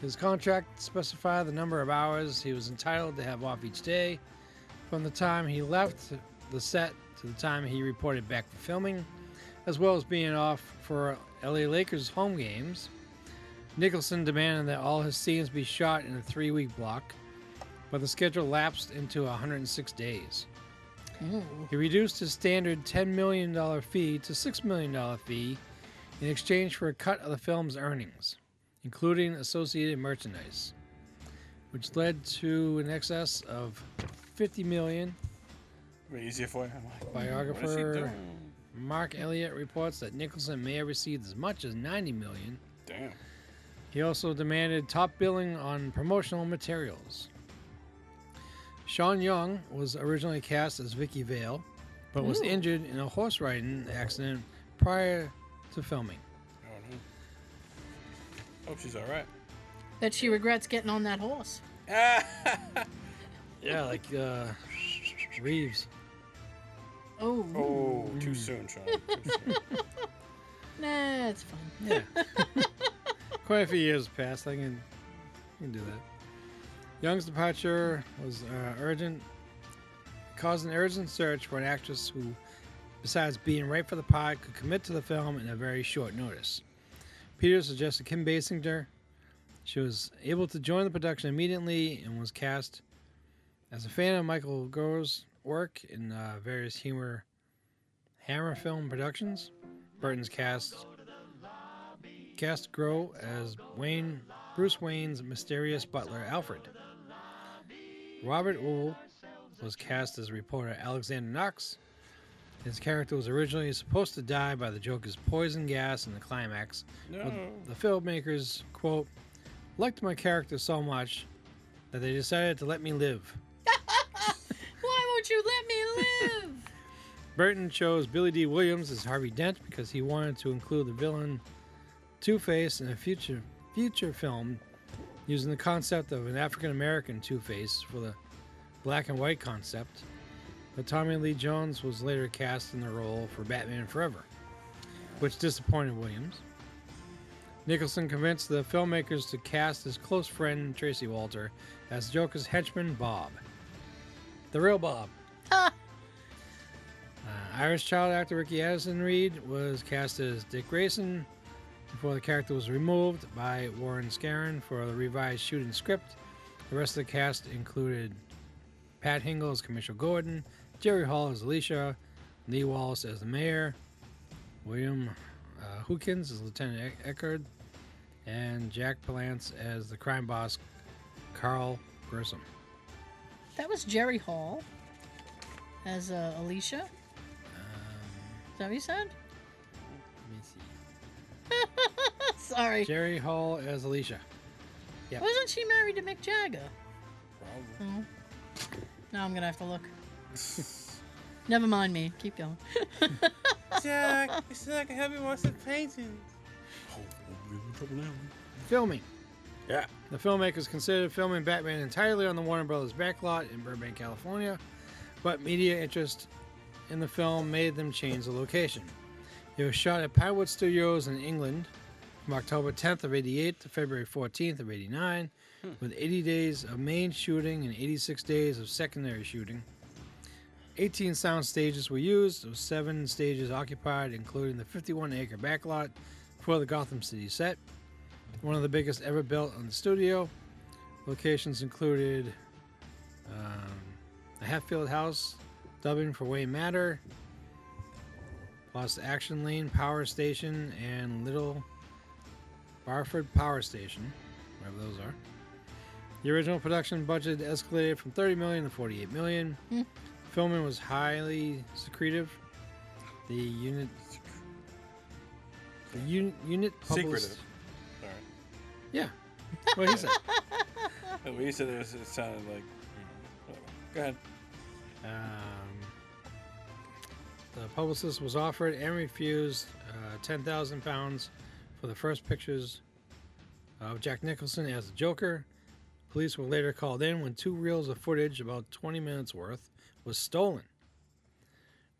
[SPEAKER 6] his contract specified the number of hours he was entitled to have off each day from the time he left the set to the time he reported back for filming, as well as being off for LA Lakers home games. Nicholson demanded that all his scenes be shot in a three week block, but the schedule lapsed into 106 days.
[SPEAKER 3] Oh.
[SPEAKER 6] He reduced his standard $10 million fee to $6 million fee in exchange for a cut of the film's earnings, including associated merchandise, which led to an excess of 50 million.
[SPEAKER 3] Be easier for you. I'm like,
[SPEAKER 6] Biographer
[SPEAKER 3] Hmm, What is he doing?
[SPEAKER 6] Mark Elliott reports that Nicholson may have received as much as 90 million.
[SPEAKER 3] Damn.
[SPEAKER 6] He also demanded top billing on promotional materials. Sean Young was originally cast as Vicky Vale, but was injured in a horse riding accident prior to filming.
[SPEAKER 3] I don't know. Hope she's all right.
[SPEAKER 2] That she regrets getting on that horse.
[SPEAKER 6] Yeah, like uh, Reeves.
[SPEAKER 2] Oh,
[SPEAKER 3] Oh, too soon, Sean. Too soon.
[SPEAKER 2] nah, it's fine.
[SPEAKER 6] Yeah. Quite a few years passed. I can, I can do that. Young's departure was uh, urgent, caused an urgent search for an actress who, besides being right for the part, could commit to the film in a very short notice. Peter suggested Kim Basinger. She was able to join the production immediately and was cast as a fan of Michael Gore's work in uh, various humor Hammer film productions. Burton's cast cast Grow as Wayne Bruce Wayne's mysterious butler Alfred. Robert Owl was cast as reporter Alexander Knox. His character was originally supposed to die by the Joker's poison gas in the climax. but
[SPEAKER 3] No.
[SPEAKER 6] The filmmakers, quote, liked my character so much that they decided to let me live.
[SPEAKER 2] Why won't you let me live?
[SPEAKER 6] Burton chose Billy D. Williams as Harvey Dent because he wanted to include the villain Two Face in a future future film using the concept of an African American Two Face for the black and white concept. But Tommy Lee Jones was later cast in the role for Batman Forever, which disappointed Williams. Nicholson convinced the filmmakers to cast his close friend Tracy Walter as Joker's henchman Bob. The real Bob. Uh, Irish child actor Ricky Addison Reed was cast as Dick Grayson before the character was removed by Warren Scarron for the revised shooting script. The rest of the cast included Pat Hingle as Commissioner Gordon, Jerry Hall as Alicia, Lee Wallace as the mayor, William uh, Hookins as Lieutenant Eck- Eckard, and Jack Palance as the crime boss Carl Grissom.
[SPEAKER 2] That was Jerry Hall. as uh, Alicia. Is that what you said?
[SPEAKER 6] Let me see.
[SPEAKER 2] Sorry.
[SPEAKER 6] Jerry Hall as Alicia. yeah.
[SPEAKER 2] Wasn't she married to Mick Jagger? Oh. Now I'm gonna have to look. Never mind me. Keep going.
[SPEAKER 7] Jack, it's not gonna help me watch the painting.
[SPEAKER 6] Filming.
[SPEAKER 3] Yeah.
[SPEAKER 6] The filmmakers considered filming Batman entirely on the Warner Brothers backlot in Burbank, California, but media interest in the film made them change the location. It was shot at Pinewood Studios in England from October 10th of 88 to February 14th of 89, with 80 days of main shooting and 86 days of secondary shooting. 18 sound stages were used, with seven stages occupied, including the 51 acre backlot for the Gotham City set one of the biggest ever built on the studio. Locations included um, a Hatfield House, dubbing for Wayne Matter, plus Action Lane Power Station and Little Barford Power Station, wherever those are. The original production budget escalated from 30 million to 48 million. Filming was highly secretive. The unit, the un, unit published-
[SPEAKER 3] Secretive.
[SPEAKER 6] yeah. What he said.
[SPEAKER 3] At least it, is- it sounded like. you know, whatever. Go ahead.
[SPEAKER 6] Um, the publicist was offered and refused uh, ten thousand pounds for the first pictures of Jack Nicholson as the Joker. Police were later called in when two reels of footage, about twenty minutes worth, was stolen.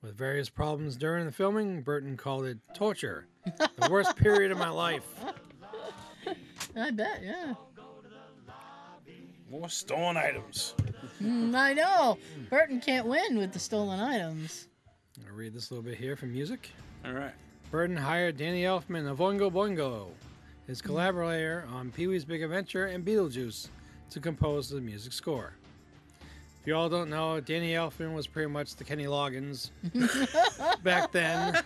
[SPEAKER 6] With various problems during the filming, Burton called it torture, the worst period of my life.
[SPEAKER 2] I bet, yeah.
[SPEAKER 3] More stolen items.
[SPEAKER 2] Mm, I know. Burton can't win with the stolen items.
[SPEAKER 6] I'll read this a little bit here from music.
[SPEAKER 3] All right.
[SPEAKER 6] Burton hired Danny Elfman of Oingo Boingo, his collaborator on Pee Wee's Big Adventure and Beetlejuice, to compose the music score. If you all don't know, Danny Elfman was pretty much the Kenny Loggins back then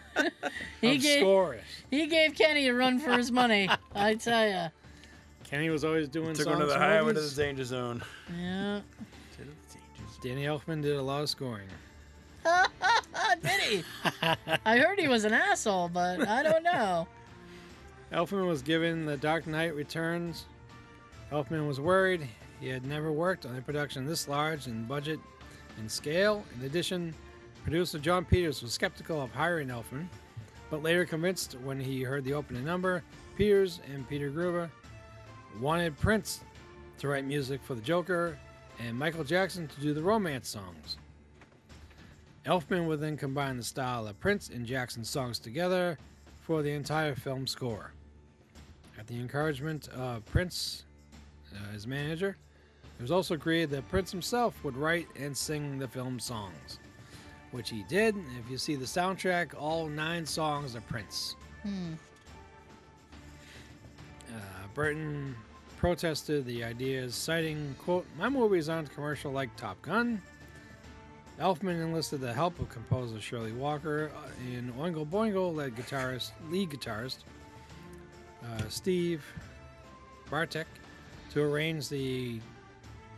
[SPEAKER 2] He
[SPEAKER 6] of
[SPEAKER 2] gave-
[SPEAKER 6] scores.
[SPEAKER 2] He gave Kenny a run for his money. I tell ya.
[SPEAKER 6] Kenny was always doing
[SPEAKER 3] Took
[SPEAKER 6] songs
[SPEAKER 3] one to the
[SPEAKER 6] for
[SPEAKER 3] highway to
[SPEAKER 6] movies.
[SPEAKER 3] the danger zone.
[SPEAKER 2] Yeah.
[SPEAKER 6] Danny Elfman did a lot of scoring.
[SPEAKER 2] Did he? I heard he was an asshole, but I don't know.
[SPEAKER 6] Elfman was given The Dark Knight Returns. Elfman was worried. He had never worked on a production this large in budget and scale. In addition, producer John Peters was skeptical of hiring Elfman, but later convinced when he heard the opening number. Peters and Peter Gruber wanted Prince to write music for the Joker and Michael Jackson to do the romance songs. Elfman would then combine the style of Prince and Jackson's songs together for the entire film score. At the encouragement of Prince, uh, his manager, it was also agreed that Prince himself would write and sing the film songs, which he did. If you see the soundtrack, all nine songs are Prince. Uh, Burton protested the ideas, citing, quote, My movies aren't commercial like Top Gun. Elfman enlisted the help of composer Shirley Walker uh, and Oingo Boingo led guitarist, lead guitarist uh, Steve Bartek to arrange the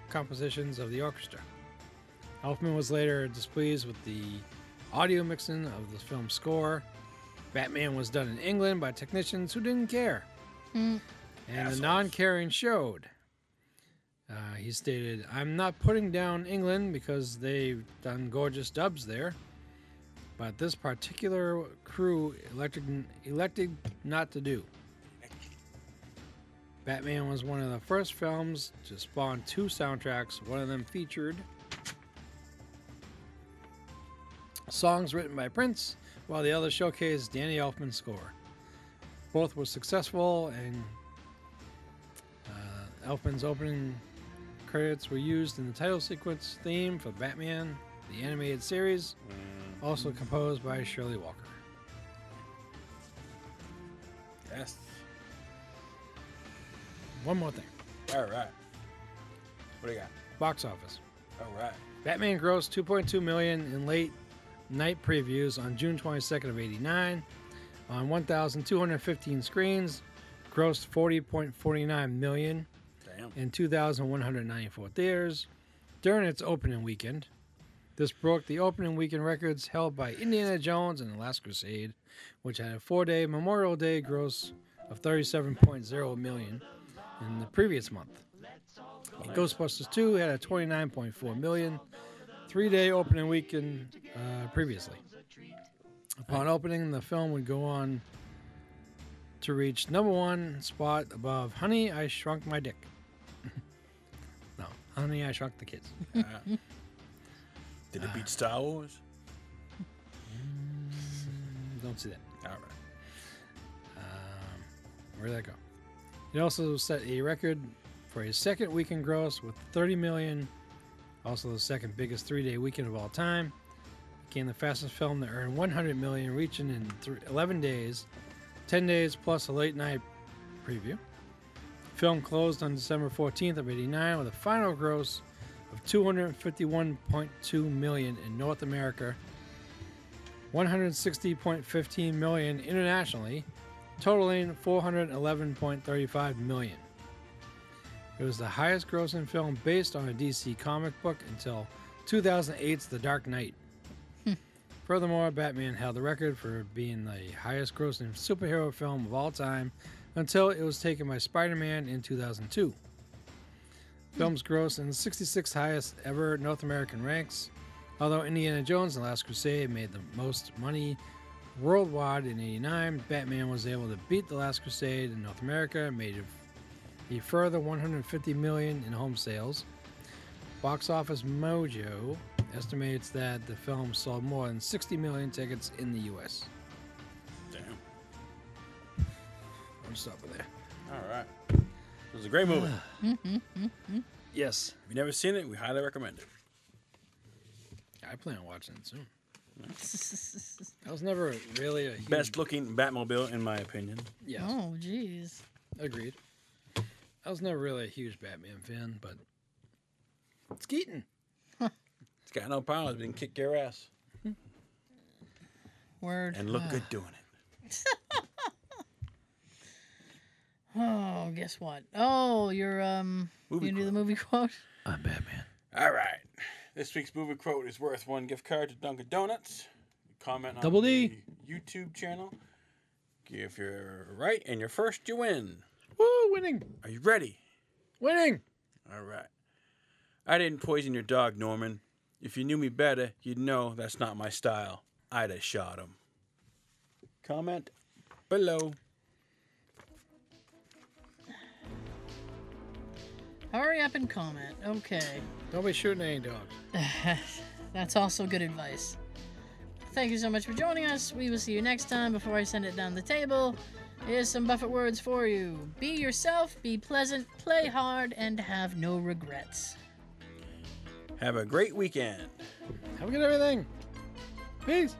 [SPEAKER 6] compositions of the orchestra. Elfman was later displeased with the audio mixing of the film score. Batman was done in England by technicians who didn't care. And the non caring showed. Uh, he stated, I'm not putting down England because they've done gorgeous dubs there, but this particular crew elected, elected not to do. Batman was one of the first films to spawn two soundtracks. One of them featured songs written by Prince, while the other showcased Danny Elfman's score. Both were successful, and uh, Elfman's opening credits were used in the title sequence theme for Batman, the animated series, also composed by Shirley Walker.
[SPEAKER 3] Yes.
[SPEAKER 6] One more thing
[SPEAKER 3] All right. What do you got?
[SPEAKER 6] box office.
[SPEAKER 3] All right.
[SPEAKER 6] Batman grossed 2.2 million in late night previews on June 22nd of 89 on 1215 screens grossed 40.49 million
[SPEAKER 3] Damn.
[SPEAKER 6] in 2194 theaters during its opening weekend This broke the opening weekend records held by Indiana Jones and The Last Crusade, which had a four day Memorial Day gross of 37.0 million in the previous month. And Ghostbusters 2 had a 29.4 million, three day opening weekend uh, previously. Upon opening, the film would go on to reach number one spot above Honey, I Shrunk My Dick. no, Honey, I Shrunk the Kids.
[SPEAKER 3] Did it beat Star Wars?
[SPEAKER 6] Don't see that.
[SPEAKER 3] All right.
[SPEAKER 6] Um, where'd that go? It also set a record for a second weekend gross with 30 million, also the second biggest three day weekend of all time. Became the fastest film to earn 100 million, reaching in thr 11 days, 10 days plus a late night preview. Film closed on December 14th of 89 with a final gross of 251.2 million in North America, 160.15 million internationally, totaling 411.35 million. It was the highest grossing film based on a DC comic book until 2008's The Dark Knight. Furthermore, Batman held the record for being the highest grossing superhero film of all time until it was taken by Spider Man in 2002. Film's gross in the 66th highest ever North American ranks, although Indiana Jones and The Last Crusade made the most money worldwide in 89 batman was able to beat the last crusade in north america and made a further 150 million in home sales box office mojo estimates that the film sold more than 60 million tickets in the us
[SPEAKER 3] Damn.
[SPEAKER 6] i'm stopping there
[SPEAKER 3] All right. It was a great movie. if
[SPEAKER 6] yes
[SPEAKER 3] you've never seen it, we highly recommend it.
[SPEAKER 6] i plan on watching it soon i was never really a huge,
[SPEAKER 3] Best looking Batmobile, in my opinion.
[SPEAKER 6] yes
[SPEAKER 2] oh, jeez.
[SPEAKER 6] agreed i was never really a huge batman fan but it's keaton
[SPEAKER 3] It's got no powers, but it can kick your ass
[SPEAKER 2] Word.
[SPEAKER 3] and look good doing it.
[SPEAKER 2] Oh, guess what? Oh, your um,
[SPEAKER 3] Movie
[SPEAKER 2] you do the movie quote.
[SPEAKER 6] i'm batman
[SPEAKER 3] All right. This week's movie quote is worth one gift card to Dunkin' Donuts. Comment on
[SPEAKER 6] Double D.
[SPEAKER 3] the YouTube channel. If you're right and you're first, you win.
[SPEAKER 6] Woo, winning.
[SPEAKER 3] Are you ready?
[SPEAKER 6] Winning.
[SPEAKER 3] All right. I didn't poison your dog, Norman. If you knew me better, you'd know that's not my style. I'd have shot him. Comment below.
[SPEAKER 2] Hurry up and comment. Okay,
[SPEAKER 6] Don't be shooting any dogs.
[SPEAKER 2] that's also good advice. Thank you so much for joining us. We will see you next time. Before I send it down the table, here's some Buffett words for you: Be yourself, be pleasant, play hard, and have no regrets.
[SPEAKER 3] Have a great weekend.
[SPEAKER 6] Have a good everything. Peace.